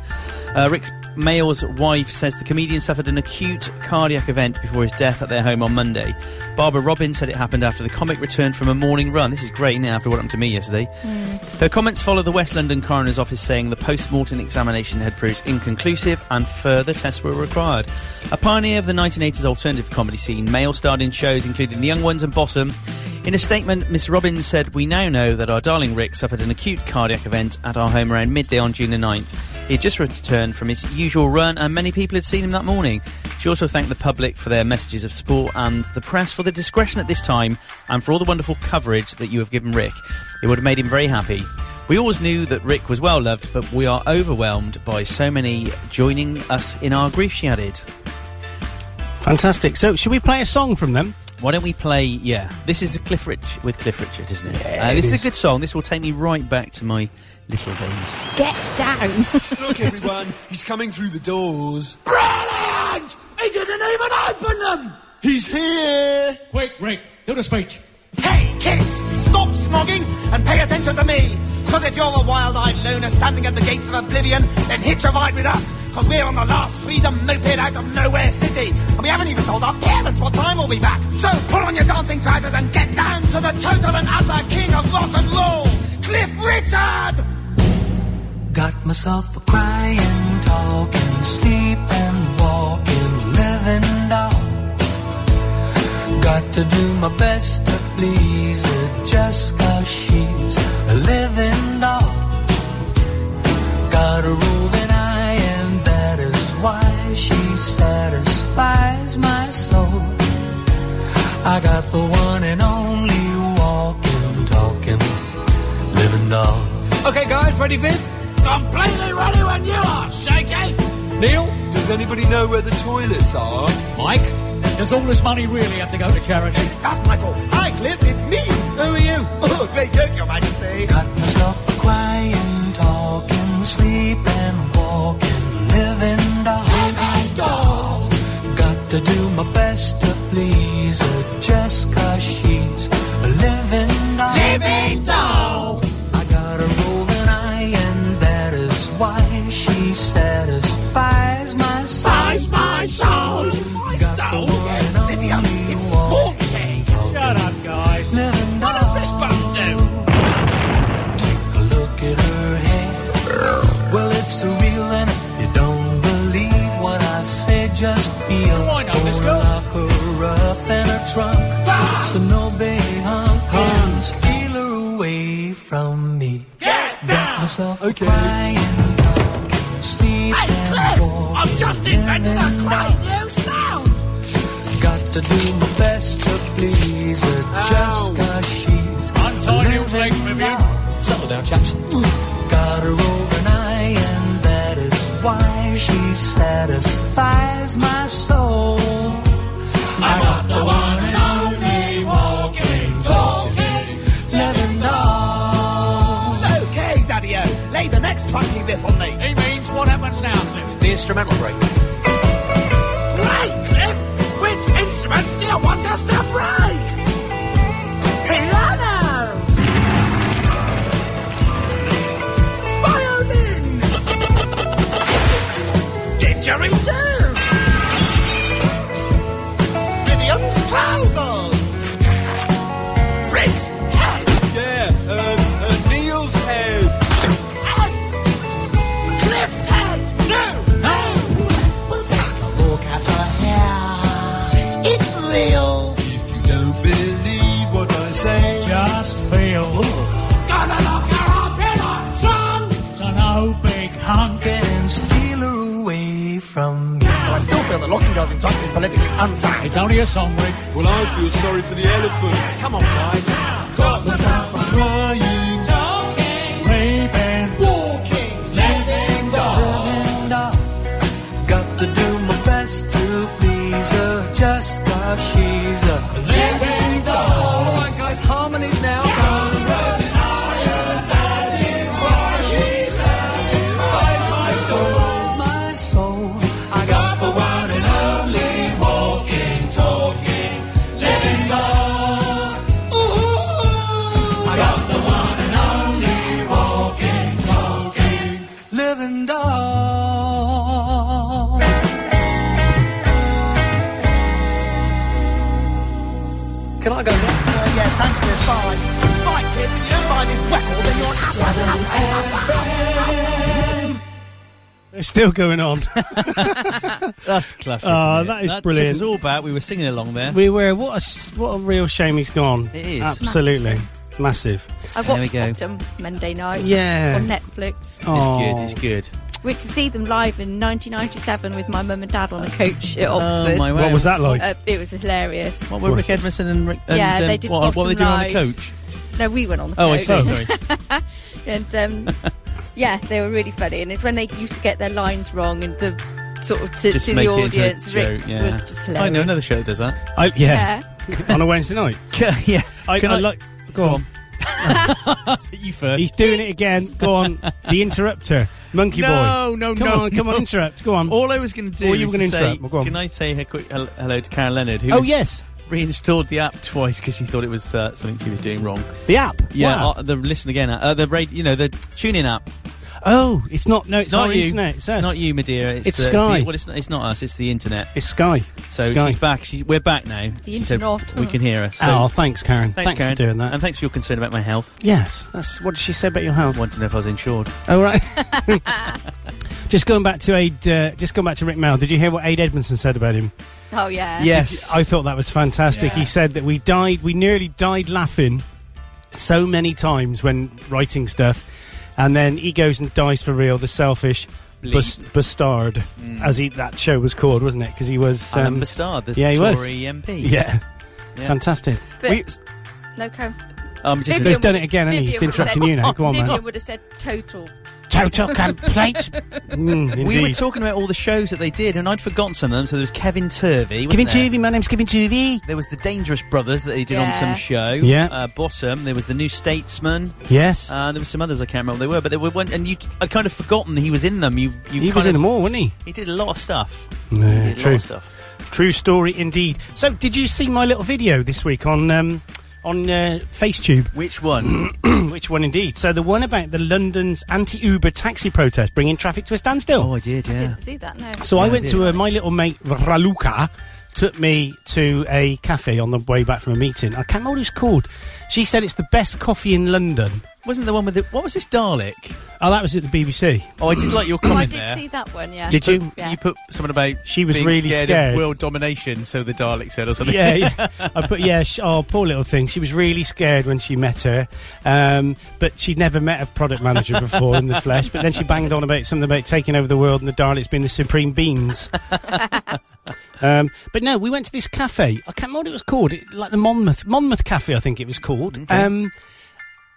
[SPEAKER 5] Uh, Rick Mail's wife says the comedian suffered an acute cardiac event before his death at their home on Monday. Barbara Robin said it happened after the comic returned from a morning run. This is great, is after what happened to me yesterday. Her comments follow the West London coroner's office saying the post-mortem examination had proved inconclusive and further tests were required. A pioneer of the 1980s alternative comedy scene, Mail starred in shows including The Young Ones and Bottom. In a statement, Miss Robbins said, "We now know that our darling Rick suffered an acute cardiac event at our home around midday on June the 9th. He had just returned from his usual run, and many people had seen him that morning." She also thanked the public for their messages of support and the press for the discretion at this time and for all the wonderful coverage that you have given Rick. It would have made him very happy. We always knew that Rick was well loved, but we are overwhelmed by so many joining us in our grief, she added.
[SPEAKER 4] Fantastic. So, should we play a song from them?
[SPEAKER 5] Why don't we play? Yeah, this is Cliff Rich with Cliff Richard, isn't it?
[SPEAKER 4] Yeah,
[SPEAKER 5] Uh,
[SPEAKER 4] it
[SPEAKER 5] this is
[SPEAKER 4] is.
[SPEAKER 5] a good song. This will take me right back to my little days.
[SPEAKER 23] Get down.
[SPEAKER 7] Look, everyone, he's coming through the doors. Brilliant! He didn't even open them! He's here! Quick, Rick, do the speech. Hey, kids, stop smogging and pay attention to me. Because if you're a wild-eyed loner standing at the gates of oblivion, then hitch a ride with us. Because we're on the last freedom moped out of nowhere city. And we haven't even told our parents what time we'll be back. So pull on your dancing trousers and get down to the total and utter king of rock and roll, Cliff Richard!
[SPEAKER 15] Got myself a crying, talking, sleep and walking, living doll. Got to do my best to please her just cause she's a living doll. Got a rule that I am, that is why she satisfies my soul. I got the one and only walking, talking, living doll.
[SPEAKER 7] Okay, guys, ready, Viv? Completely ready when you are, Shaky! Neil? Does anybody know where the toilets are? Mike? Does all this money really have to go to charity? That's Michael. Hi, Cliff, it's me! Who are you? Oh, great joke, Your Majesty.
[SPEAKER 15] Got myself a crying, talking, sleeping, walking, living doll. Got to do my best to please her just cause she's a living doll.
[SPEAKER 7] Living doll.
[SPEAKER 15] I got a roving eye and that is why she satisfies my soul.
[SPEAKER 7] Size my soul! My soul! Yes, Vivian, it's scorching! Shut up, guys. What does this band do?
[SPEAKER 15] Look at her hair. Well, it's a real and if you don't believe what I say, just feel. Oh, I know this girl. Lock her up in her trunk.
[SPEAKER 7] Ah!
[SPEAKER 15] So no big hunk can steal her away from me. Get down. Myself okay. Crying, talking, sleeping,
[SPEAKER 7] Hey, Cliff! I've just invented a great new sound!
[SPEAKER 15] Got to do my best to please her just cause she's Untie your flag, Vivian. Settle down, chaps. Got her over an eye, and that is why she satisfies my soul. I got the one and only walking, talking, living doll.
[SPEAKER 7] Okay, Daddy-O, lay the next funky riff on me. He means what happens now, Cliff? The instrumental break. Great, Cliff! Which instruments do you want us to break? Piano! Violin! Didgeridoo! Vivian's trousers! Rick's head! Yeah, um, uh, Neil's head! Cliff's head! No! No! We'll take a look at her hair. It's real! If you don't believe what I say, just feel. Gonna lock her up in a
[SPEAKER 10] politically unsound. It's only a song, Rick. Well, I feel sorry for the elephant. Come on, guys. Got myself a crying, talking, raping, walking, living
[SPEAKER 11] And I've got to do my best to please her just 'cause she's a
[SPEAKER 10] living doll.
[SPEAKER 11] All right, guys, harmonies now. Satisfies my soul. I got the one and only walking, talking, living doll. I got the one and only walking, talking, living doll. Can I go now? yes, Oh, thanks, Chris. Bye. Bye, kids. If you don't mind this whackle, then you're
[SPEAKER 4] It's still going on.
[SPEAKER 5] That's classic.
[SPEAKER 4] Oh,
[SPEAKER 5] isn't it?
[SPEAKER 4] that is
[SPEAKER 5] that
[SPEAKER 4] brilliant.
[SPEAKER 5] Took us all back. We were singing along there.
[SPEAKER 4] we were. What a s- what a real shame he's gone.
[SPEAKER 5] It is.
[SPEAKER 4] absolutely massive.
[SPEAKER 6] I watched Bottom Monday night
[SPEAKER 4] Yeah.
[SPEAKER 6] on Netflix.
[SPEAKER 4] Oh.
[SPEAKER 5] It's good. It's good.
[SPEAKER 6] Went to see them live in 1997 with my mum and dad on a coach at
[SPEAKER 5] Oh,
[SPEAKER 6] Oxford.
[SPEAKER 5] my word. What was that like?
[SPEAKER 6] Uh, it was hilarious.
[SPEAKER 5] What were Rick Edmondson and, Rick, and
[SPEAKER 6] yeah,
[SPEAKER 5] um,
[SPEAKER 6] they did.
[SPEAKER 5] what, what were they doing
[SPEAKER 6] Bottom
[SPEAKER 5] on the
[SPEAKER 6] Live.
[SPEAKER 5] coach?
[SPEAKER 6] No, we went on the
[SPEAKER 5] Oh, I
[SPEAKER 6] coach.
[SPEAKER 5] see, sorry.
[SPEAKER 6] and um, yeah, they were really funny. And it's when they used to get their lines wrong and the sort of to,
[SPEAKER 5] Just
[SPEAKER 6] to
[SPEAKER 5] make
[SPEAKER 6] the
[SPEAKER 5] it into a
[SPEAKER 6] audience. Rick
[SPEAKER 5] joke, yeah.
[SPEAKER 6] was just hilarious.
[SPEAKER 5] I know another show that does that.
[SPEAKER 4] I, yeah. on a Wednesday night.
[SPEAKER 5] yeah.
[SPEAKER 4] I,
[SPEAKER 5] Can
[SPEAKER 4] I
[SPEAKER 5] I-
[SPEAKER 4] like. Go
[SPEAKER 5] Go
[SPEAKER 4] on.
[SPEAKER 5] you first.
[SPEAKER 4] He's doing it again. Go on. The interrupter, monkey
[SPEAKER 5] no,
[SPEAKER 4] boy.
[SPEAKER 5] No,
[SPEAKER 4] come
[SPEAKER 5] no,
[SPEAKER 4] on, come on,
[SPEAKER 5] no.
[SPEAKER 4] interrupt. Go on.
[SPEAKER 5] All I was going to do
[SPEAKER 4] Or you
[SPEAKER 5] was
[SPEAKER 4] were gonna
[SPEAKER 5] to say,
[SPEAKER 4] interrupt. Well, go on.
[SPEAKER 5] can I say a quick hel- hello to Karen Leonard? Who
[SPEAKER 4] Oh,
[SPEAKER 5] has
[SPEAKER 4] yes.
[SPEAKER 5] reinstalled the app twice because she thought it was uh, something she was doing wrong.
[SPEAKER 4] The app.
[SPEAKER 5] Yeah,
[SPEAKER 4] Wow.
[SPEAKER 5] uh, the listen again, uh, the radio, you know, the tune-in app.
[SPEAKER 4] Oh, it's not. No, it's,
[SPEAKER 5] not
[SPEAKER 4] our
[SPEAKER 5] you,
[SPEAKER 4] internet. It's us.
[SPEAKER 5] not you, Madeira. It's,
[SPEAKER 4] It's
[SPEAKER 5] uh, the-
[SPEAKER 4] Sky.
[SPEAKER 5] well, it's, not- it's not us. It's the internet.
[SPEAKER 4] It's Sky.
[SPEAKER 5] So
[SPEAKER 4] Sky.
[SPEAKER 5] she's back. She's, we're back now.
[SPEAKER 6] The
[SPEAKER 5] She said
[SPEAKER 6] internet.
[SPEAKER 5] We can hear us.
[SPEAKER 4] Oh, thanks, Karen.
[SPEAKER 5] Thanks,
[SPEAKER 4] Thanks for
[SPEAKER 5] Karen,
[SPEAKER 4] doing that.
[SPEAKER 5] and thanks for your concern about my health.
[SPEAKER 4] Yes, that's what did she say about your health?
[SPEAKER 5] Wanted to know if I was insured.
[SPEAKER 4] Oh right. just going back to Aid. Uh, just going back to Rick Mel. Did you hear what Aid Edmondson said about him?
[SPEAKER 6] Oh
[SPEAKER 7] Uh,
[SPEAKER 6] yeah.
[SPEAKER 4] I thought that was fantastic.
[SPEAKER 6] Yeah.
[SPEAKER 4] He said that we died, we nearly died laughing so many times when writing stuff, and then he goes and dies for real. The selfish bus- bastard, as he that show was called, wasn't it? Because he was
[SPEAKER 5] Mm.
[SPEAKER 4] um,
[SPEAKER 5] Alan Bastard, the
[SPEAKER 4] yeah, he
[SPEAKER 5] Tory
[SPEAKER 4] was.
[SPEAKER 5] MP.
[SPEAKER 4] Yeah.
[SPEAKER 5] Yeah.
[SPEAKER 4] fantastic.
[SPEAKER 6] But no, come.
[SPEAKER 5] Um, just-
[SPEAKER 4] He's done it again, hasn't he? He's
[SPEAKER 6] Vivian would have
[SPEAKER 4] interrupting
[SPEAKER 6] said-
[SPEAKER 4] you now. Go on,
[SPEAKER 6] Vivian
[SPEAKER 4] man.
[SPEAKER 6] would have said total.
[SPEAKER 4] Total complete. Mm,
[SPEAKER 5] we were
[SPEAKER 4] indeed.
[SPEAKER 5] talking about all the shows that they did, and I'd forgotten some of them. So there was Kevin Turvey.
[SPEAKER 4] Kevin
[SPEAKER 5] wasn't there?
[SPEAKER 4] Juvie, my name's Kevin Juvie.
[SPEAKER 5] There was the Dangerous Brothers that they did on some
[SPEAKER 4] Yeah.
[SPEAKER 5] show.
[SPEAKER 4] Yeah.
[SPEAKER 5] Uh, Bottom. There was the New Statesman.
[SPEAKER 4] Yes.
[SPEAKER 5] Uh, there were some others I can't remember what they were, but there were one, and you. I'd kind of forgotten that he was in them. You. you
[SPEAKER 4] He was
[SPEAKER 5] kind
[SPEAKER 4] in
[SPEAKER 5] of-
[SPEAKER 4] them all, wasn't he?
[SPEAKER 5] He did a lot of stuff.
[SPEAKER 4] Yeah,
[SPEAKER 5] he did a lot
[SPEAKER 4] true.
[SPEAKER 5] of stuff.
[SPEAKER 4] True story indeed. So, did you see my little video this week on um, on uh, FaceTube?
[SPEAKER 5] Which one?
[SPEAKER 4] Which one indeed? So the one about the London's anti-Uber taxi protest bringing traffic to a standstill. Oh,
[SPEAKER 5] I did, yeah.
[SPEAKER 6] Didn't see that. No.
[SPEAKER 4] So I went to uh, my little mate Raluca took me to a cafe on the way back from a meeting. I can't remember what it's called. She said it's the best coffee in London.
[SPEAKER 5] Wasn't the one with the what was this Dalek?
[SPEAKER 4] Oh, that was at the BBC.
[SPEAKER 5] Oh, I did like your
[SPEAKER 6] Oh, I
[SPEAKER 5] comment
[SPEAKER 6] did
[SPEAKER 5] there.
[SPEAKER 6] see that one. Yeah.
[SPEAKER 4] Did you?
[SPEAKER 6] Yeah.
[SPEAKER 5] You put someone about
[SPEAKER 4] She was
[SPEAKER 5] being
[SPEAKER 4] really
[SPEAKER 5] scared,
[SPEAKER 4] scared.
[SPEAKER 5] of world domination, so the Dalek said or something.
[SPEAKER 4] yeah, yeah. I put yeah. Sh- oh, poor little thing. She was really scared when she met her, um, but she'd never met a product manager before in the flesh. But then she banged on about something about taking over the world and the Daleks being the supreme beings. um, but no, we went to this cafe. I can't remember what it was called. It, like the Monmouth Monmouth Cafe, I think it was called. Um,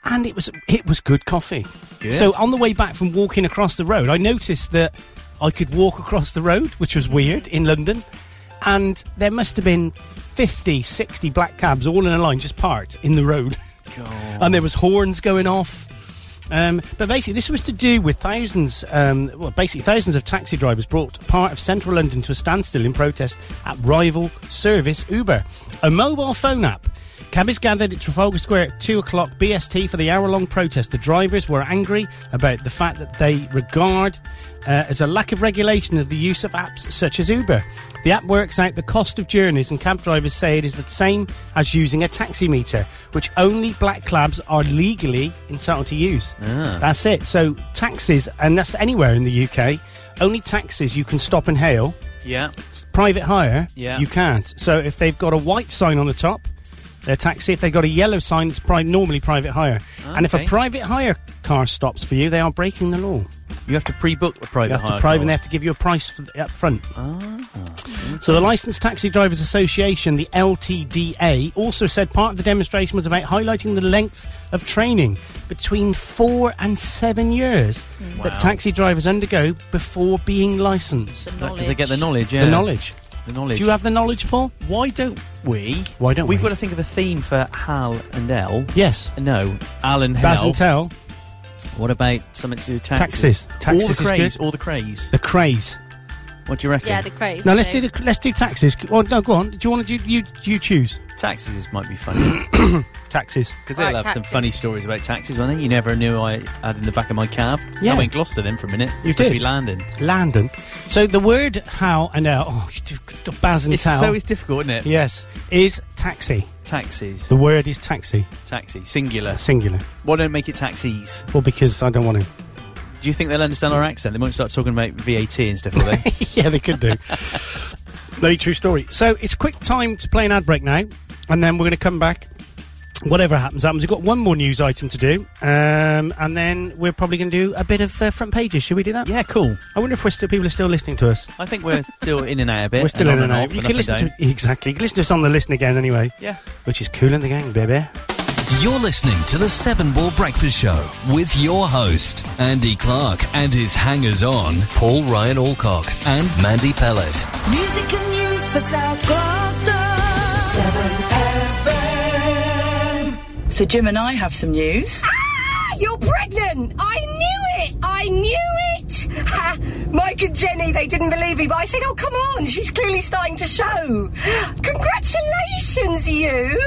[SPEAKER 4] and it was it was good coffee.
[SPEAKER 5] Good.
[SPEAKER 4] So on the way back from walking across the road, I noticed that I could walk across the road, which was weird in London. And there must have been 50, 60 black cabs all in a line just parked in the road. Oh. and there was horns going off. Um, but basically, this was to do with thousands, um, well, basically thousands of taxi drivers brought part of central London to a standstill in protest at rival service Uber, a mobile phone app. Cabbies gathered at Trafalgar Square at 2 o'clock BST for the hour long protest. The drivers were angry about the fact that they regard uh, as a lack of regulation of the use of apps such as Uber. The app works out the cost of journeys, and cab drivers say it is the same as using a taxi meter, which only black cabs are legally entitled to use. That's it. So, taxis, and that's anywhere in the UK, only taxis you can stop and hail.
[SPEAKER 5] Yeah.
[SPEAKER 4] Private hire,
[SPEAKER 5] Yeah.
[SPEAKER 4] you can't. So, if they've got a white sign on the top, their taxi, if they've got a yellow sign, it's pri- normally private hire. And if a
[SPEAKER 5] Okay.
[SPEAKER 4] private hire car stops for you, they are breaking the law.
[SPEAKER 5] You have to pre-book a private
[SPEAKER 4] You have
[SPEAKER 5] hire
[SPEAKER 4] to private,
[SPEAKER 5] car.
[SPEAKER 4] and they have to give you a price for the, up front.
[SPEAKER 5] Ah,
[SPEAKER 4] So the Licensed Taxi Drivers Association, the LTDA, also said part of the demonstration was about highlighting the length of training between four and seven years
[SPEAKER 5] Wow.
[SPEAKER 4] that taxi drivers undergo before being licensed.
[SPEAKER 5] Because they get the knowledge. Yeah.
[SPEAKER 4] The knowledge.
[SPEAKER 5] The knowledge.
[SPEAKER 4] Do you have the knowledge, Paul?
[SPEAKER 5] Why don't we?
[SPEAKER 4] Why don't
[SPEAKER 5] We've
[SPEAKER 4] we?
[SPEAKER 5] got to think of a theme for Hal and El.
[SPEAKER 4] Yes.
[SPEAKER 5] No, Al and
[SPEAKER 4] Baz
[SPEAKER 5] Hal.
[SPEAKER 4] and Tel.
[SPEAKER 5] What about something to do with
[SPEAKER 4] Taxes.
[SPEAKER 5] taxes?
[SPEAKER 4] Taxes
[SPEAKER 5] All
[SPEAKER 4] is
[SPEAKER 5] the craze.
[SPEAKER 4] good.
[SPEAKER 5] All the craze.
[SPEAKER 4] The craze.
[SPEAKER 5] What do you reckon?
[SPEAKER 6] Yeah, the craze.
[SPEAKER 4] Now let's do the, let's do taxes. C- Oh no, go on. Do you want to do you you choose
[SPEAKER 5] taxes? This might be funny
[SPEAKER 4] taxes
[SPEAKER 5] because they'll have some funny stories about taxes, won't they? You never knew I had in the back of my cab.
[SPEAKER 4] Yeah.
[SPEAKER 5] I went Gloucester then for a minute. It's
[SPEAKER 4] You
[SPEAKER 5] supposed to
[SPEAKER 4] did.
[SPEAKER 5] be Landon.
[SPEAKER 4] Landon. So the word how and el oh you do- Baz and
[SPEAKER 5] It's
[SPEAKER 4] Tel.
[SPEAKER 5] so it's difficult, isn't it?
[SPEAKER 4] Yes, is taxi.
[SPEAKER 5] Taxis.
[SPEAKER 4] The word is taxi.
[SPEAKER 5] Taxi. Singular.
[SPEAKER 4] Singular.
[SPEAKER 5] Why don't make it taxis?
[SPEAKER 4] Well, because I don't want to.
[SPEAKER 5] Do you think they'll understand our accent? They won't start talking about VAT and stuff, will they?
[SPEAKER 4] yeah, they could do. Very true story. So it's quick time to play an ad break now, and then we're going to come back. Whatever happens, happens. We've got one more news item to do, um, and then we're probably going to do a bit of uh, front pages. Should we do that?
[SPEAKER 5] Yeah, cool.
[SPEAKER 4] I wonder if we're still people are still listening to us.
[SPEAKER 5] I think we're still in and out a bit.
[SPEAKER 4] We're still in
[SPEAKER 5] on
[SPEAKER 4] and out.
[SPEAKER 5] off
[SPEAKER 4] You
[SPEAKER 5] up
[SPEAKER 4] can
[SPEAKER 5] and
[SPEAKER 4] listen
[SPEAKER 5] down.
[SPEAKER 4] to exactly. You can listen to us on the listen again anyway.
[SPEAKER 5] Yeah.
[SPEAKER 4] Which is cool in the gang, baby.
[SPEAKER 1] You're listening to the Seven Ball Breakfast Show with your host, Andy Clark, and his hangers on, Paul Ryan Alcock and Mandy Pellet.
[SPEAKER 2] Music and news for South Gloucester. 7FM.
[SPEAKER 13] So Jim and I have some news.
[SPEAKER 2] Ah, you're pregnant! I knew it! I knew it! Ha, Mike and Jenny, they didn't believe me, but I said, oh, come on, she's clearly starting to show. Congratulations, you!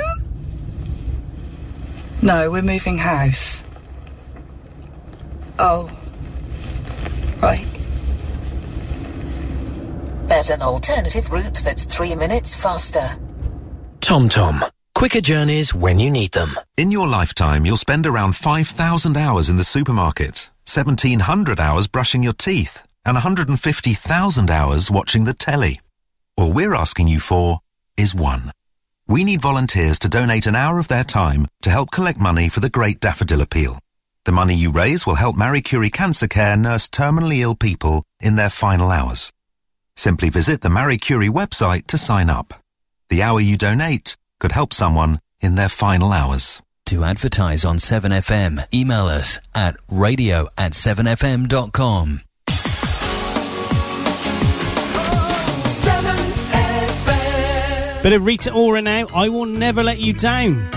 [SPEAKER 13] No, we're moving house. Oh. Right.
[SPEAKER 15] There's an alternative route that's three minutes faster.
[SPEAKER 24] TomTom. Quicker journeys when you need them.
[SPEAKER 25] In your lifetime, you'll spend around 5,000 hours in the supermarket, 1,700 hours brushing your teeth, and 150,000 hours watching the telly. All we're asking you for is one. We need volunteers to donate an hour of their time to help collect money for the Great Daffodil Appeal. The money you raise will help Marie Curie Cancer Care nurse terminally ill people in their final hours. Simply visit the Marie Curie website to sign up. The hour you donate could help someone in their final hours.
[SPEAKER 1] To advertise on 7FM, email us at radio at 7fm.com.
[SPEAKER 2] 7FM.
[SPEAKER 4] Bit of Rita Ora now. I will never let you down.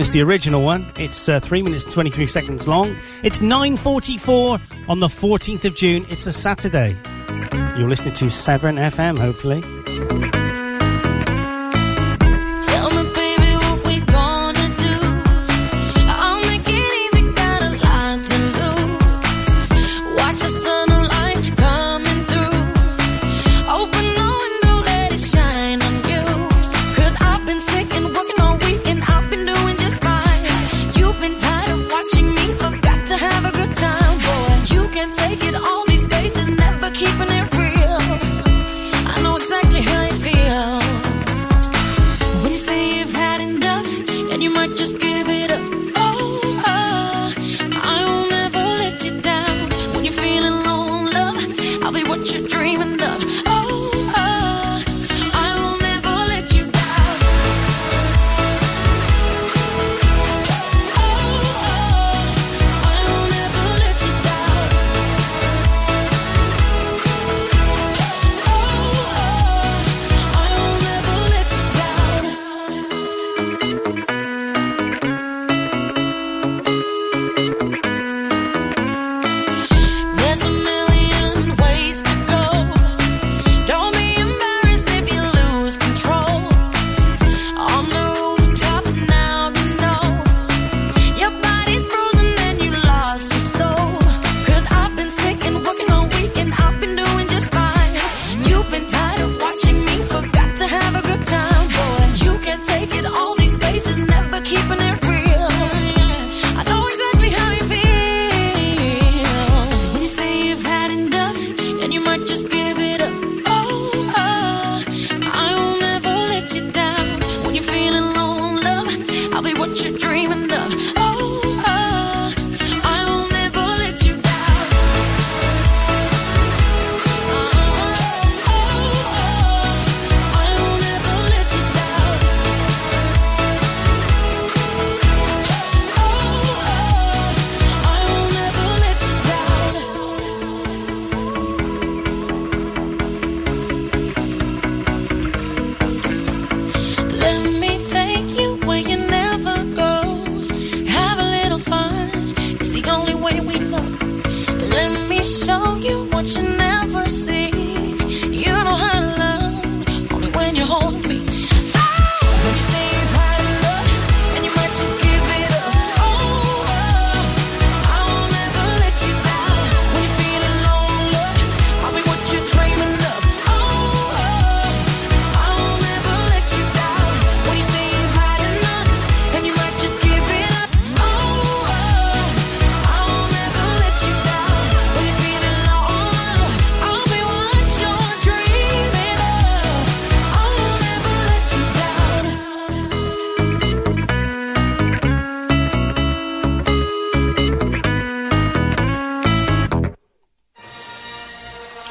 [SPEAKER 4] It's the original one. It's uh, three minutes and twenty-three seconds long. It's nine forty-four on the fourteenth of June. It's a Saturday. You're listening to Severn FM, hopefully.
[SPEAKER 20] Tell me, baby, what we gonna do? I'll make it easy, got a lot to lose. Watch the sunlight coming through. Open the window, let it shine on you. Cause I've been sick and working all week, and I've been doing just fine. You've been tired of watching me, forgot to have a good time, boy. You can take it all these spaces, never keeping it real. I know exactly how you feel. Oh, ah, Oh, ah, Oh, Oh,
[SPEAKER 21] show you what you never see. You know how to love only when you hold me. Oh, you say you've had enough, and you might just give it up. Oh, I won't ever let you down. When you're feeling lonely, I'll be what you're dreaming of. Oh, I won't ever let you down. When you say you've had enough, and you might just give it up. Oh.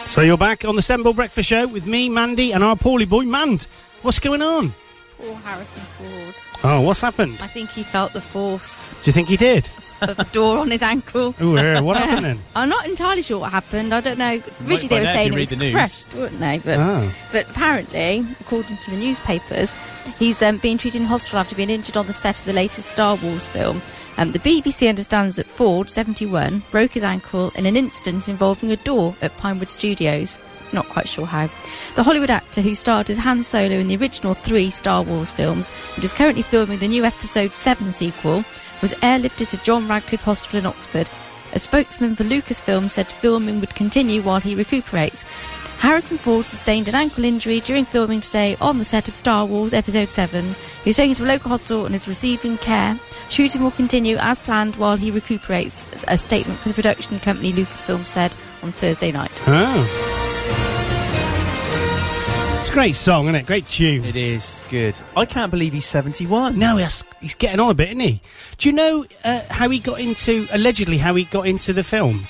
[SPEAKER 4] So you're back on the Semble Breakfast Show with me, Mandy, and our poorly boy, Mand. What's going on?
[SPEAKER 6] Poor Harrison Ford.
[SPEAKER 4] Oh, what's happened?
[SPEAKER 6] I think he felt the force
[SPEAKER 4] Do you think he did?
[SPEAKER 6] of the door on his ankle.
[SPEAKER 4] Ooh, yeah, what happened then?
[SPEAKER 6] I'm not entirely sure what happened. I don't know. Originally, they
[SPEAKER 4] find
[SPEAKER 6] were
[SPEAKER 4] out if
[SPEAKER 6] saying it
[SPEAKER 4] you read
[SPEAKER 6] was
[SPEAKER 4] the news.
[SPEAKER 6] crashed, weren't they? But,
[SPEAKER 4] Oh.
[SPEAKER 6] but apparently, according to the newspapers, he's um, being treated in hospital after being injured on the set of the latest Star Wars film. Um, the BBC understands that Ford, 71, broke his ankle in an incident involving a door at Pinewood Studios. Not quite sure how. The Hollywood actor who starred as Han Solo in the original three Star Wars films and is currently filming the new Episode 7 sequel was airlifted to John Radcliffe Hospital in Oxford. A spokesman for Lucasfilm said filming would continue while he recuperates. Harrison Ford sustained an ankle injury during filming today on the set of Star Wars Episode 7. He was taken to a local hospital and is receiving care. Shooting will continue as planned while he recuperates, a statement from the production company Lucasfilm said on Thursday night.
[SPEAKER 4] Oh. It's a great song, isn't it? Great tune.
[SPEAKER 5] It is good. I can't believe he's 71.
[SPEAKER 4] No, he's, he's getting on a bit, isn't he? Do you know uh, how he got into, allegedly, how he got into the film?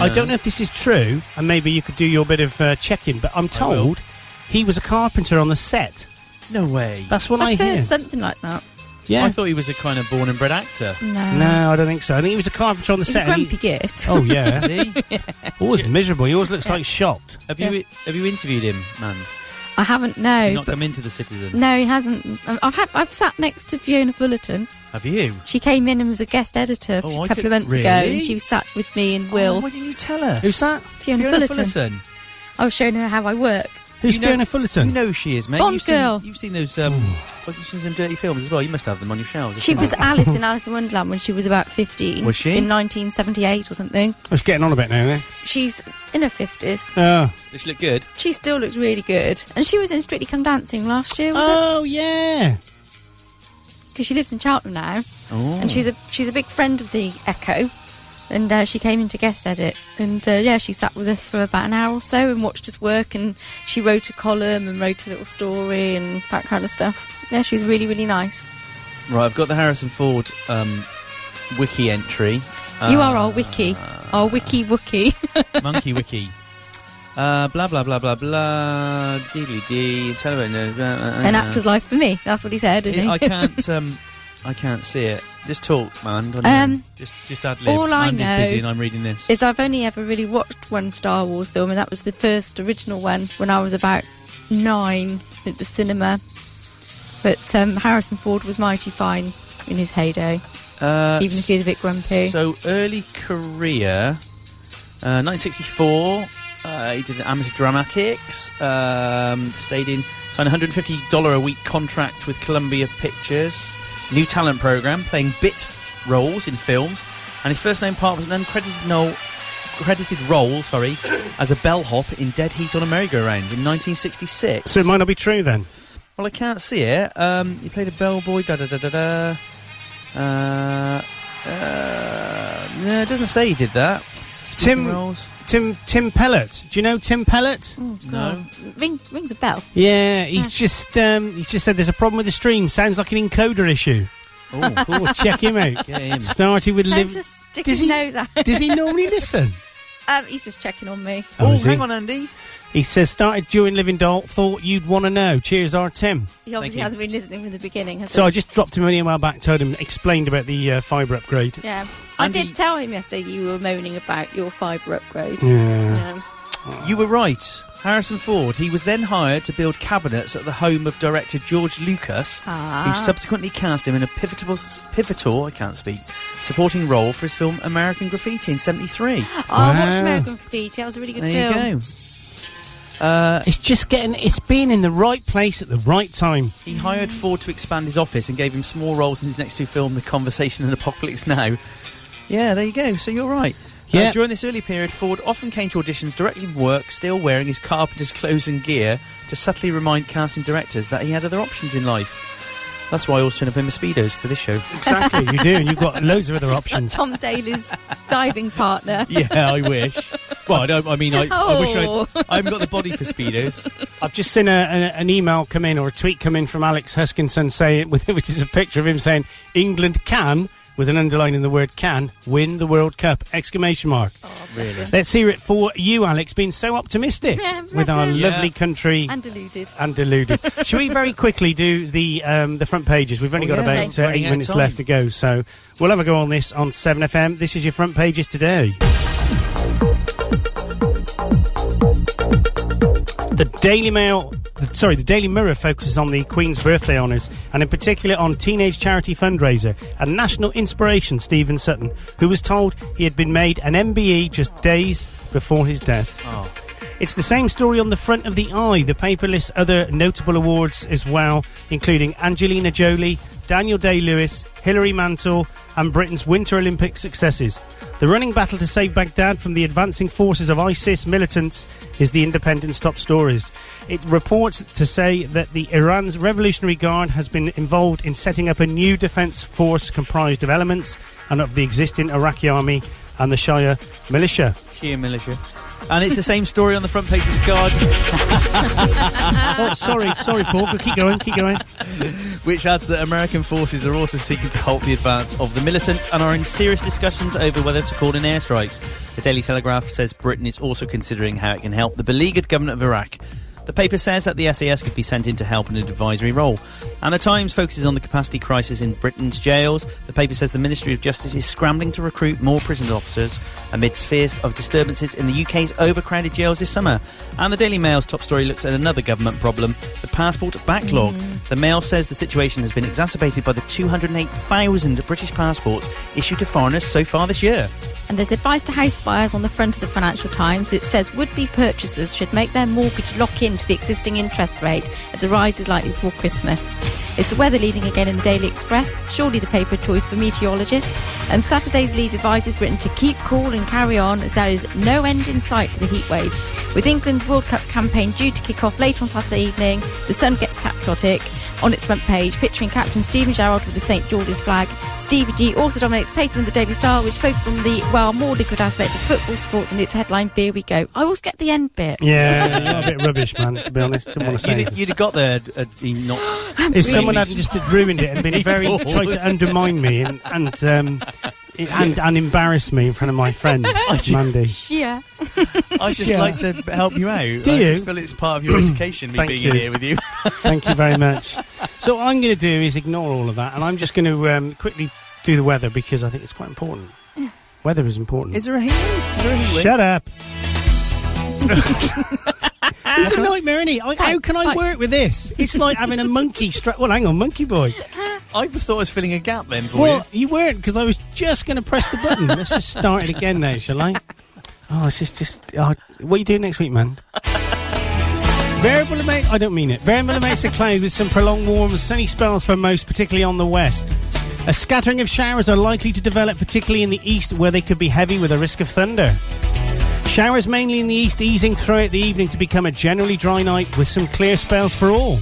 [SPEAKER 4] I
[SPEAKER 5] No.
[SPEAKER 4] don't know if this is true, and maybe you could do your bit of uh, checking, but I'm told he was a carpenter on the set.
[SPEAKER 5] No way.
[SPEAKER 4] That's what I
[SPEAKER 6] I've heard
[SPEAKER 4] hear.
[SPEAKER 6] something like that.
[SPEAKER 4] Yeah.
[SPEAKER 5] I thought he was a kind of born and bred actor.
[SPEAKER 6] No.
[SPEAKER 4] No, I don't think so. I think he was a carpenter on the
[SPEAKER 6] He's a
[SPEAKER 4] set. and
[SPEAKER 6] grumpy
[SPEAKER 4] he-
[SPEAKER 6] git.
[SPEAKER 4] Oh, yeah.
[SPEAKER 5] Is he?
[SPEAKER 4] Always miserable. He always looks like shocked.
[SPEAKER 5] Have you have you interviewed him, man?
[SPEAKER 6] I haven't,
[SPEAKER 5] Did
[SPEAKER 6] no.
[SPEAKER 5] you not
[SPEAKER 6] but-
[SPEAKER 5] come into the Citizen.
[SPEAKER 6] No, he hasn't. I- I've, had, I've sat next to Fiona Fullerton.
[SPEAKER 5] Have you?
[SPEAKER 6] She came in and was a guest editor
[SPEAKER 5] Oh,
[SPEAKER 6] a
[SPEAKER 5] I
[SPEAKER 6] couple
[SPEAKER 5] could-
[SPEAKER 6] of months ago, and
[SPEAKER 5] really? Oh,
[SPEAKER 6] she sat with me and Will.
[SPEAKER 5] why didn't you tell us?
[SPEAKER 6] Who's that? Fiona,
[SPEAKER 5] Fiona
[SPEAKER 6] Fullerton.
[SPEAKER 5] Fullerton.
[SPEAKER 6] I was showing her how I work.
[SPEAKER 4] Who's
[SPEAKER 5] You know-
[SPEAKER 4] Fiona Fullerton? Hmm.
[SPEAKER 5] You know who she is, mate.
[SPEAKER 6] Bond
[SPEAKER 5] you've seen,
[SPEAKER 6] girl.
[SPEAKER 5] You've seen those. Um, wasn't she in some dirty films as well? You must have them on your shelves.
[SPEAKER 6] She
[SPEAKER 5] haven't
[SPEAKER 6] was
[SPEAKER 5] you?
[SPEAKER 6] Alice in Alice in Wonderland when she was about 15.
[SPEAKER 5] Was she?
[SPEAKER 6] In 1978 or something.
[SPEAKER 4] He's getting on a bit now, then.
[SPEAKER 6] She's in her 50s.
[SPEAKER 4] Oh.
[SPEAKER 5] Does she look good?
[SPEAKER 6] She still looks really good. And she was in Strictly Come Dancing last year, was
[SPEAKER 4] Oh, yeah.
[SPEAKER 6] Because she lives in Cheltenham now.
[SPEAKER 5] Oh.
[SPEAKER 6] And she's a, she's a big friend of the Echo. And uh, she came in to guest edit. And uh, yeah, she sat with us for about an hour or so and watched us work. And she wrote a column and wrote a little story and that kind of stuff. Yeah, she's really, really nice.
[SPEAKER 5] Right, I've got the Harrison Ford um, wiki entry.
[SPEAKER 6] you
[SPEAKER 5] Uh,
[SPEAKER 6] are our wiki. Our wiki wookie.
[SPEAKER 5] Monkey Wiki. Uh, blah blah blah blah blah. Diddly dee. Tell her no. uh, uh,
[SPEAKER 6] An
[SPEAKER 5] uh.
[SPEAKER 6] actor's life for me. That's what he said.
[SPEAKER 5] It-
[SPEAKER 6] Didn't he?
[SPEAKER 5] I can't. Um, I can't see it. Just talk, man. don't you?
[SPEAKER 6] Um,
[SPEAKER 5] just just ad lib.
[SPEAKER 6] all I
[SPEAKER 5] Andy's
[SPEAKER 6] know
[SPEAKER 5] busy and I'm reading this.
[SPEAKER 6] is I've only ever really watched one Star Wars film, and that was the first original one when I was about nine at the cinema. But um, Harrison Ford was mighty fine in his heyday.
[SPEAKER 5] Uh,
[SPEAKER 6] Even if he was a bit grumpy.
[SPEAKER 5] So early career, uh, 1964. Uh, he did amateur dramatics. Um, stayed in signed a 150 dollar a week contract with Columbia Pictures. New talent program, playing bit f- roles in films, and his first name part was an uncredited no, credited role, sorry, as a bellhop in Dead Heat on a Merry-Go-Round in 1966.
[SPEAKER 4] So it might not be true, then.
[SPEAKER 5] Well, I can't see it. Um, he played a bellboy. Da da da da da. Uh, uh, no, it doesn't say he did that. Speaking
[SPEAKER 4] Tim,
[SPEAKER 5] roles.
[SPEAKER 4] Tim, Tim Pellet. Do you know Tim Pellet?
[SPEAKER 5] Oh, No.
[SPEAKER 6] Oh, Ring, rings a bell.
[SPEAKER 4] Yeah, he's just um, he's just said there's a problem with the stream. Sounds like an encoder issue.
[SPEAKER 5] Oh,
[SPEAKER 4] Oh, check him out.
[SPEAKER 5] Get him.
[SPEAKER 4] Started with
[SPEAKER 6] Don't
[SPEAKER 4] live.
[SPEAKER 6] just stick
[SPEAKER 4] Does
[SPEAKER 6] his
[SPEAKER 4] he-
[SPEAKER 6] nose out.
[SPEAKER 4] Does he normally listen?
[SPEAKER 6] Um, he's just checking on me.
[SPEAKER 5] oh,
[SPEAKER 4] is he?
[SPEAKER 5] hang on, Andy.
[SPEAKER 4] He says started during Living Doll. Thought you'd want to know. Cheers, our Tim.
[SPEAKER 6] He obviously
[SPEAKER 5] you.
[SPEAKER 6] hasn't been listening from the beginning. Has
[SPEAKER 4] So
[SPEAKER 6] he?
[SPEAKER 4] I just dropped him an email back, told him, explained about the uh, fibre upgrade.
[SPEAKER 6] yeah, I
[SPEAKER 5] Andy-
[SPEAKER 6] did tell him yesterday you were moaning about your fibre upgrade.
[SPEAKER 4] Yeah.
[SPEAKER 6] Um,
[SPEAKER 5] You were right. Harrison Ford. He was then hired to build cabinets at the home of director George Lucas,
[SPEAKER 6] Ah.
[SPEAKER 5] who subsequently cast him in a pivotal, pivotal I can't speak, supporting role for his film American Graffiti in '73.
[SPEAKER 6] Oh, I watched American Graffiti. That was a really good
[SPEAKER 5] There
[SPEAKER 6] film.
[SPEAKER 5] you go. Uh,
[SPEAKER 4] it's just getting. It's being in the right place at the right time.
[SPEAKER 5] He hired Ford to expand his office and gave him small roles in his next two films, The Conversation and Apocalypse Now. Yeah, there you go. So you're right.
[SPEAKER 4] Yeah.
[SPEAKER 5] Uh, during this early period, Ford often came to auditions directly from work, still wearing his carpenter's clothes and gear, to subtly remind casting directors that he had other options in life. That's why I always turn up in my speedos to this show.
[SPEAKER 4] Exactly, you do, and you've got loads of other options.
[SPEAKER 6] Tom Daly's diving partner.
[SPEAKER 5] yeah, I wish. Well, I don't. I mean, I, I wish
[SPEAKER 6] Oh.
[SPEAKER 5] I, I haven't got the body for speedos.
[SPEAKER 4] I've just seen a, a, an email come in or a tweet come in from Alex Huskinson saying, with- which is a picture of him saying, "England can." With an underline in the word "can," win the World Cup! Exclamation mark.
[SPEAKER 6] Oh,
[SPEAKER 5] Really?
[SPEAKER 4] Let's hear it for you, Alex, being so optimistic
[SPEAKER 6] Yeah,
[SPEAKER 4] with our
[SPEAKER 6] bless him.
[SPEAKER 4] lovely country
[SPEAKER 6] And deluded.
[SPEAKER 4] and deluded. Should we very quickly do the um, the front pages? We've only
[SPEAKER 6] Oh,
[SPEAKER 4] got
[SPEAKER 6] yeah.
[SPEAKER 4] about
[SPEAKER 6] Okay.
[SPEAKER 4] uh,
[SPEAKER 6] Running
[SPEAKER 4] eight
[SPEAKER 6] out of
[SPEAKER 4] minutes
[SPEAKER 6] time.
[SPEAKER 4] left to go, so we'll have a go on this on Seven FM. This is your front pages today. The Daily Mail, th- sorry, the Daily Mirror focuses on the Queen's birthday honours, and in particular on teenage charity fundraiser and national inspiration Stephen Sutton, who was told he had been made an MBE just days before his death. It's the same story on the front of the eye. The paper lists other notable awards as well, including Angelina Jolie, Daniel Day Lewis, Hilary Mantel, and Britain's Winter Olympic successes. The running battle to save Baghdad from the advancing forces of ISIS militants is the Independent's top stories. It reports to say that the Iran's Revolutionary Guard has been involved in setting up a new defense force comprised of elements and of the existing Iraqi army and the Shia militia.
[SPEAKER 5] Here, militia. And it's the same story on the front page of the Guardian.
[SPEAKER 4] oh, sorry, sorry, Paul. Keep going, keep going.
[SPEAKER 5] which adds that American forces are also seeking to halt the advance of the militants and are in serious discussions over whether to call in airstrikes. The Daily Telegraph says Britain is also considering how it can help the beleaguered government of Iraq. The paper says that the SAS could be sent in to help in an advisory role. And the Times focuses on the capacity crisis in Britain's jails. The paper says the Ministry of Justice is scrambling to recruit more prison officers amidst fears of disturbances in the UK's overcrowded jails this summer. And the Daily Mail's top story looks at another government problem the passport backlog. The Mail says the situation has been exacerbated by the 208,000 British passports issued to foreigners so far this year.
[SPEAKER 6] And there's advice to house buyers on the front of the Financial Times. It says would be purchasers should make their mortgage lock in to the existing interest rate as a rise is likely before Christmas. It's the weather leading again in the Daily Express, surely the paper of choice for meteorologists. And Saturday's lead advises Britain to keep cool and carry on as there is no end in sight to the heatwave. With England's World Cup campaign due to kick off late on Saturday evening, the sun gets patriotic on its front page, picturing Captain Stephen Gerrard with the St George's flag. Stevie G also dominates paper in the Daily Star, which focuses on the, well, more liquid aspect of football sport in its headline, Beer We Go. I always get the end bit.
[SPEAKER 4] Yeah, you're a bit rubbish, man. To be honest, didn't want to say.
[SPEAKER 5] You'd,
[SPEAKER 4] anything.
[SPEAKER 5] you'd have got there uh, not.
[SPEAKER 4] If someone hadn't just ruined it and been very tried to undermine me and and um, and, and embarrass me in front of my friend Mandy.
[SPEAKER 6] Yeah.
[SPEAKER 5] I just
[SPEAKER 4] Yeah.
[SPEAKER 5] like to help you out.
[SPEAKER 4] Do
[SPEAKER 5] I just
[SPEAKER 4] you?
[SPEAKER 5] feel it's part of your education, me
[SPEAKER 4] Thank
[SPEAKER 5] being
[SPEAKER 4] you.
[SPEAKER 5] in here with you.
[SPEAKER 4] Thank you very much. So what I'm going to do is ignore all of that, and I'm just going to um, quickly do the weather because I think it's quite important. Weather is important.
[SPEAKER 5] Is there a heat? Is there a heat wave?
[SPEAKER 4] Shut up. it's a nightmare, isn't it? I, how can I work with this? It's like having a monkey strap. Well, hang on, monkey boy.
[SPEAKER 5] I thought I was filling a gap then for
[SPEAKER 4] Well,
[SPEAKER 5] you.
[SPEAKER 4] you weren't because I was just going to press the button. Let's just start it again now, shall I? Oh, it's just, just. Oh, what are you doing next week, man? Variable amount. I don't mean it. Variable amounts of cloud with some prolonged warm and sunny spells for most, particularly on the west. A scattering of showers are likely to develop, particularly in the east, where they could be heavy with a risk of thunder. Showers mainly in the east, easing throughout the evening to become a generally dry night with some clear spells for all.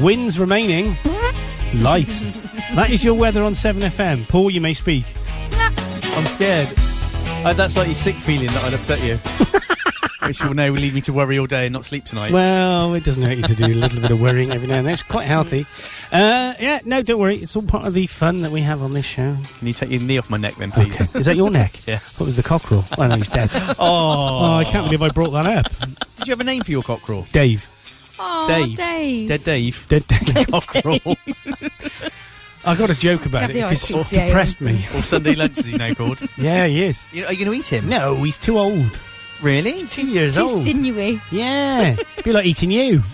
[SPEAKER 4] Winds remaining light. that is your weather on 7FM. Paul, you may speak.
[SPEAKER 5] I'm scared. I had that slightly sick feeling that I'd upset you. Which you will know will lead me to worry all day and not sleep tonight.
[SPEAKER 4] Well, it doesn't hurt you to do a little bit of worrying every now and then. It's quite healthy. Uh, yeah, no, don't worry. It's all part of the fun that we have on this show.
[SPEAKER 5] Can you take your knee off my neck then, please?
[SPEAKER 4] Is that your neck?
[SPEAKER 5] Yeah.
[SPEAKER 4] What was the cockerel? Oh, no, he's dead.
[SPEAKER 5] Oh.
[SPEAKER 4] Oh, I can't believe I brought that up.
[SPEAKER 5] Did you have a name for your cockerel?
[SPEAKER 4] Dave.
[SPEAKER 6] Oh,
[SPEAKER 5] Dave.
[SPEAKER 6] Dave.
[SPEAKER 5] Dead Dave.
[SPEAKER 4] Dead Dave.
[SPEAKER 5] Cockerel.
[SPEAKER 4] I got a joke about it
[SPEAKER 6] Definitely
[SPEAKER 4] because it
[SPEAKER 6] RTCA.
[SPEAKER 4] depressed me.
[SPEAKER 5] or Sunday lunch, as he's now called.
[SPEAKER 4] Yeah, he is.
[SPEAKER 5] You know, are you going to eat him?
[SPEAKER 4] No, he's too old.
[SPEAKER 5] Really?
[SPEAKER 4] Two years
[SPEAKER 6] Too
[SPEAKER 4] old.
[SPEAKER 6] sinewy.
[SPEAKER 4] Yeah, be like eating you.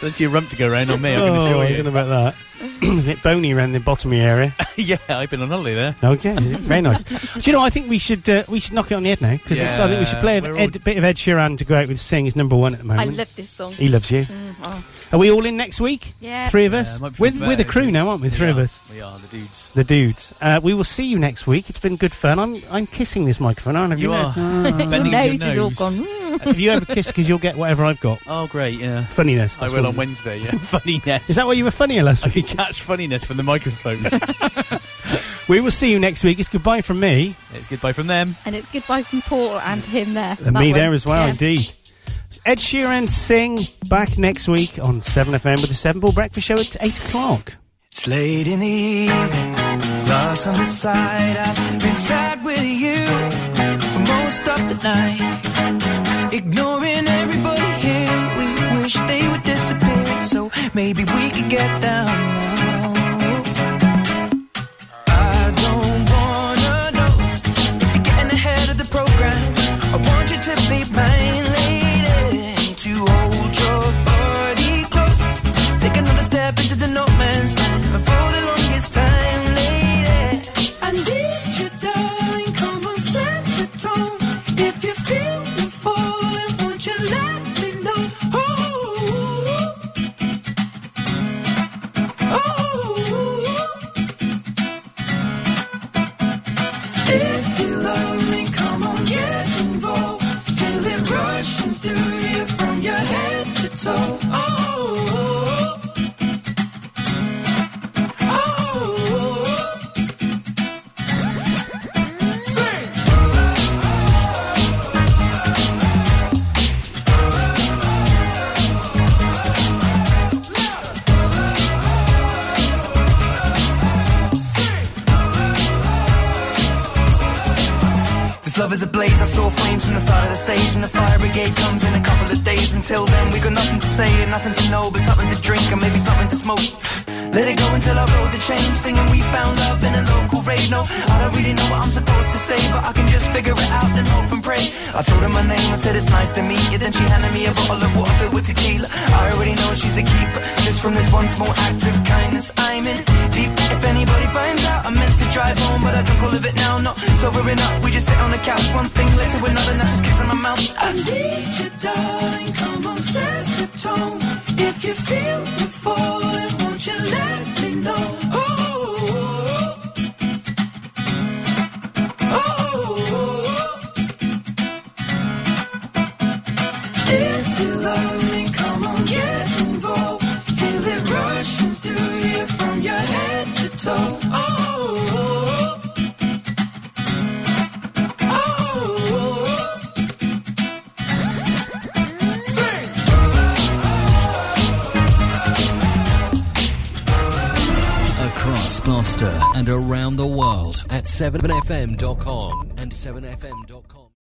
[SPEAKER 5] Plenty of rump to go around on me. I can
[SPEAKER 4] oh,
[SPEAKER 5] assure
[SPEAKER 4] I
[SPEAKER 5] you.
[SPEAKER 4] don't know about that. a bit bony around the bottom of your area.
[SPEAKER 5] yeah, I've been on holiday there.
[SPEAKER 4] Okay, Oh, very nice. Do you know? I think we should uh, we should knock it on the head now because I think we should
[SPEAKER 5] Yeah,
[SPEAKER 4] play a
[SPEAKER 5] we're all-
[SPEAKER 4] Ed, bit of Ed Sheeran to go out with. Sing is number one at the
[SPEAKER 6] I
[SPEAKER 4] moment.
[SPEAKER 6] love this song.
[SPEAKER 4] He loves you.
[SPEAKER 6] Mm, oh.
[SPEAKER 4] Are we all in next week?
[SPEAKER 6] Yeah.
[SPEAKER 4] Three of
[SPEAKER 6] Yeah,
[SPEAKER 4] us.
[SPEAKER 6] might be
[SPEAKER 4] We're,
[SPEAKER 6] fun
[SPEAKER 4] we're the
[SPEAKER 6] for
[SPEAKER 4] crew now, aren't we? Three of
[SPEAKER 5] are.
[SPEAKER 4] us.
[SPEAKER 5] We are the dudes.
[SPEAKER 4] The dudes. Uh, we will see you next week. It's been good fun. I'm I'm kissing this microphone, aren't I? Have
[SPEAKER 5] You
[SPEAKER 4] noticed?
[SPEAKER 5] are.
[SPEAKER 4] Ah.
[SPEAKER 5] Bending your Nose is all nose. gone.
[SPEAKER 6] Mm.
[SPEAKER 4] Have you ever kissed? Because you'll get whatever I've got.
[SPEAKER 5] Oh, great! Yeah,
[SPEAKER 4] Funniness,
[SPEAKER 5] I
[SPEAKER 4] that's
[SPEAKER 5] will
[SPEAKER 4] what
[SPEAKER 5] on
[SPEAKER 4] it-
[SPEAKER 5] Wednesday. Yeah, funniness.
[SPEAKER 4] Is that why you were funnier last
[SPEAKER 5] I can
[SPEAKER 4] week?
[SPEAKER 5] catch funniness from the microphone.
[SPEAKER 4] We will see you next week. It's goodbye from me.
[SPEAKER 5] it's goodbye from them.
[SPEAKER 6] And it's goodbye from Paul and him there.
[SPEAKER 4] And
[SPEAKER 6] That
[SPEAKER 4] me
[SPEAKER 6] one.
[SPEAKER 4] there as well,
[SPEAKER 6] Yeah.
[SPEAKER 4] indeed. Ed Sheeran sing back next week on 7FM with the 7 Ball Breakfast Show at 8 o'clock.
[SPEAKER 7] It's late in the evening, lost on the side. I've been sad with you for most of the night. Ignoring everybody here, we wish they would disappear. So maybe we could get down now. I don't wanna know if you're getting ahead of the program. I want you to be mine, lady, to hold your body close. Take another step into the no man's land But for the longest time, lady. I need you, darling. Come on, set the tone. If you feel the falling, won't you let me know? Oh, oh. If you love me, come on, get involved. Feel it rushing through you from your head to toe. Oh. Oh. Sing. This love is a blaze, I saw flames from the side of the stage, and the fire brigade comes in a couple of days. Until then, we got nothing to say and nothing to know, but something to drink and maybe something to smoke. Let it go until our roads are changed, singing we found love in a local rave. No, I don't really know what I'm supposed to say, but I can just figure it out and hope and pray. I told her my name, I said it's nice to meet you. Then she handed me a bottle of water filled with tequila. I already know she's a keeper, just from this one small act of kindness. I'm in deep. If anybody finds out, I'm meant to drive home, but I don't call of it now. No, sobering up, we just sit on the couch, one thing led to another. Now she's kissing my mouth. I need you, darling, come on, set the tone. If you feel the falling, won't you let me know? Oh, oh. If you love me, come on, get involved. Feel it rushing through you from your head to toe. Oh, oh, oh. Sing.
[SPEAKER 1] Across Gloucester and around the world at 7fm.com and 7fm.com.